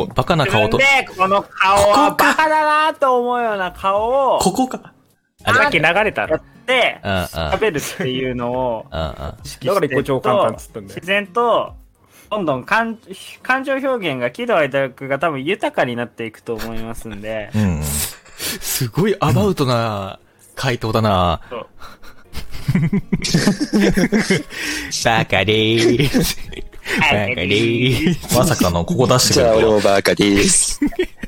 [SPEAKER 3] おバカな
[SPEAKER 4] 自分
[SPEAKER 3] 顔と
[SPEAKER 4] で、、この顔はバカだなと思うような顔を、
[SPEAKER 3] ここか。
[SPEAKER 4] さっき流れたの。で、
[SPEAKER 3] うんうん。
[SPEAKER 4] 食べるっていうのを、
[SPEAKER 3] うんうん。
[SPEAKER 4] だから一個超簡単っつったんだ自然と、どんどん感感情表現が喜怒哀楽が多分豊かになっていくと思いますん で、
[SPEAKER 3] うん。すごいアバウトな回答だな
[SPEAKER 4] そう。
[SPEAKER 3] バカでーす。バカでーす。まさかのここ出して
[SPEAKER 9] じ
[SPEAKER 3] く
[SPEAKER 9] ゃあ
[SPEAKER 3] る
[SPEAKER 9] 俺
[SPEAKER 3] とは。
[SPEAKER 9] もバカです。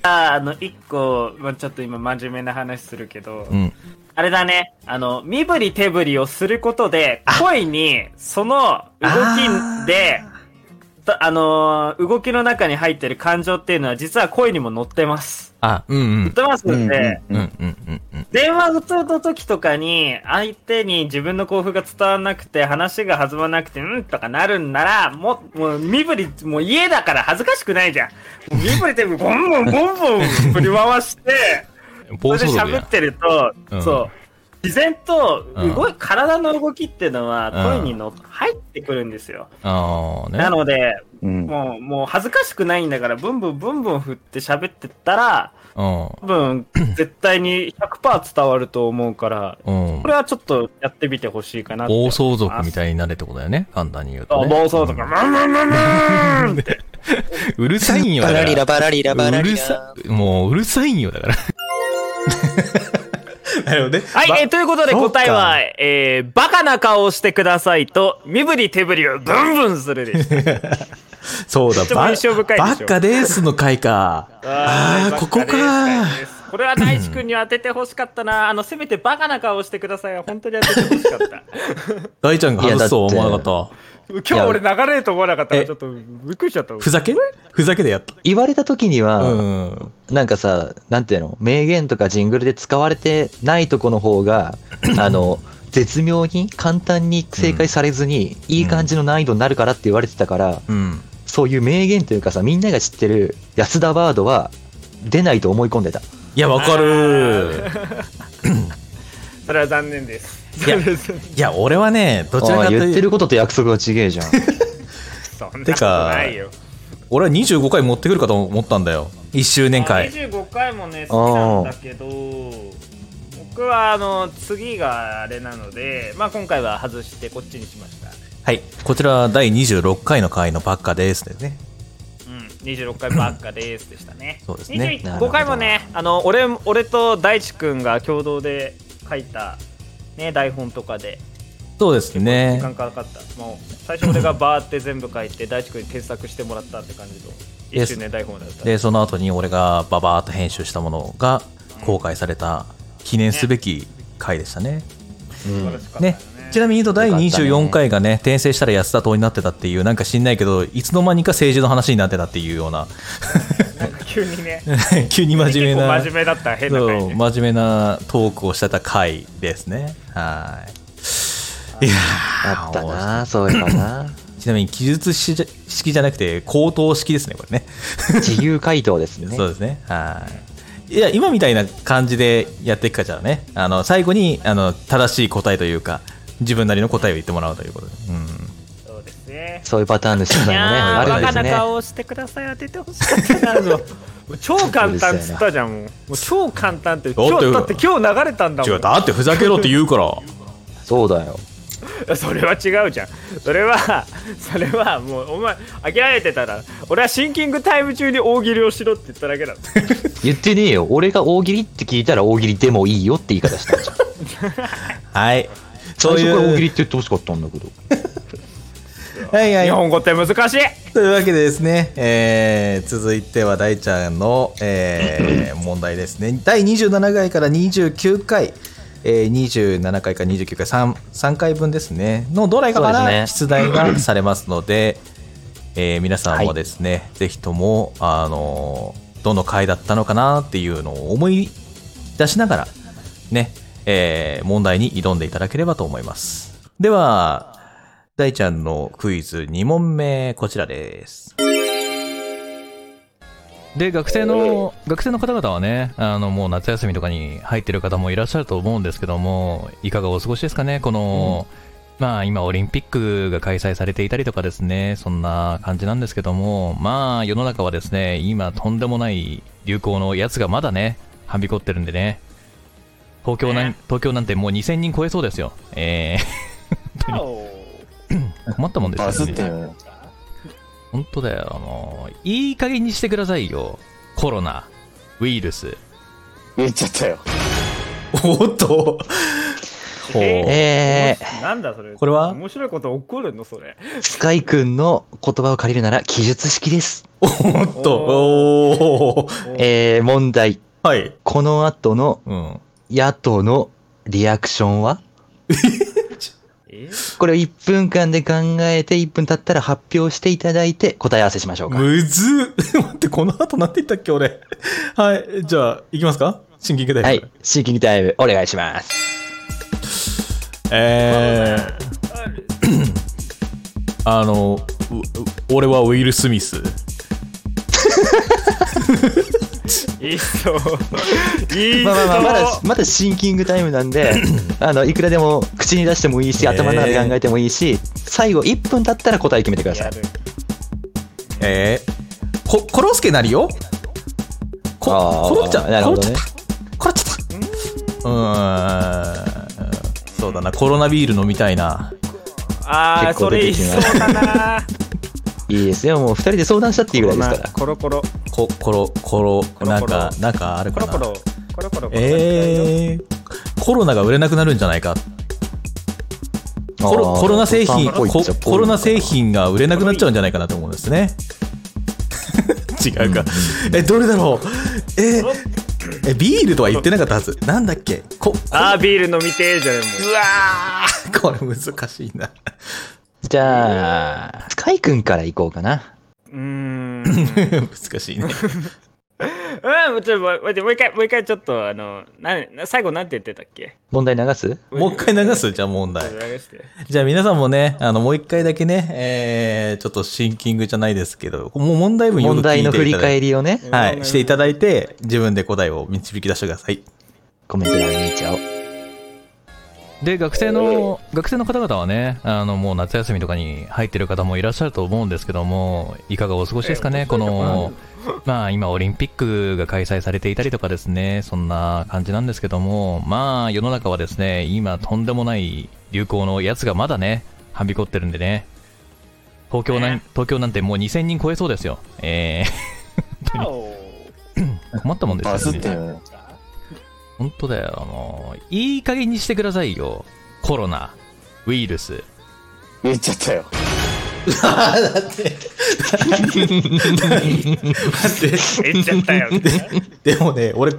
[SPEAKER 4] ああの、一個、まあ、ちょっと今真面目な話するけど、
[SPEAKER 3] うん。
[SPEAKER 4] あれだね、あの、身振り手振りをすることで、恋に、その動きで、とあのー動きの中に入ってる感情っていうのは、実は恋にも乗ってます。
[SPEAKER 3] あ、うんう
[SPEAKER 4] 乗っ
[SPEAKER 3] ん。
[SPEAKER 4] てますんで、
[SPEAKER 3] うんうんうんうん。
[SPEAKER 4] 電話を取った時とかに、相手に自分の興奮が伝わらなくて、話が弾まなくて、うんとかなるんなら、もう、もう身振り、もう家だから恥ずかしくないじゃん。もう身振り手振り、ボンボンボンボン振り回して、
[SPEAKER 3] 暴
[SPEAKER 4] そ
[SPEAKER 3] 走
[SPEAKER 4] れで
[SPEAKER 3] 族や
[SPEAKER 4] 喋
[SPEAKER 3] ん
[SPEAKER 4] っ。てると、
[SPEAKER 3] うん
[SPEAKER 4] そう自然と動い、
[SPEAKER 3] う
[SPEAKER 4] 体の動きっていうのは
[SPEAKER 3] うん
[SPEAKER 4] 声にの、入ってくるんですよ、
[SPEAKER 3] ああ、ね。
[SPEAKER 4] なので
[SPEAKER 9] うん。
[SPEAKER 4] もうもう恥ずかしくないんだからブンブンブンブン振って喋ってったら多 分絶対に100%伝わると思うから
[SPEAKER 3] うん。うん
[SPEAKER 4] こ。れはちょっとやってみてほしいかなって
[SPEAKER 3] 暴走族み
[SPEAKER 4] い
[SPEAKER 3] たいになれってことだよね。簡単に言う
[SPEAKER 4] そ
[SPEAKER 3] と、
[SPEAKER 4] う
[SPEAKER 3] ね。
[SPEAKER 4] 暴走族、ブンブンブンブン
[SPEAKER 3] うんうるさいんよ
[SPEAKER 9] バ
[SPEAKER 3] だか
[SPEAKER 9] ラリ
[SPEAKER 3] ら
[SPEAKER 9] ラ。バラリラバラ
[SPEAKER 3] う
[SPEAKER 9] リ
[SPEAKER 3] る
[SPEAKER 9] ラ
[SPEAKER 3] さ。、もううるさいんよだから。なるほどね。
[SPEAKER 4] はい、えーということで
[SPEAKER 3] そうか
[SPEAKER 4] 答えは、えー、バカな顔をしてくださいと、身振り手振りをブンブンするでした。
[SPEAKER 3] そうだ、
[SPEAKER 4] とも
[SPEAKER 3] バ
[SPEAKER 4] 印象深いでしょ
[SPEAKER 3] バカですの回か。 あーここか
[SPEAKER 4] これは大地君に当ててほしかったな。あの、せめてバカな顔してくださいは本当に当ててほしか った。
[SPEAKER 3] 大ちゃんが外すとは思わなかっ
[SPEAKER 4] 今日俺流れると思わなかったから、ちょっとびっくりしちゃった
[SPEAKER 3] た。。ふざけふざけでやった。
[SPEAKER 5] 言われた時には、
[SPEAKER 3] うん。
[SPEAKER 5] なんかさ、なんていうの、名言とかジングルで使われてないとこの方が、 あの、絶妙に簡単に正解されずに、いい感じの難易度になるからって言われてたから、
[SPEAKER 3] うん。
[SPEAKER 5] そういう名言というかさ、みんなが知ってる安田ワードは出ないと思い込んでた。
[SPEAKER 3] いや、わかる。
[SPEAKER 4] それは残念です。
[SPEAKER 3] いや いや、俺はね、どちら
[SPEAKER 5] お
[SPEAKER 3] か
[SPEAKER 5] い
[SPEAKER 3] と
[SPEAKER 5] 言っ
[SPEAKER 3] い
[SPEAKER 5] て
[SPEAKER 3] う
[SPEAKER 5] ることと約束が違えじゃん。
[SPEAKER 4] そんな
[SPEAKER 3] て
[SPEAKER 4] こと
[SPEAKER 3] か
[SPEAKER 4] ないよ。
[SPEAKER 3] 俺は25回持ってくるかと思ったんだよ。1周年回。
[SPEAKER 4] 25回もね、好きなんだけど、僕はあの、次があれなので、まあ今回は外してこっちにしました。
[SPEAKER 3] はい。こちらは第26回の回のばっかですですね。。
[SPEAKER 4] うん、26回ばっかですでしたね
[SPEAKER 3] そうですね
[SPEAKER 5] なる
[SPEAKER 4] 5
[SPEAKER 5] ほど
[SPEAKER 4] 回もね、あの俺俺と大地君が共同で書いた、ね、台本とかで、
[SPEAKER 3] そうです
[SPEAKER 4] 時
[SPEAKER 3] ね。
[SPEAKER 4] 間かかった。もう最初俺がバーって全部書いて、大地君に添削してもらったって感じの、
[SPEAKER 3] で
[SPEAKER 4] 1
[SPEAKER 3] す
[SPEAKER 4] 周年台本だった。
[SPEAKER 3] で、その後に俺がババーっと編集したものが公開された記念すべき回でしたね。
[SPEAKER 4] 素晴らしかった
[SPEAKER 3] ね
[SPEAKER 4] ね。、
[SPEAKER 3] ちなみに言うと第
[SPEAKER 5] よかったね
[SPEAKER 3] 24回がね転生したら安田党になってたっていうなんか知んないけどいつの間にか政治の話になってたっていうような
[SPEAKER 4] なんか 急にね、
[SPEAKER 3] 急に 真
[SPEAKER 4] 結
[SPEAKER 3] 面目
[SPEAKER 4] 構
[SPEAKER 3] な
[SPEAKER 4] 真面目だった、変な感じ
[SPEAKER 3] そう真面目なトークをしてた回ですねはいいやー
[SPEAKER 5] あったな、そういえば な。
[SPEAKER 3] ちなみに記述し式じゃなくて口頭式ですねこれね
[SPEAKER 5] 自由回答ですね。
[SPEAKER 3] そうですね。はい。いや、今みたいな感じでやっていくかじゃあね。あの、最後に、あの、正しい答えというか、自分なりの答えを言ってもらうということで。うん。
[SPEAKER 4] そうですね。
[SPEAKER 5] そういうパターンですよ
[SPEAKER 4] い
[SPEAKER 5] ね。
[SPEAKER 4] や
[SPEAKER 5] あ
[SPEAKER 4] ー、
[SPEAKER 5] る
[SPEAKER 4] バ
[SPEAKER 5] んで
[SPEAKER 4] カ
[SPEAKER 5] す
[SPEAKER 4] な
[SPEAKER 5] ね。
[SPEAKER 4] 顔をしてください。当ててほしかったな。もう超簡単っつったじゃん、もう。もう超簡単って。
[SPEAKER 3] だって
[SPEAKER 4] 今日、だって今日流れたんだもん。
[SPEAKER 3] 違うだってふざけろって言うから
[SPEAKER 5] そうだよ。
[SPEAKER 4] それは違うじゃんそれは それはもうお前諦めてたら俺はシンキングタイム中に大喜利をしろって言っただけだ
[SPEAKER 5] 言ってねえよ。俺が大喜利って聞いたら大喜利でもいいよって言い方したじゃん。
[SPEAKER 3] はい そ
[SPEAKER 5] 最
[SPEAKER 3] うい
[SPEAKER 5] 初から大喜利
[SPEAKER 3] う
[SPEAKER 5] って言ってほしかったんだけど。
[SPEAKER 3] はいはい
[SPEAKER 4] 日本語って難しい
[SPEAKER 3] というわけでですね、えー続いては大ちゃんの、えー問題ですね第27回から29回、えー27回から29回 3, 3回分ですねのどれかか
[SPEAKER 5] そうです
[SPEAKER 3] ら
[SPEAKER 5] ね
[SPEAKER 3] 出題がされますので、えー皆さんもですね、ぜひとも、あのーどの回だったのかなっていうのを思い出しながらね、えー問題に挑んでいただければと思いますでは大ちゃんのクイズ2問目こちらです
[SPEAKER 1] で学生の学生の方々はねあのもう夏休みとかに入ってる方もいらっしゃると思うんですけどもいかがお過ごしですかねこの、まあ今オリンピックが開催されていたりとかですねそんな感じなんですけどもまあ世の中はですね今とんでもない流行のやつがまだねはびこってるんでね東京なん東京なんてもう2000人超えそうですよえー困ったもんですよ、ね、
[SPEAKER 7] よ。
[SPEAKER 1] 本当だよ、もう、いい加減にしてくださいよ。コロナ、ウイルス。
[SPEAKER 7] 言っちゃったよ。
[SPEAKER 3] おっとほう
[SPEAKER 5] えー、
[SPEAKER 4] なんだそれ
[SPEAKER 3] これは
[SPEAKER 4] 面白いこと起こるのそれ
[SPEAKER 5] スカイくんの言葉を借りるなら記述式です。
[SPEAKER 3] おっとおー
[SPEAKER 5] えー、問題。
[SPEAKER 3] はい
[SPEAKER 5] この後の
[SPEAKER 3] うん
[SPEAKER 5] 野党のリアクションは
[SPEAKER 4] え
[SPEAKER 5] これを1分間で考えて1分経ったら発表していただいて答え合わせしましょうか。
[SPEAKER 3] むず っ待ってこの後なんて言ったっけ俺 はいじゃあ行きますかシンキングタイム
[SPEAKER 5] はい。シーキングタイムお願いします。
[SPEAKER 3] えーあのう俺はウィル・スミス
[SPEAKER 4] いいぞいいぞ
[SPEAKER 5] まあまあまあ、まだ、まだシンキングタイムな んで、あの、いくらでも口に出してもいいし、頭の中で考えてもいいし、最後1分経ったら答え決めてくださ
[SPEAKER 4] や
[SPEAKER 5] い。
[SPEAKER 4] る
[SPEAKER 3] えー、こコロスケなりよこ
[SPEAKER 5] あー
[SPEAKER 3] コロッちゃ
[SPEAKER 5] なる
[SPEAKER 3] コ
[SPEAKER 5] ほ
[SPEAKER 3] ロッ
[SPEAKER 5] ど
[SPEAKER 3] ちゃ
[SPEAKER 5] ね
[SPEAKER 3] コロッちゃったうーんそうだなコロナビール飲みたいな
[SPEAKER 4] ああ
[SPEAKER 5] 結
[SPEAKER 4] そ
[SPEAKER 5] 構出
[SPEAKER 4] れい
[SPEAKER 5] て
[SPEAKER 4] い
[SPEAKER 5] き
[SPEAKER 4] そ
[SPEAKER 5] ました
[SPEAKER 4] うだない
[SPEAKER 5] いですよ。もう2人で相談したっていうぐらいですから。
[SPEAKER 4] コロコロ
[SPEAKER 3] こコロコロ
[SPEAKER 4] ロ
[SPEAKER 3] なんかなんかある
[SPEAKER 4] コ
[SPEAKER 3] か
[SPEAKER 4] ロ
[SPEAKER 3] な
[SPEAKER 4] コロコロコロコロ
[SPEAKER 3] えー、コロナが売れなくなるんじゃないかコロ
[SPEAKER 5] あー
[SPEAKER 3] コロナ製品
[SPEAKER 5] お父さんっぽ
[SPEAKER 3] コ
[SPEAKER 5] いっちゃぽい
[SPEAKER 3] コロナ製品が売れなくなっちゃうんじゃないかなと思うんですね 違うか、えどれだろうええビールとは言ってなかったはずなんだっけこ
[SPEAKER 4] あービール飲みてえじゃねえもう
[SPEAKER 3] これ難しいな
[SPEAKER 5] じゃあ、スカイくんから行こうかな。
[SPEAKER 4] うーん
[SPEAKER 3] 難しいね
[SPEAKER 4] うん、ちょっと待って、もう一回、もう一回ちょっと、あの、なんな最後なんて言ってたっけ
[SPEAKER 5] 問題流す
[SPEAKER 3] もう一回流すじゃあ問題
[SPEAKER 4] 流 して。
[SPEAKER 3] じゃあ皆さんもねあのもう一回だけねえー、ちょっとシンキングじゃないですけどもう問題文よく聞い
[SPEAKER 5] 問
[SPEAKER 3] てい
[SPEAKER 5] 題
[SPEAKER 3] た
[SPEAKER 5] の
[SPEAKER 3] だいて
[SPEAKER 5] 振り返りをね、
[SPEAKER 3] はい、していただいて、自分で答えを導き出してください。
[SPEAKER 5] コメント欄に入れちゃ おう。
[SPEAKER 1] で、学生の、学生の方々はね、あの、もう夏休みとかに入ってる方もいらっしゃると思うんですけども、いかがお過ごしですかね、この、まあ今オリンピックが開催されていたりとかですね、そんな感じなんですけども、まあ世の中はですね、今とんでもない流行のやつがまだね、はびこってるんでね、東京なん、東京なんてもう2000人超えそうですよ。えー、困ったもんですよ、ね。
[SPEAKER 7] よ。
[SPEAKER 1] 本当だよ、もう、いい加減にしてくださいよ。コロナ、ウイルス。
[SPEAKER 7] 言っちゃったよ。
[SPEAKER 4] 言っちゃったよ。
[SPEAKER 3] でもね、俺、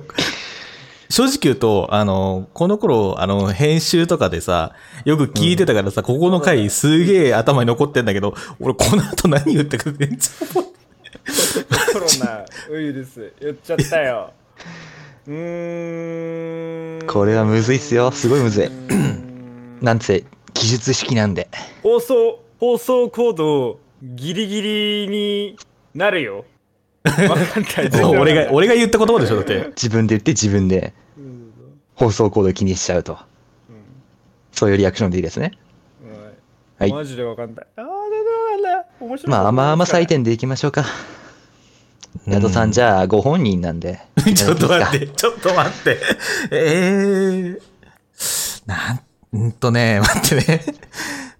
[SPEAKER 3] 正直言うと、あの、この頃、あの、編集とかでさ、よく聞いてたからさ、ここの回すげえ頭に残ってんだけど、俺この後何言ったか全然覚
[SPEAKER 4] コロナウイルス、言っちゃったよ。うーん。
[SPEAKER 5] これはむずいっすよ。すごいむずい。
[SPEAKER 4] うーん
[SPEAKER 5] なんせ、記述式なんで。
[SPEAKER 4] 放送、放送行動、ギリギリになる よ。わかんない
[SPEAKER 3] えてない。俺が、。俺が言った言葉でしょ、だって。
[SPEAKER 5] 自分で言って自分で
[SPEAKER 4] うん
[SPEAKER 5] 放送コード気にしちゃうと。そういうリアクションでいいですね。
[SPEAKER 4] うん
[SPEAKER 5] はい
[SPEAKER 4] マジでわかんない。あーだだ面白い
[SPEAKER 5] まあ、甘々採点でいきましょうか。ヤドさん、じゃあ、ご本人なん で。。
[SPEAKER 3] ちょっと待ってて、ちょっと待って。ええなん、うんとね、待ってね。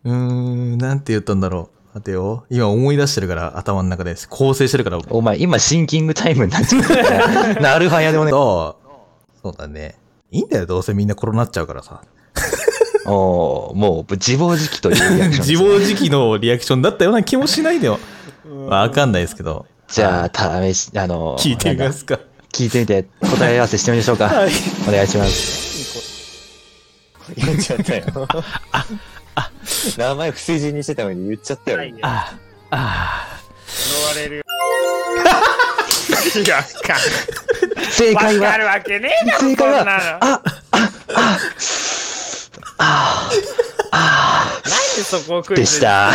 [SPEAKER 3] うーん、なんて言ったんだろう。待てよ。今思い出してるから、頭の中で。構成してるから。
[SPEAKER 5] お前、今、シンキングタイムになっち ゃった。なるはやでもね。
[SPEAKER 3] と、そうだね。いいんだよ、どうせみんな転なっちゃうからさ。
[SPEAKER 5] おーもう、自暴自棄というリアクションです
[SPEAKER 3] 自
[SPEAKER 5] ね、
[SPEAKER 3] 暴自棄のリアクションだったような気もしないでよ。わかんないですけど。
[SPEAKER 5] じゃあ、試し、あの、
[SPEAKER 3] 聞いてみま
[SPEAKER 5] なんだ
[SPEAKER 3] すか。
[SPEAKER 5] 聞いてみて、答え合わせしてみましょうか。
[SPEAKER 3] はい。
[SPEAKER 5] お願いします。
[SPEAKER 7] 言っちゃったよ。名前不正人にしてたのに言っちゃったよ。
[SPEAKER 4] ね
[SPEAKER 1] ああ、あ
[SPEAKER 4] 呪われるよ いやか
[SPEAKER 5] 正解
[SPEAKER 4] わか
[SPEAKER 5] は、
[SPEAKER 4] るわけねえだろ
[SPEAKER 5] 正
[SPEAKER 4] そ
[SPEAKER 5] 解
[SPEAKER 4] んなの
[SPEAKER 5] は、あ、あ、あ、
[SPEAKER 4] なんでそこをク
[SPEAKER 5] あ、
[SPEAKER 4] イズ
[SPEAKER 5] で
[SPEAKER 4] に
[SPEAKER 5] した。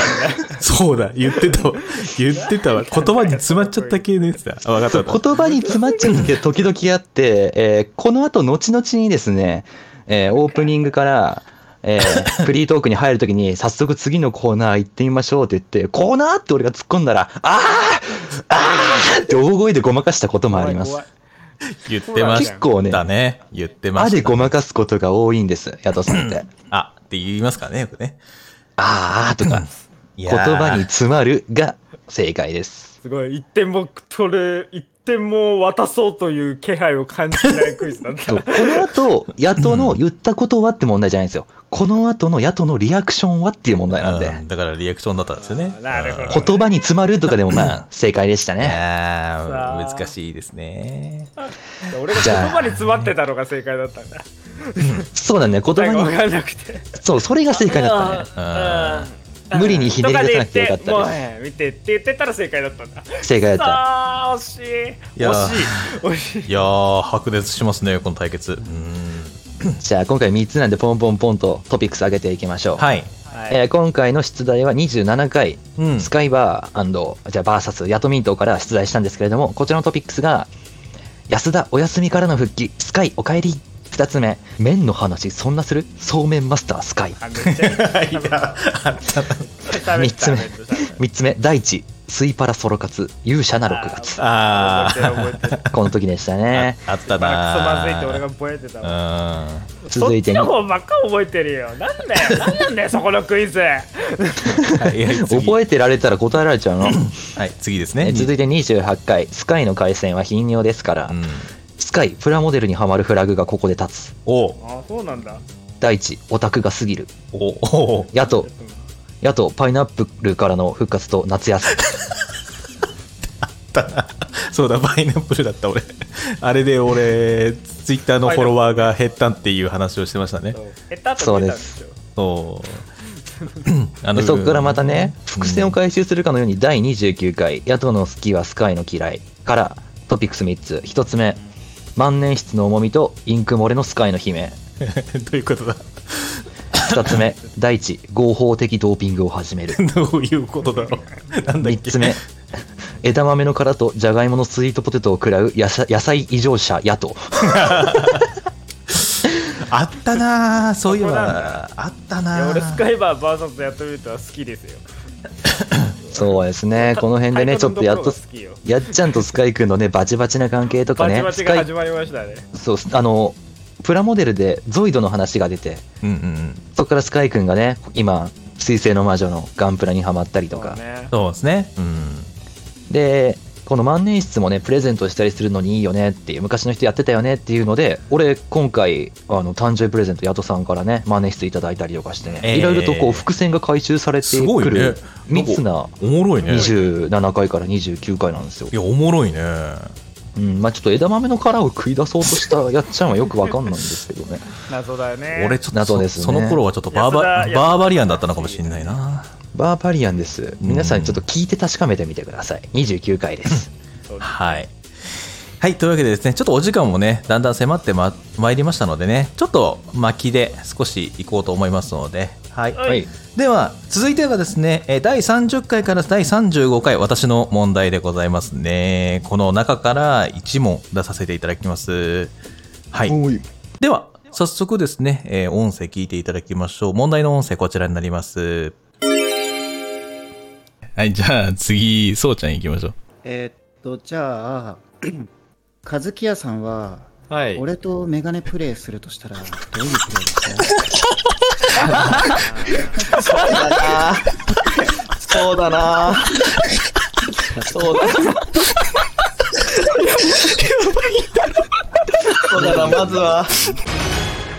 [SPEAKER 3] そうだ、言ってたわ。言ってたわ。言葉に詰まっちゃった系のやつだ。あ、わかったわかった。
[SPEAKER 5] 言葉に詰まっちゃうって時々あって、えーこの後後々にですね、えーオープニングから、えーフリートークに入るときに、早速次のコーナー行ってみましょうって言って、コーナーって俺が突っ込んだら、あーあーって大声でごまかしたこともあります
[SPEAKER 4] 怖。い
[SPEAKER 3] 言ってまし
[SPEAKER 5] 結構ね、
[SPEAKER 3] たね。言ってま
[SPEAKER 5] あ
[SPEAKER 3] した。
[SPEAKER 5] でごまかすことが多いんです、ヤトさんって。
[SPEAKER 3] あって言いますからね、よくね。
[SPEAKER 5] あーあーとか、
[SPEAKER 3] 言
[SPEAKER 5] 言葉に詰まるが正解です。
[SPEAKER 4] すごい一点も取る一点も渡そうという気配を感じないクイズなんだ
[SPEAKER 5] そうこの後、野党の言ったことはって問題じゃないんですよ。この後の野党のリアクションはっていう問題なんで。
[SPEAKER 3] うんだからリアクションだったんですよね。
[SPEAKER 4] なるほど
[SPEAKER 5] 言葉に詰まるとかでもまあ正解でした
[SPEAKER 3] い
[SPEAKER 5] ね。
[SPEAKER 3] やー
[SPEAKER 4] さあ
[SPEAKER 3] 難しいですね。
[SPEAKER 4] 俺が言葉に詰まってたのが正解だったんだ
[SPEAKER 5] そうだね、言
[SPEAKER 4] なんか
[SPEAKER 5] 葉
[SPEAKER 4] 分
[SPEAKER 5] に、
[SPEAKER 4] かんなくて
[SPEAKER 5] そう、それが正解だったね。
[SPEAKER 3] うん
[SPEAKER 4] うん
[SPEAKER 5] 無理にひねり出さなくてよかったです
[SPEAKER 4] とかで言ってもう見てって言ってたら正解だったんだ
[SPEAKER 5] 正解だっ
[SPEAKER 4] ああ惜しい
[SPEAKER 3] いや
[SPEAKER 4] 惜しい惜しい
[SPEAKER 3] いやー、白熱しますね、この対決。うん
[SPEAKER 5] た。じゃあ今回3つなんでポンポンポンとトピックス上げていきましょう。
[SPEAKER 3] はい。
[SPEAKER 5] えー今回の出題は27回、
[SPEAKER 3] うん
[SPEAKER 5] スカイバーじゃあバーサスヤトミントから出題したんですけれども、こちらのトピックスが、安田お休みからの復帰、スカイお帰り。2つ目、麺の話そんなするそうめんマスタースカイ。
[SPEAKER 4] あめっちゃ
[SPEAKER 3] いや、あったな
[SPEAKER 5] 三つ目
[SPEAKER 4] めっちゃ食べ た
[SPEAKER 5] 3つ目、第一、スイパラソロ活、勇者な6月。
[SPEAKER 3] あ
[SPEAKER 4] 覚えてる覚
[SPEAKER 3] ー
[SPEAKER 4] えてる
[SPEAKER 5] この時でしたね。
[SPEAKER 3] あった
[SPEAKER 4] ま
[SPEAKER 3] な
[SPEAKER 4] だクソまずいって俺が覚えてたわ
[SPEAKER 3] うん。
[SPEAKER 5] 続いて
[SPEAKER 4] そ
[SPEAKER 5] に
[SPEAKER 4] っちの方ばっか覚えてるよなんだよなんなんだよそこのクイズ
[SPEAKER 5] 覚
[SPEAKER 3] 覚
[SPEAKER 5] えてられたら答えられちゃうの
[SPEAKER 3] はい、次です
[SPEAKER 5] え
[SPEAKER 3] ね。
[SPEAKER 5] 続いて28回スカイの回線は頻尿ですから、
[SPEAKER 3] うん。
[SPEAKER 5] スカイプラモデルにはまるフラグがここで立つ
[SPEAKER 3] おう
[SPEAKER 4] あそうなんだ
[SPEAKER 5] 第一オタクが過ぎる
[SPEAKER 3] おうお う
[SPEAKER 5] 野党野党パイナップルからの復活と夏休
[SPEAKER 3] そうだ、パイナップルだった、俺。あれで俺、ツイッターのフォロワーが減ったっていう話をしてましたね。
[SPEAKER 4] 下手とそうですよ
[SPEAKER 3] そう。あ
[SPEAKER 5] みでそこからまたね
[SPEAKER 3] うん
[SPEAKER 5] 伏線を回収するかのように第29回野党の好きはスカイの嫌いからトピックス3つ1つ目万年筆の重みとインク漏れのスカイの悲鳴
[SPEAKER 3] どういうことだ
[SPEAKER 5] 2つ目第一合法的ドーピングを始める
[SPEAKER 3] どういうことだろう なんだっけ
[SPEAKER 5] 3つ目枝豆の殻とじゃがいものスイートポテトを食らう野菜野菜異常者野党
[SPEAKER 3] あったなあそういえ
[SPEAKER 4] そこな
[SPEAKER 3] ば、あった
[SPEAKER 4] いや
[SPEAKER 3] なあ
[SPEAKER 4] 俺スカイバー VS やってみるとは好きですよ
[SPEAKER 5] そうで すねこの辺でねち
[SPEAKER 4] タ
[SPEAKER 5] ょ
[SPEAKER 4] イ
[SPEAKER 5] っ
[SPEAKER 4] ト
[SPEAKER 5] と
[SPEAKER 4] ル
[SPEAKER 5] や
[SPEAKER 4] の
[SPEAKER 5] っ
[SPEAKER 4] 頃
[SPEAKER 5] と
[SPEAKER 4] が好きよ
[SPEAKER 5] やっちゃんとスカイくんのねバチバチな関係とか
[SPEAKER 4] バチ
[SPEAKER 5] ね
[SPEAKER 4] バチ
[SPEAKER 5] ス
[SPEAKER 4] が
[SPEAKER 5] カ
[SPEAKER 4] 始
[SPEAKER 5] イ
[SPEAKER 4] まりましたね
[SPEAKER 5] そうあのプラモデルでゾイドの話が出て
[SPEAKER 3] うんうんうん。
[SPEAKER 5] そこからスカイくんがね今水星の魔女のガンプラにはまったりとか、
[SPEAKER 4] そうね
[SPEAKER 3] そうですね。うん。
[SPEAKER 5] でこの万年筆もねプレゼントしたりするのにいいよねっていう昔の人やってたよねっていうので俺今回あの誕生日プレゼントヤトさんからね万年筆いただいたりとかしてね、
[SPEAKER 3] えー
[SPEAKER 5] いろいろとこう伏線が回収されて
[SPEAKER 3] すご
[SPEAKER 5] く
[SPEAKER 3] いね
[SPEAKER 5] る密な
[SPEAKER 3] おもろいね。い
[SPEAKER 5] 27回から29回なんですよ、
[SPEAKER 3] や、おもろいね。
[SPEAKER 5] うんまあ、ちょっと枝豆の殻を食い出そうとしたやっちゃんはよくわかんないんですけど ね
[SPEAKER 4] 謎だよね
[SPEAKER 3] 俺ちょっと
[SPEAKER 5] 謎
[SPEAKER 3] そ,、
[SPEAKER 5] ですね
[SPEAKER 3] の頃はちょっとバーバ
[SPEAKER 4] 安田
[SPEAKER 3] バーバリアンだったのかもしれないな。
[SPEAKER 5] バーパリアンです皆さんちょっと聞いて確かめてみてください29回です
[SPEAKER 3] はい。はい、というわけでですね、ちょっとお時間もね、だんだん迫ってままいりましたのでね、ちょっと巻きで少し行こうと思いますので、はい。
[SPEAKER 5] はい
[SPEAKER 3] では、続いてはですね、えー第30回から第35回、私の問題でございますね。この中から1問出させていただきます。はい。では、早速ですね、えー音声聞いていただきましょう。問題の音声こちらになります。はい、じゃあ次、そうちゃん行きましょう。
[SPEAKER 10] えーっと、じゃあ、 和樹屋さんは、
[SPEAKER 3] はい
[SPEAKER 10] 俺とメガネプレイするとしたら、どういうプレイですか
[SPEAKER 7] そうだなそうだなそうだなそうだなまずは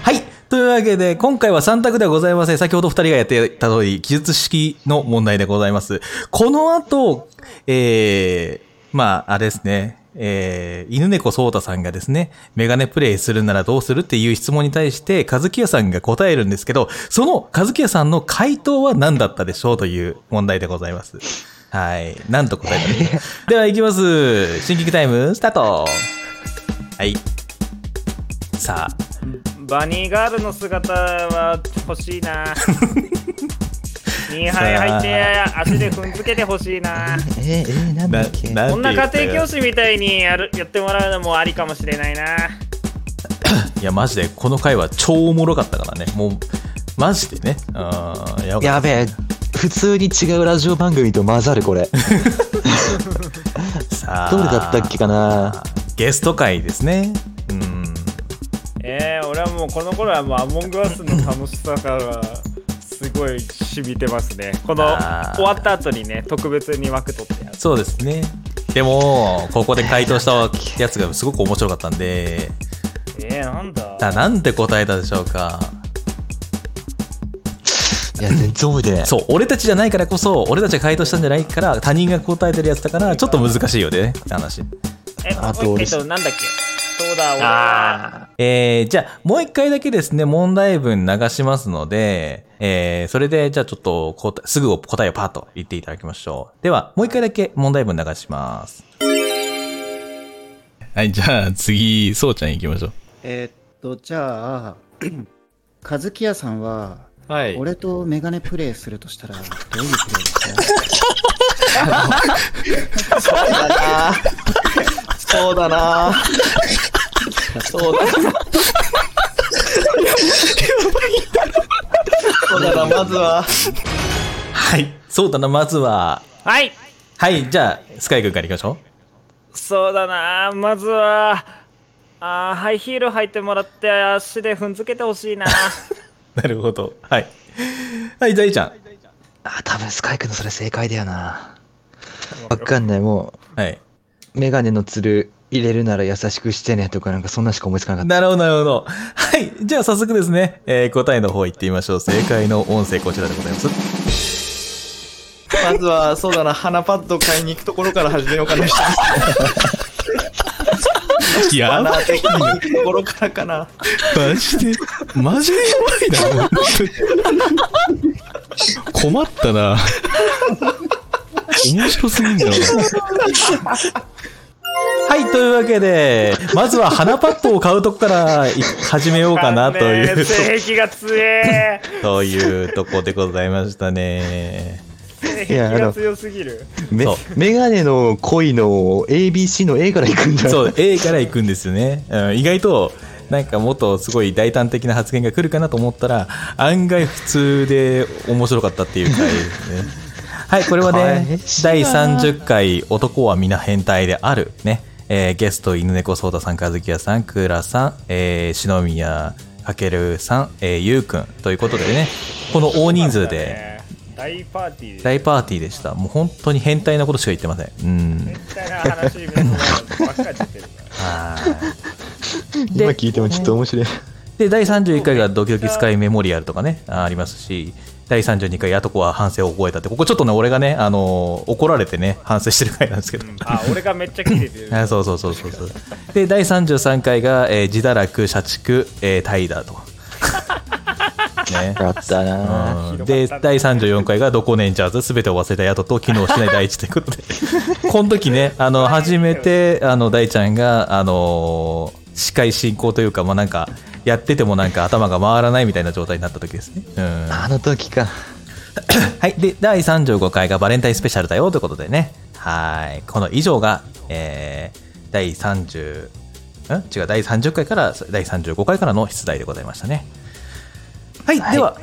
[SPEAKER 3] はい。というわけで、今回は3択ではございません。先ほど2人がやっていた通り、記述式の問題でございます。この後、えー、まあ、あれですね。えー、犬猫そうたさんがですね、メガネプレイするならどうするっていう質問に対して、和樹屋さんが答えるんですけど、その和樹屋さんの回答は何だったでしょうという問題でございます。はい。なんと答えたでしょうでは行きます。新劇タイム、スタートはい。さあ、
[SPEAKER 4] バニーガールの姿は欲しいなニーハイ履いて足で踏んづけてほしいな
[SPEAKER 5] えー、えー、なんだっけ
[SPEAKER 3] な
[SPEAKER 4] こんな
[SPEAKER 3] なんて
[SPEAKER 4] 家
[SPEAKER 3] 言
[SPEAKER 4] 庭
[SPEAKER 3] ったよ
[SPEAKER 4] 教師みたいにやるやってもらうのもありかもしれないない
[SPEAKER 3] や、マジで、この回は超おもろかったからね。もう、マジでね。うん、やば
[SPEAKER 5] やべえ、普通に違うラジオ番組と混ざる、これ。
[SPEAKER 3] さあ
[SPEAKER 5] どれだったっけかな
[SPEAKER 3] ゲスト回ですね。うん。
[SPEAKER 4] えー、俺はもうこの頃はもうアモングアスの楽しさがすごい染みてますねこの
[SPEAKER 3] あー
[SPEAKER 4] 終わった後にね特別に枠取ってやる
[SPEAKER 3] そうですね。でも、ここで回答したやつがすごく面白かったんで、
[SPEAKER 4] えー、なんだ
[SPEAKER 3] さあ、なんて答えたでしょうか。
[SPEAKER 5] いや、全然覚えてない。
[SPEAKER 3] そう、俺たちじゃないからこそ、俺たちが回答したんじゃないから、他人が答えてるやつだから、ちょっと難しいよね、って話。
[SPEAKER 4] え
[SPEAKER 5] あと
[SPEAKER 4] もう
[SPEAKER 5] 俺
[SPEAKER 4] 一回となんだっけそうだ俺は
[SPEAKER 3] えー、じゃあ、もう一回だけですね、問題文流しますので、えー、それで、じゃあちょっと答え、すぐ答えをパッと言っていただきましょう。では、もう一回だけ問題文流します。はい、じゃあ次、そうちゃん行きましょ
[SPEAKER 10] えーっと、じゃあ、 和樹屋さんは、
[SPEAKER 3] う。はい
[SPEAKER 10] 俺とメガネプレイするとしたら、どういうプレイですか
[SPEAKER 7] そうだなそうだなそうだなそうだなまずは
[SPEAKER 3] はい。そうだな、まずは。
[SPEAKER 4] はい
[SPEAKER 3] はい、じゃあ、スカイ君から行きましょ
[SPEAKER 4] そうだなまずはあーハイヒール履いてもらって足で踏んづけてほしいな
[SPEAKER 3] う。なるほど。はい。はい、ザイちゃん。
[SPEAKER 5] あ、多分スカイ君のそれ正解だよな。わかんない、も
[SPEAKER 3] はい。
[SPEAKER 5] う、メガネのつる入れるなら優しくしてねとか、なんかそんなしか思いつかなかった。
[SPEAKER 3] なるほど、なるほど。はい。じゃあ、早速ですね、えー答えの方行ってみましょう。正解の音声、こちらでございます。
[SPEAKER 7] まずはそうだな鼻パッド買いに行くところから始めようかな
[SPEAKER 3] や
[SPEAKER 7] 鼻的に行くところからかな
[SPEAKER 3] マジで、マジでやばいな、困ったな。面白すぎんだはい、というわけで、まずは鼻パッドを買うとこからい始めようかなというと、
[SPEAKER 4] 性癖が強 え
[SPEAKER 3] というとこでございましたね。
[SPEAKER 4] 性
[SPEAKER 5] いや
[SPEAKER 4] 癖が
[SPEAKER 5] あの
[SPEAKER 4] 強すぎる
[SPEAKER 5] め
[SPEAKER 3] そう
[SPEAKER 5] メガネの恋の ABC の A から行くんだ。
[SPEAKER 3] そう、A から行くんですよね。うん、意外と、なんかもっとすごい大胆的な発言が来るかなと思ったら、案外普通で面白かったっていう回ですね。 はい、これはね
[SPEAKER 5] 返し、な
[SPEAKER 3] 第30回男は皆変態であるね。えーゲスト、犬猫ソーダさん、和樹屋さん、クーラさん、えー、篠宮かけるさん、えー、ゆうくんということでね、この大人数で
[SPEAKER 4] ね大パーティーで
[SPEAKER 3] 大パーティーでした。もう本当に変態なことしか言ってません。うん。
[SPEAKER 4] みたいな話みたいなのばっかり出てるから
[SPEAKER 3] はい。
[SPEAKER 5] 今聞いてもちょっと面白い。
[SPEAKER 3] で第31回がドキドキスカイメモリアルとかねあありますし第32回やとこは反省を覚えたってここちょっとね俺がね、あのー怒られてね反省してる回なんですけど、
[SPEAKER 4] あ俺がめっちゃ切れてる
[SPEAKER 3] あそうそうそうそうそうで第33回が、えー自堕落社畜、えー、怠 惰とね
[SPEAKER 5] あったな
[SPEAKER 3] うんで第34回が「どこネンジャーズすべてを忘れた宿と機能しない第一」ということで この時ねあの初めてあの大ちゃんがあのー司会進行というか、まあ、なんかやっててもなんか頭が回らないみたいな状態になった時ですね。うん
[SPEAKER 5] あの時か。
[SPEAKER 3] はい。で、第35回がバレンタインスペシャルだよということでね。はい。この以上が、えー、第30、ん違う、第30回から第35回からの出題でございましたね。はい。では、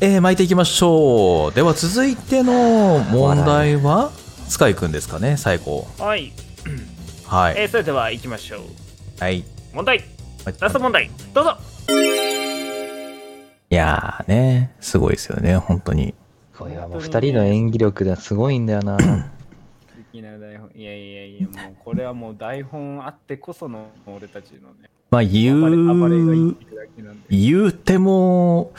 [SPEAKER 3] えー巻いていきましょうでは続いての問題はスカイくんですかね最後
[SPEAKER 4] はい、
[SPEAKER 3] は
[SPEAKER 4] え
[SPEAKER 3] い
[SPEAKER 4] ー、それでは行きましょう
[SPEAKER 3] はい
[SPEAKER 4] 問題ラスト問題どうぞ
[SPEAKER 3] いやーねすごいですよね本当に
[SPEAKER 5] これはもう二人の演技力がすごいんだよな。
[SPEAKER 11] きな台本いやいやいやもうこれはもう台本あってこその俺たちのね
[SPEAKER 1] まあ言う、
[SPEAKER 3] 言うても、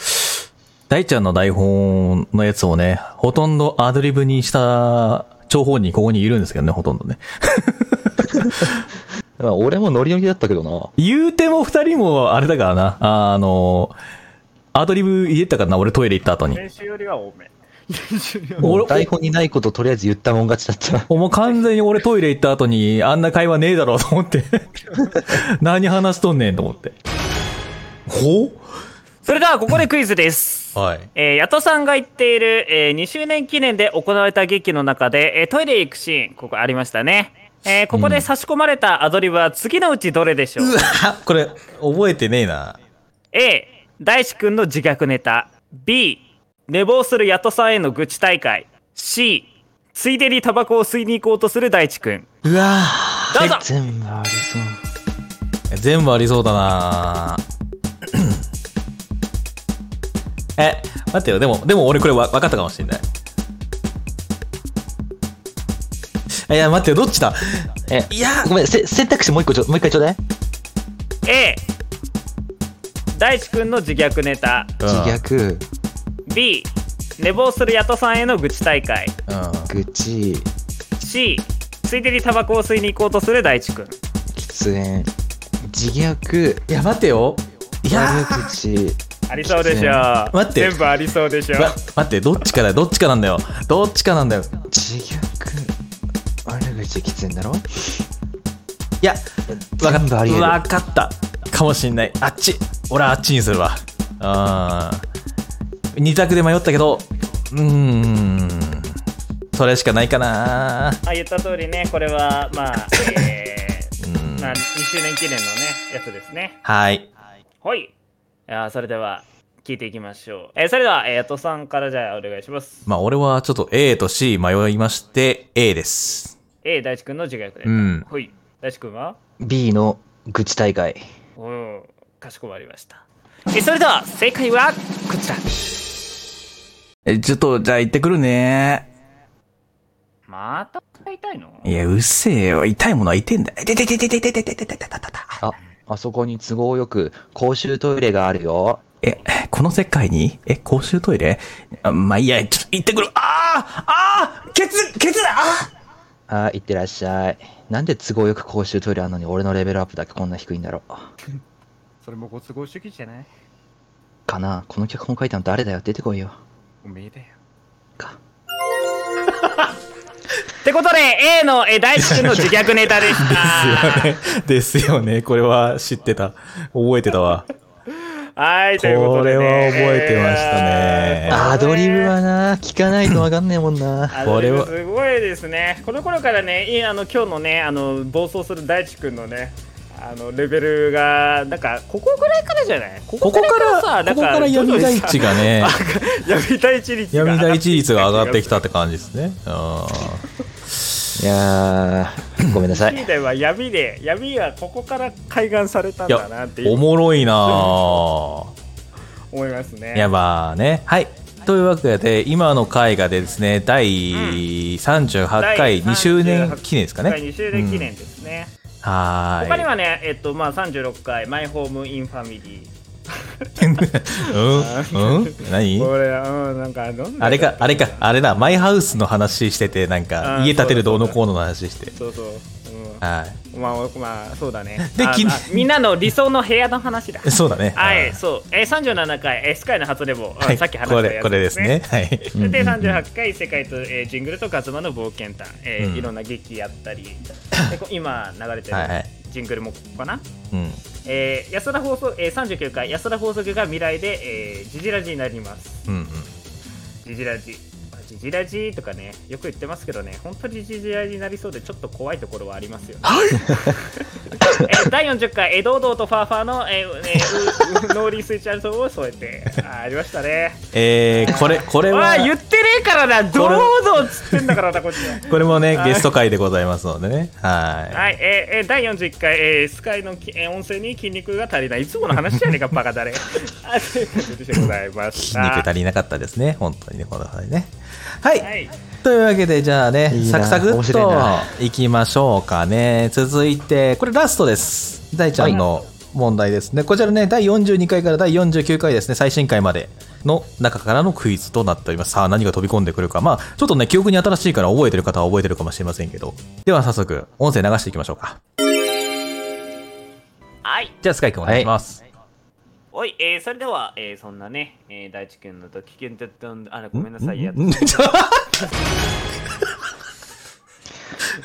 [SPEAKER 3] 大ちゃんの台本のやつをね、ほとんどアドリブにした張本人ここにいるんですけどね、ほとんどね。
[SPEAKER 5] 俺もノリノリだったけどな。
[SPEAKER 3] 言うても二人もあれだからな、あの、アドリブ入れたからな、俺トイレ行った後に。
[SPEAKER 4] 練習よりは多め
[SPEAKER 5] もう台本にないこととりあえず言ったもん勝ちだった。
[SPEAKER 3] もう完全に俺トイレ行った後に、あんな会話ねえだろうと思って。 何話しとんねんと思って。ほ
[SPEAKER 4] それではここでクイズです
[SPEAKER 3] はい。
[SPEAKER 4] えー、ヤトさんが言っている、え2周年記念で行われた劇の中で、えートイレへ行くシーンここありましたね、えーここで差し込まれたアドリブは次のうちどれでしょう、
[SPEAKER 3] これ、覚えてねえな。
[SPEAKER 4] A 大志くんの自虐ネタ B 寝坊するヤトさんへの愚痴大会 C ついでにタバコを吸いに行こうとする大地くん
[SPEAKER 5] うわ
[SPEAKER 4] どうぞ
[SPEAKER 5] 全部ありそう。
[SPEAKER 3] 全部ありそうだなえ、待ってよ。でも、でも俺これわ分かったかもしれない。いや、待ってよ。どっちだ
[SPEAKER 5] え、
[SPEAKER 3] いや
[SPEAKER 5] ごめん、せ選択肢もう一個ちょ、もう一回ちょうだい。
[SPEAKER 4] A 大地くんの自虐ネタ
[SPEAKER 5] 自虐、
[SPEAKER 4] B 寝坊するヤトさんへの愚痴大会
[SPEAKER 5] 愚痴、
[SPEAKER 4] C ついでにタバコを吸いに行こうとする大地くん
[SPEAKER 5] 喫煙、自虐、
[SPEAKER 3] いや、待てよ。いや
[SPEAKER 5] 悪口。
[SPEAKER 4] ありそうでしょ
[SPEAKER 3] ね待って
[SPEAKER 4] 全部ありそうでしょ
[SPEAKER 3] わ待って、どっちかだよ。どっちかなんだよ。どっちかなんだよ。
[SPEAKER 5] 自虐、悪口、喫煙だろ
[SPEAKER 3] いや、わかっ
[SPEAKER 5] 全部あり得る
[SPEAKER 3] わかった。かもしんない。あっち。俺はあっちにするわ。あー二択で迷ったけど、うーん。それしかないかな
[SPEAKER 4] あ言った通りねこれはまあ、えーまあ、2周年記念のねやつですね
[SPEAKER 3] はい。
[SPEAKER 4] はい。いやーそれでは、聞いていきましょう。えーそれでは、えー、ヤトさんからじゃあお願いします。
[SPEAKER 3] まあ、俺はちょっと A と C 迷いまして、A です。
[SPEAKER 4] えー、大地くんの自虐で。
[SPEAKER 3] うん
[SPEAKER 4] ほい。大地くんは
[SPEAKER 5] B の愚痴大会。
[SPEAKER 4] うん。かしこまりました。えーそれでは、正解は、こちら。
[SPEAKER 1] え、ちょっと、じゃあ行ってくるね。
[SPEAKER 4] また買いたいの
[SPEAKER 1] いや、うっせえよ。痛いものは痛えんだ。痛い痛い痛い痛い痛い痛い痛い痛い痛い痛い
[SPEAKER 5] あ、あそこに都合よく公衆トイレがあるよ。
[SPEAKER 1] え、この世界にえ、公衆トイレあまあ、いいや、ちょっと行ってくる。ああああケツ、ケツだあ
[SPEAKER 5] あー、いってらっしゃい。なんで都合よく公衆トイレあんのに俺のレベルアップだけこんな低いんだろう。
[SPEAKER 11] それもご都合主義じゃない
[SPEAKER 5] かなこの脚本書いたの誰だよ出てこいよ。
[SPEAKER 11] おめえだよ
[SPEAKER 4] ってことで、A の、えー、大地くんの自虐ネタでした。
[SPEAKER 3] ですよね。 これは知ってた。覚えてたわ。
[SPEAKER 4] はい、と
[SPEAKER 3] こ
[SPEAKER 4] い
[SPEAKER 3] れ
[SPEAKER 4] うこ
[SPEAKER 3] は
[SPEAKER 4] とで、
[SPEAKER 3] 覚
[SPEAKER 4] ね。
[SPEAKER 3] えてましたね。
[SPEAKER 5] アドリブはな、聞かないとわかんねえもんな。
[SPEAKER 4] あ
[SPEAKER 3] これは
[SPEAKER 4] すごいですね。この頃からね、いいあの今日のね、あの暴走する大地くんのね、あのレベルがなんかここぐらいからじゃない？こ
[SPEAKER 3] ここから、ここから闇大地が。ね、
[SPEAKER 4] ぐらいさ闇大地率が
[SPEAKER 3] 闇大地率が上がってきたって感じですね。うん
[SPEAKER 5] いやー、ごめんなさい。
[SPEAKER 4] 現代は闇で闇はここから開眼されたん
[SPEAKER 3] い
[SPEAKER 4] だ
[SPEAKER 3] や
[SPEAKER 4] なってい
[SPEAKER 3] お
[SPEAKER 4] う
[SPEAKER 3] もろいなぁ
[SPEAKER 4] 思います ね。
[SPEAKER 3] やばーねはいというわけで今の回がですね第38
[SPEAKER 4] 第
[SPEAKER 3] 回
[SPEAKER 4] 38
[SPEAKER 3] 2周年記念ですかね
[SPEAKER 4] 第2周年記念ですね。
[SPEAKER 3] は
[SPEAKER 4] 他に
[SPEAKER 3] ーい
[SPEAKER 4] はね、えっとまあ36回マイホームインファミリ
[SPEAKER 3] うんうん
[SPEAKER 4] ー。
[SPEAKER 3] 何
[SPEAKER 4] これうんなんかどんな
[SPEAKER 3] あれかあれかあれだマイハウスの話しててなん
[SPEAKER 4] う
[SPEAKER 3] か
[SPEAKER 4] ん
[SPEAKER 3] 家建てるどうのこうのの話して
[SPEAKER 4] そうそう。うん
[SPEAKER 3] は
[SPEAKER 4] まあ、まあ、そうだね。
[SPEAKER 3] で
[SPEAKER 4] あ
[SPEAKER 3] きん
[SPEAKER 4] あみんなの理想の部屋の話だ
[SPEAKER 3] い。 そうだね
[SPEAKER 4] はい、そう。えー、37回、えースカイの初レボ、
[SPEAKER 3] は
[SPEAKER 4] うん
[SPEAKER 3] い
[SPEAKER 4] さっき話し
[SPEAKER 3] こ
[SPEAKER 4] たや
[SPEAKER 3] れ
[SPEAKER 4] つ
[SPEAKER 3] これですね。はい
[SPEAKER 4] でで38回、世界と、えージングルとカズマの冒険探、えー
[SPEAKER 3] うん
[SPEAKER 4] いろんな劇やった り、でこ今流れてる
[SPEAKER 3] はいはい
[SPEAKER 4] ジングルもここかな。
[SPEAKER 3] うん
[SPEAKER 4] えー、安田放送、えー、39回、安田放送局が未来で、えー、ジジラジになります。
[SPEAKER 3] うんうん
[SPEAKER 4] ジジラジ。ジジラジとかね、よく言ってますけどね、本当にジジラジになりそうで、ちょっと怖いところはありますよね。えー第40回、エドウドウとファーファーの、えーえーうう農林水産省を添えて、あーありましたね。
[SPEAKER 3] えー、これ、これ
[SPEAKER 4] わ
[SPEAKER 3] は
[SPEAKER 4] あ、、言ってねえからな、どうぞっつってんだからな、こっちは。
[SPEAKER 3] これもね
[SPEAKER 4] は、い
[SPEAKER 3] ゲスト会でございますのでね。は
[SPEAKER 4] はい、えーえー第41回、えースカイのき、えー音声に筋肉が足りない。いつもの話じゃねえか、バカだれ。あということでございま
[SPEAKER 3] い。
[SPEAKER 4] し
[SPEAKER 3] 筋
[SPEAKER 4] た。
[SPEAKER 3] 肉足りなかったですね、本当にね、この話ね。はい。
[SPEAKER 4] はい
[SPEAKER 3] というわけで、じゃあね、
[SPEAKER 4] いいな
[SPEAKER 3] サクサク
[SPEAKER 4] 面
[SPEAKER 3] っ
[SPEAKER 4] 白い
[SPEAKER 3] と
[SPEAKER 4] ない
[SPEAKER 3] きましょうかね。続いて、これラストです。大ちゃんの問題ですね。こちらね、第42回から第49回ですね、最新回までの中からのクイズとなっております。さあ、何が飛び込んでくるか。まあ、ちょっとね、記憶に新しいから覚えてる方は覚えてるかもしれませんけど。では、早速、音声流していきましょうか。
[SPEAKER 4] はい。
[SPEAKER 3] じゃあ、スカイ君お願いします。
[SPEAKER 4] おい、えー、それでは、えー、そんなね、えー、大地君のと危険だったんで、あら、ごめんなさい、やっ
[SPEAKER 3] んんんちょ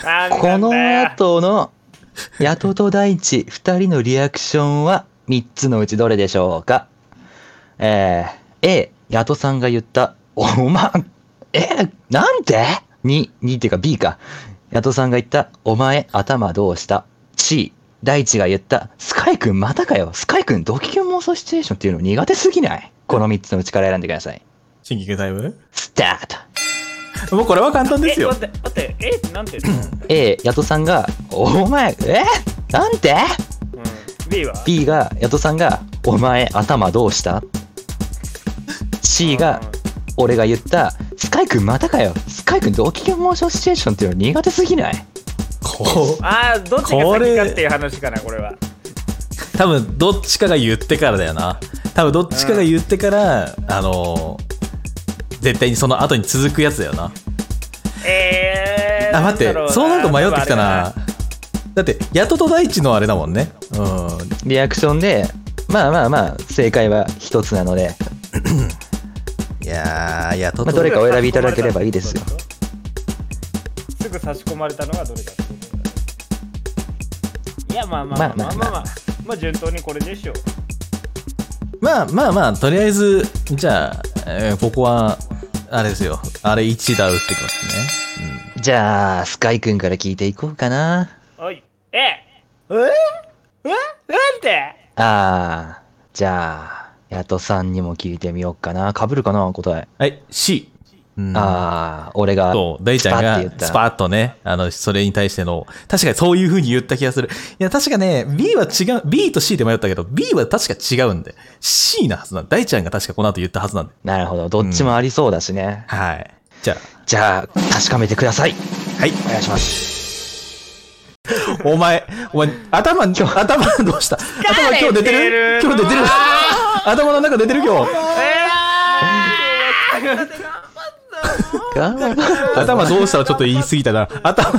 [SPEAKER 4] あー
[SPEAKER 5] この後の、ヤトと大地二人のリアクションは三つのうちどれでしょうかえー、A、ヤトさんが言った、おま、えー、なんて ?2、2っていうか B か。ヤトさんが言った、お前頭どうした ?C、大地が言った、スカイくんまたかよ。スカイくんドキュン妄想シチュエーションっていうの苦手すぎないこの三つのうちから選んでください。
[SPEAKER 3] 新規タイム
[SPEAKER 5] スタート
[SPEAKER 3] もうこれは簡単ですよ。
[SPEAKER 4] え、待って、待って、え、なんて言うの
[SPEAKER 5] A、ヤトさんが、お前、えなんて
[SPEAKER 4] ?B は
[SPEAKER 5] ?B が、ヤトさんが、お前、頭どうした ?C が、俺が言った、スカイくんまたかよ。スカイくん同期モーションシチュエーションっていうの苦手すぎない
[SPEAKER 3] こ
[SPEAKER 4] あー、どっちが
[SPEAKER 3] これ
[SPEAKER 4] 先かっていう話かな、これは。
[SPEAKER 3] う、多分、どっちかが言ってからだよな。多分、どっちかが言ってから、あのー絶対にその後に続くやつだよな。
[SPEAKER 4] えー、
[SPEAKER 3] あ、待っ
[SPEAKER 4] なんだろう
[SPEAKER 3] て、そうなると迷ってきた。
[SPEAKER 4] まああれ
[SPEAKER 3] な。だって、ヤトと大地のあれだもんね。うん。
[SPEAKER 5] リアクションで、まあまあまあ、正解は一つなので、
[SPEAKER 3] いやー、ヤト
[SPEAKER 5] ま
[SPEAKER 3] と
[SPEAKER 5] あ、どれかお選びいただければいいですよ。
[SPEAKER 4] すぐ差し込まれたのがどれかってこといや、まあまあまあま
[SPEAKER 3] ま
[SPEAKER 4] あ
[SPEAKER 3] あ
[SPEAKER 4] ま
[SPEAKER 3] ま
[SPEAKER 4] あまあ、まあ順当にこれでしょう。
[SPEAKER 3] まあまあまあ、とりあえず、じゃあ、えーここは、あれですよ。あれ1打打ってきますね。
[SPEAKER 5] じゃあ、スカイくんから聞いていこうかな。
[SPEAKER 4] おい、えええなんて
[SPEAKER 5] あー、じゃあ、ヤトさんにも聞いてみようかな。被るかな答え。
[SPEAKER 3] はい、C。
[SPEAKER 5] あー、俺が、
[SPEAKER 3] そう、大ちゃん
[SPEAKER 5] スパッて言っ
[SPEAKER 3] が
[SPEAKER 5] た
[SPEAKER 3] スパッとね、あの、それに対しての、確かにそういう風に言った気がする。いや、確かね、B は違う、B と C で迷ったけど、B は確か違うんで、C なはずなんで、大ちゃんが確かこの後言ったはずなんで。
[SPEAKER 5] なるほど、どっちもありそうだしね。
[SPEAKER 3] はい。じゃあ、
[SPEAKER 5] じゃあ、確かめてください。
[SPEAKER 3] はい。
[SPEAKER 5] お願いします。
[SPEAKER 3] お前、お前、頭、今日、頭どうした頭今日出てる今日出てる頭の中出てる今日。頭どうしたらちょっと言い過ぎたな。 頭、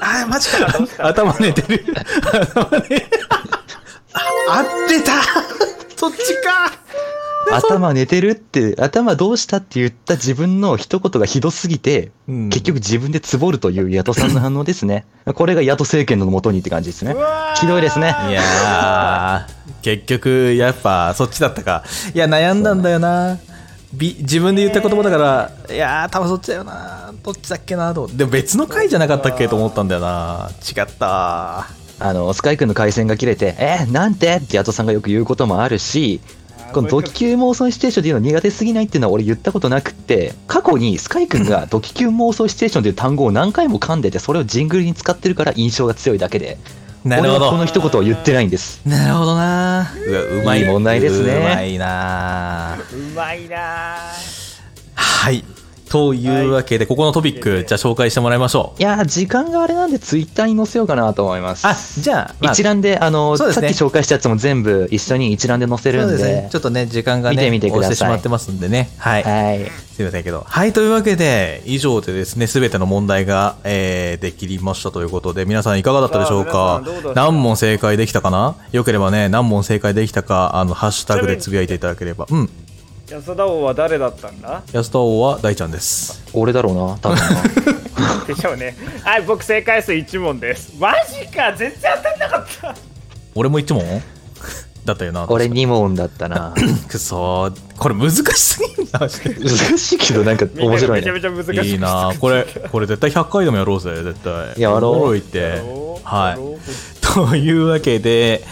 [SPEAKER 3] あ、マジか。頭寝てる。頭ね。あ、合ってたそっちか
[SPEAKER 5] 頭寝てるって、頭どうしたって言った自分の一言がひどすぎて、結局自分でつぼるという野党さんの反応ですね。これが野党政権のもとにって感じですね。ひどいですね。
[SPEAKER 3] いやー、結局、やっぱ、そっちだったか。いや、悩んだんだよな。び自分で言った言葉だから、いやー、多分そっちだよな。どっちだっけなと思って。でも別の回じゃなかったっけと思ったんだよな。違った。
[SPEAKER 5] あの、スカイ君の回線が切れて、えー、なんてって野党さんがよく言うこともあるし、このドキキュン妄想シチュエーションっていうの苦手すぎないっていうのは俺言ったことなくって、過去にスカイ君がドキキュン妄想シチュエーションっていう単語を何回も噛んでて、それをジングルに使ってるから印象が強いだけで、
[SPEAKER 3] なるほど
[SPEAKER 5] 俺はこの一言を言ってないんです。
[SPEAKER 3] なるほどな。うわ、うまい。
[SPEAKER 5] いい問題ですね
[SPEAKER 3] うまいな。
[SPEAKER 4] うまいな
[SPEAKER 3] はい。というわけで、ここのトピック、じゃあ紹介してもらいましょ
[SPEAKER 5] いやー、時間があれなんでツイッターに載せようかなと思います。あ、
[SPEAKER 3] じゃあまあ
[SPEAKER 5] 一覧で、あの、
[SPEAKER 3] そうです
[SPEAKER 5] さっ
[SPEAKER 3] ね
[SPEAKER 5] き紹介したやつも全部一緒に一覧で載せ
[SPEAKER 3] う。
[SPEAKER 5] るんで、
[SPEAKER 3] ちょっとね、時間がね、
[SPEAKER 5] 見てみてください
[SPEAKER 3] 押してしまってますんでね。はい。すいませんけど。はい、というわけで、以上でですね、すべての問題が、えー、できましたということで、皆さんいかがだったでしょう
[SPEAKER 12] さあ皆さ
[SPEAKER 3] か
[SPEAKER 12] んどうだった
[SPEAKER 3] 何問正解できたかなよければね、何問正解できたか、あの、ハッシュタグでつぶやいていただければ。うん。
[SPEAKER 4] 安田王は誰だったんだ
[SPEAKER 3] 安田王は大ちゃんです。
[SPEAKER 5] 俺だろうな、多 分。
[SPEAKER 4] でしょうね。 はい、僕正解数1問です。マジか全然当たんなかった
[SPEAKER 3] 俺も一問だったよな。
[SPEAKER 5] 俺2問だった な。
[SPEAKER 3] くそーこれ難しすぎんな。難
[SPEAKER 5] しいけど、なんか面白い ね。
[SPEAKER 3] いいなこれ、これ絶対100回でもやろうぜ、絶対。
[SPEAKER 5] やろう
[SPEAKER 3] おもろいって。はい。というわけで、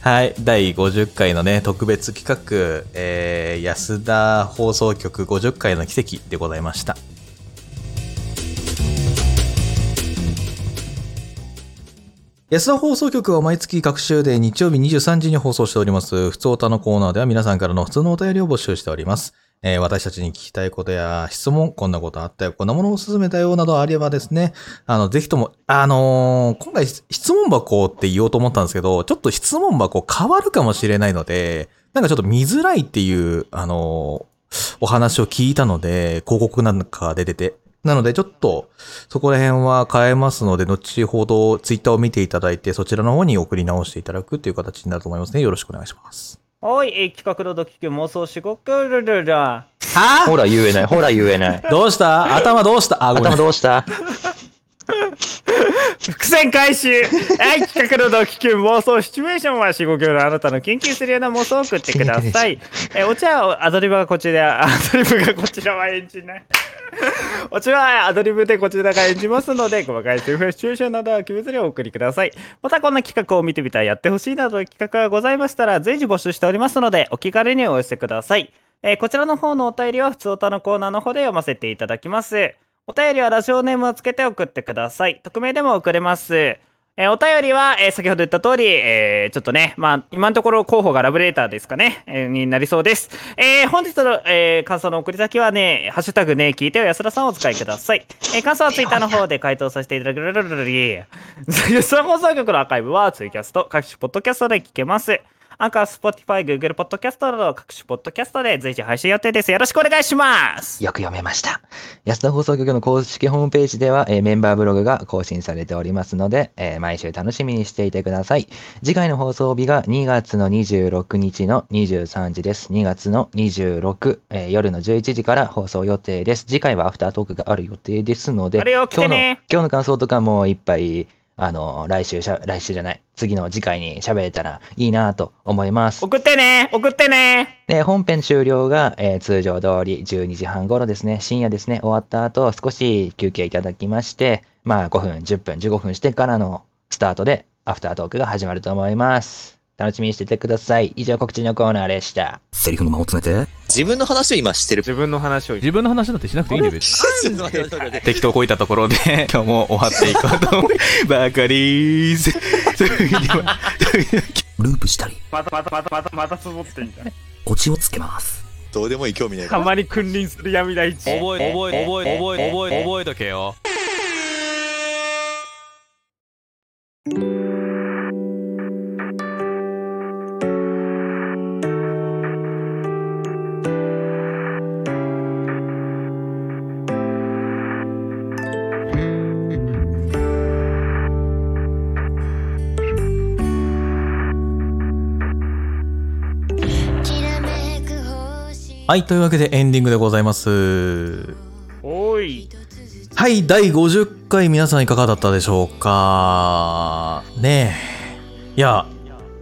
[SPEAKER 3] はい、第50回のね、特別企画、えー、安田放送局50回の奇跡でございました。安田放送局は毎月各週で日曜日23時に放送しております、普通おたのコーナーでは皆さんからの普通のお便りを募集しております。えー私たちに聞きたいことや質問、こんなことあったよ、こんなものを勧めたよ、などあればですね、あの、ぜひとも、あのー今回質問箱って言おうと思ったんですけど、ちょっと質問箱変わるかもしれないので、なんかちょっと見づらいっていう、あのーお話を聞いたので、広告なんかが出てて、なので、ちょっと、そこら辺は変えますので、後ほど、ツイッターを見ていただいて、そちらの方に送り直していただくという形になると思いますね。よろしくお願いします。
[SPEAKER 4] おい、えー企画のドキュ妄想しごくるるる。は
[SPEAKER 5] ほら言えない、ほら言えない。
[SPEAKER 3] どうした頭どうしたあ、ごめん
[SPEAKER 5] 頭どうした
[SPEAKER 4] 伏線回収はい、企画のドキュ妄想シチュエーションはしごくるあなたの研究するような妄想を送ってください。えーお茶はアドリブがこちら、アドリブがこちらは演じない。お茶はアドリブでこちらが演じますので、細かいセリフやシチュエーションなどは決めずにお送りください。またこんな企画を見てみたい、やってほしいなどの企画がございましたら、随時募集しておりますので、お気軽にお寄せください。えーこちらの方のお便りは、普通おたのコーナーの方で読ませていただきます。お便りはラジオネームをつけて送ってください。匿名でも送れます。えーお便りは、えー先ほど言った通り、えーちょっとね、まあ、今のところ候補がラブレーターですかね、えーになりそうです。えー本日の、えー感想の送り先はね、ハッシュタグね、聞いてよ安田さんをお使いください。えー感想はツイッターの方で回答させていただく るるるるる安田放送局のアーカイブはツイキャスト、各種ポッドキャストで聞けます。アンカー、スポティファイ、グーグルポッドキャストなど各種ポッドキャストで随時配信予定です。よろしくお願いします。
[SPEAKER 5] よく読めました。安田放送局の公式ホームページでは、えーメンバーブログが更新されておりますので、えー毎週楽しみにしていてください。次回の放送日が2月の26日の23時です。2月の26、えー夜の11時から放送予定です。次回はアフタートークがある予定ですので、
[SPEAKER 4] あれよ来
[SPEAKER 5] 今
[SPEAKER 4] て
[SPEAKER 5] 日の
[SPEAKER 4] ね
[SPEAKER 5] 今日の感想とかもいっぱい、あの、来週しゃ、来週じゃない、次の次回に喋れたらいいなぁと思います。
[SPEAKER 4] 送ってね送ってね
[SPEAKER 5] で、本編終了が、えー通常通り12時半頃ですね、深夜ですね、終わった後、少し休憩いただきまして、まあ5分、10分、15分してからのスタートで、アフタートークが始まると思います。楽しみにしててください。以上、告知のコーナーでした。
[SPEAKER 6] セリフの間を詰めて。
[SPEAKER 9] 自分の話を今してる。
[SPEAKER 11] 自分の話を
[SPEAKER 1] 自分の話だってしなくていいね、別に。
[SPEAKER 3] 適当こいたところで、 今日も終わっていこうと思い、バカリーズ。
[SPEAKER 6] ループしたり、
[SPEAKER 4] またまたまたまたまた積もってんじゃん。
[SPEAKER 6] オチをつけます。
[SPEAKER 7] どうでもいい興味ない
[SPEAKER 4] たまに君臨する闇大地。
[SPEAKER 3] 覚え、覚え、覚え、覚え、覚え、覚えとけよ。はい、というわけでエンディングでございます。
[SPEAKER 4] おい。
[SPEAKER 3] はい、第50回皆さんいかがだったでしょうかねえ。いや、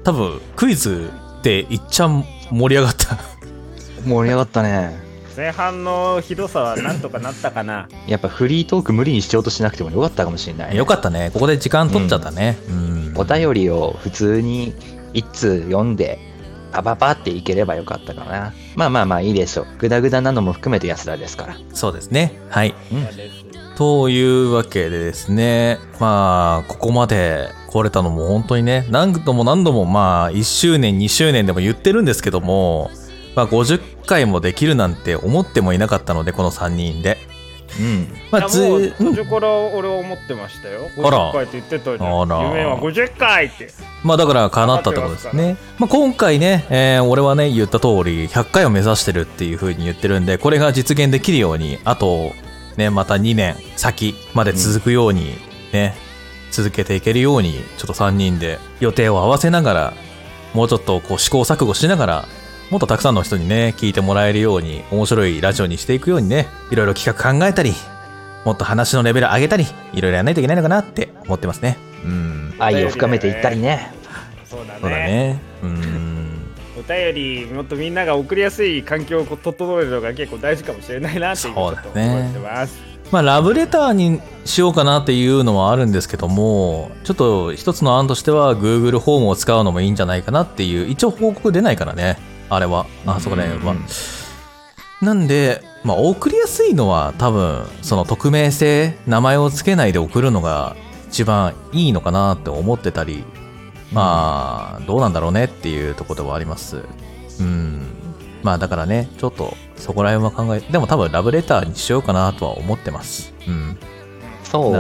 [SPEAKER 3] 多分クイズっていっちゃん盛り上がった。
[SPEAKER 5] 盛り上がったね。
[SPEAKER 4] 前半のひどさはなんとかなったかな。
[SPEAKER 5] やっぱフリートーク無理にしようとしなくてもよかったかもしれない。
[SPEAKER 3] よかったね。ここで時間取っちゃったね。うん。
[SPEAKER 5] お便りを普通に一通読んで、パパパっていければよかったかな。まあまあまあいいでしょう。グダグダなのも含めて安田ですから。
[SPEAKER 3] そうですね。はい。というわけでですね、まあ、ここまで来れたのも本当にね、何度も何度もまあ、1周年、2周年でも言ってるんですけども、まあ、50回もできるなんて思ってもいなかったので、この3人で。
[SPEAKER 5] うん。
[SPEAKER 3] まあ、
[SPEAKER 4] いやもう
[SPEAKER 3] ず、
[SPEAKER 4] 途中から俺は思ってましたよ。
[SPEAKER 3] あ
[SPEAKER 4] 50
[SPEAKER 3] ら
[SPEAKER 4] 回って言ってたじゃん。
[SPEAKER 3] あら
[SPEAKER 4] 夢は50回って。
[SPEAKER 3] まあだから叶ったってことですね。まあ、今回ね、えー俺はね、言った通り、100回を目指してるっていう風に言ってるんで、これが実現できるように、あと、ね、また2年先まで続くように、ね、続けていけるように、ちょっと3人で予定を合わせながら、もうちょっとこう試行錯誤しながら、もっとたくさんの人にね、聞いてもらえるように、面白いラジオにしていくようにね、いろいろ企画考えたり、もっと話のレベル上げたり、いろいろやらないといけないのかなって思ってますね。うん。
[SPEAKER 5] 愛を深めていったりね。
[SPEAKER 4] そうだね。
[SPEAKER 3] そうだね。うーん。
[SPEAKER 4] お便りもっとみんなが送りやすい環境を整えるのが結構大事かもしれないなっていう
[SPEAKER 3] そうだね
[SPEAKER 4] 思ってます。
[SPEAKER 3] まあ、ラブレターにしようかなっていうのはあるんですけども、ちょっと一つの案としては Google ホームを使うのもいいんじゃないかなっていう、一応報告出ないからね、あれは。あそこら辺は。なんで、まあ、送りやすいのは多分、その匿名性、名前をつけないで送るのが一番いいのかなって思ってたり、まあ、どうなんだろうねっていうところではあります。うん。まあ、だからね、ちょっとそこら辺は考え、でも多分ラブレターにしようかなとは思ってます。うん。
[SPEAKER 5] そ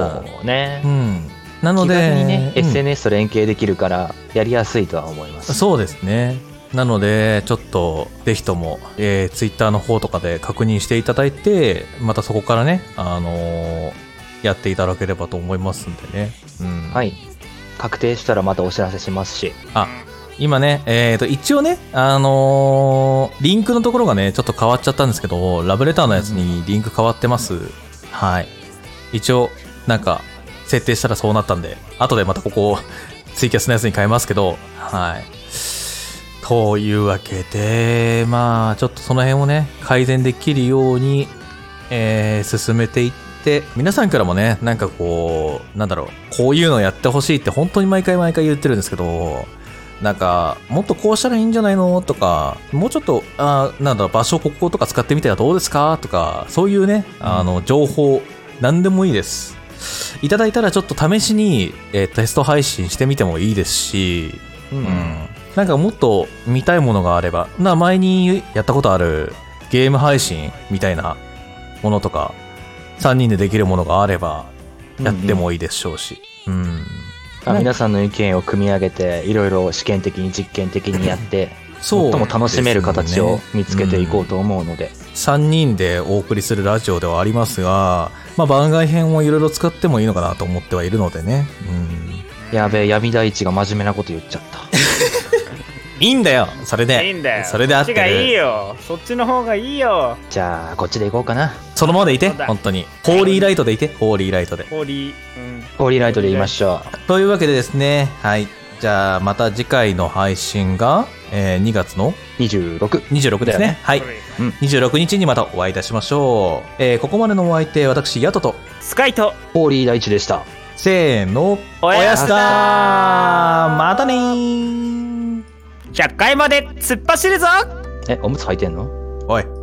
[SPEAKER 5] うね。
[SPEAKER 3] うん。なので
[SPEAKER 5] 気軽にね、
[SPEAKER 3] うん
[SPEAKER 5] SNS と連携できるから、やりやすいとは思います。
[SPEAKER 3] そうですね。なので、ちょっと、ぜひとも、えー、Twitter の方とかで確認していただいて、またそこからね、あのーやっていただければと思いますんでね。うん。
[SPEAKER 5] はい。確定したらまたお知らせしますし。
[SPEAKER 3] あ、今ね、えっ、と、一応ね、あのーリンクのところがね、ちょっと変わっちゃったんですけど、ラブレターのやつにリンク変わってます。はい。一応、なんか、設定したらそうなったんで、後でまたここを ツイキャスのやつに変えますけど、はい。というわけで、まあ、ちょっとその辺をね、改善できるように、えー進めていって、皆さんからもね、なんかこう、なんだろう、こういうのやってほしいって本当に毎回毎回言ってるんですけど、なんか、もっとこうしたらいいんじゃないのとか、もうちょっと、あーなんだろう、場所ここをとか使ってみたらどうですかとか、そういうね、あの、情報、何でもいいです。いただいたらちょっと試しに、えーテスト配信してみてもいいですし、うんなんかもっと見たいものがあれば、な前にやったことあるゲーム配信みたいなものとか、3人でできるものがあれば、やってもいいでしょうし。うん
[SPEAKER 5] あ皆さんの意見を組み上げて、いろいろ試験的に実験的にやって、
[SPEAKER 3] そう
[SPEAKER 5] 最も楽しめる形を
[SPEAKER 3] ですね
[SPEAKER 5] 見つけていこうと思うので。
[SPEAKER 3] 3人でお送りするラジオではありますが、まあ、番外編をいろいろ使ってもいいのかなと思ってはいるのでね、
[SPEAKER 5] やべえ闇大地が真面目なこと言っちゃった
[SPEAKER 3] いいんだよそれで
[SPEAKER 4] いいんだよ。
[SPEAKER 3] それで合ってる
[SPEAKER 4] こっちがいいよ。そっちの方がいいよ。
[SPEAKER 5] じゃあこっちでいこうかな
[SPEAKER 3] そのままでいて
[SPEAKER 4] そうだ
[SPEAKER 3] 本当にホーリーライトでいてホーリーライトで
[SPEAKER 4] ホーリー、うん。
[SPEAKER 5] ホーリーライトで言いましょ
[SPEAKER 3] というわけでですねはいじゃあまた次回の配信が、えー2月の
[SPEAKER 5] 26
[SPEAKER 3] 26ですね
[SPEAKER 5] だよね
[SPEAKER 3] はい、26日にまたお会いいたしましょう、えーここまでのお相手私ヤトと
[SPEAKER 4] スカイと
[SPEAKER 5] うホーリー大地でした
[SPEAKER 3] せーの
[SPEAKER 4] おやすだー
[SPEAKER 3] またねー
[SPEAKER 4] 100回まで突っ走るぞ
[SPEAKER 5] えおむつ履いてんの
[SPEAKER 3] おい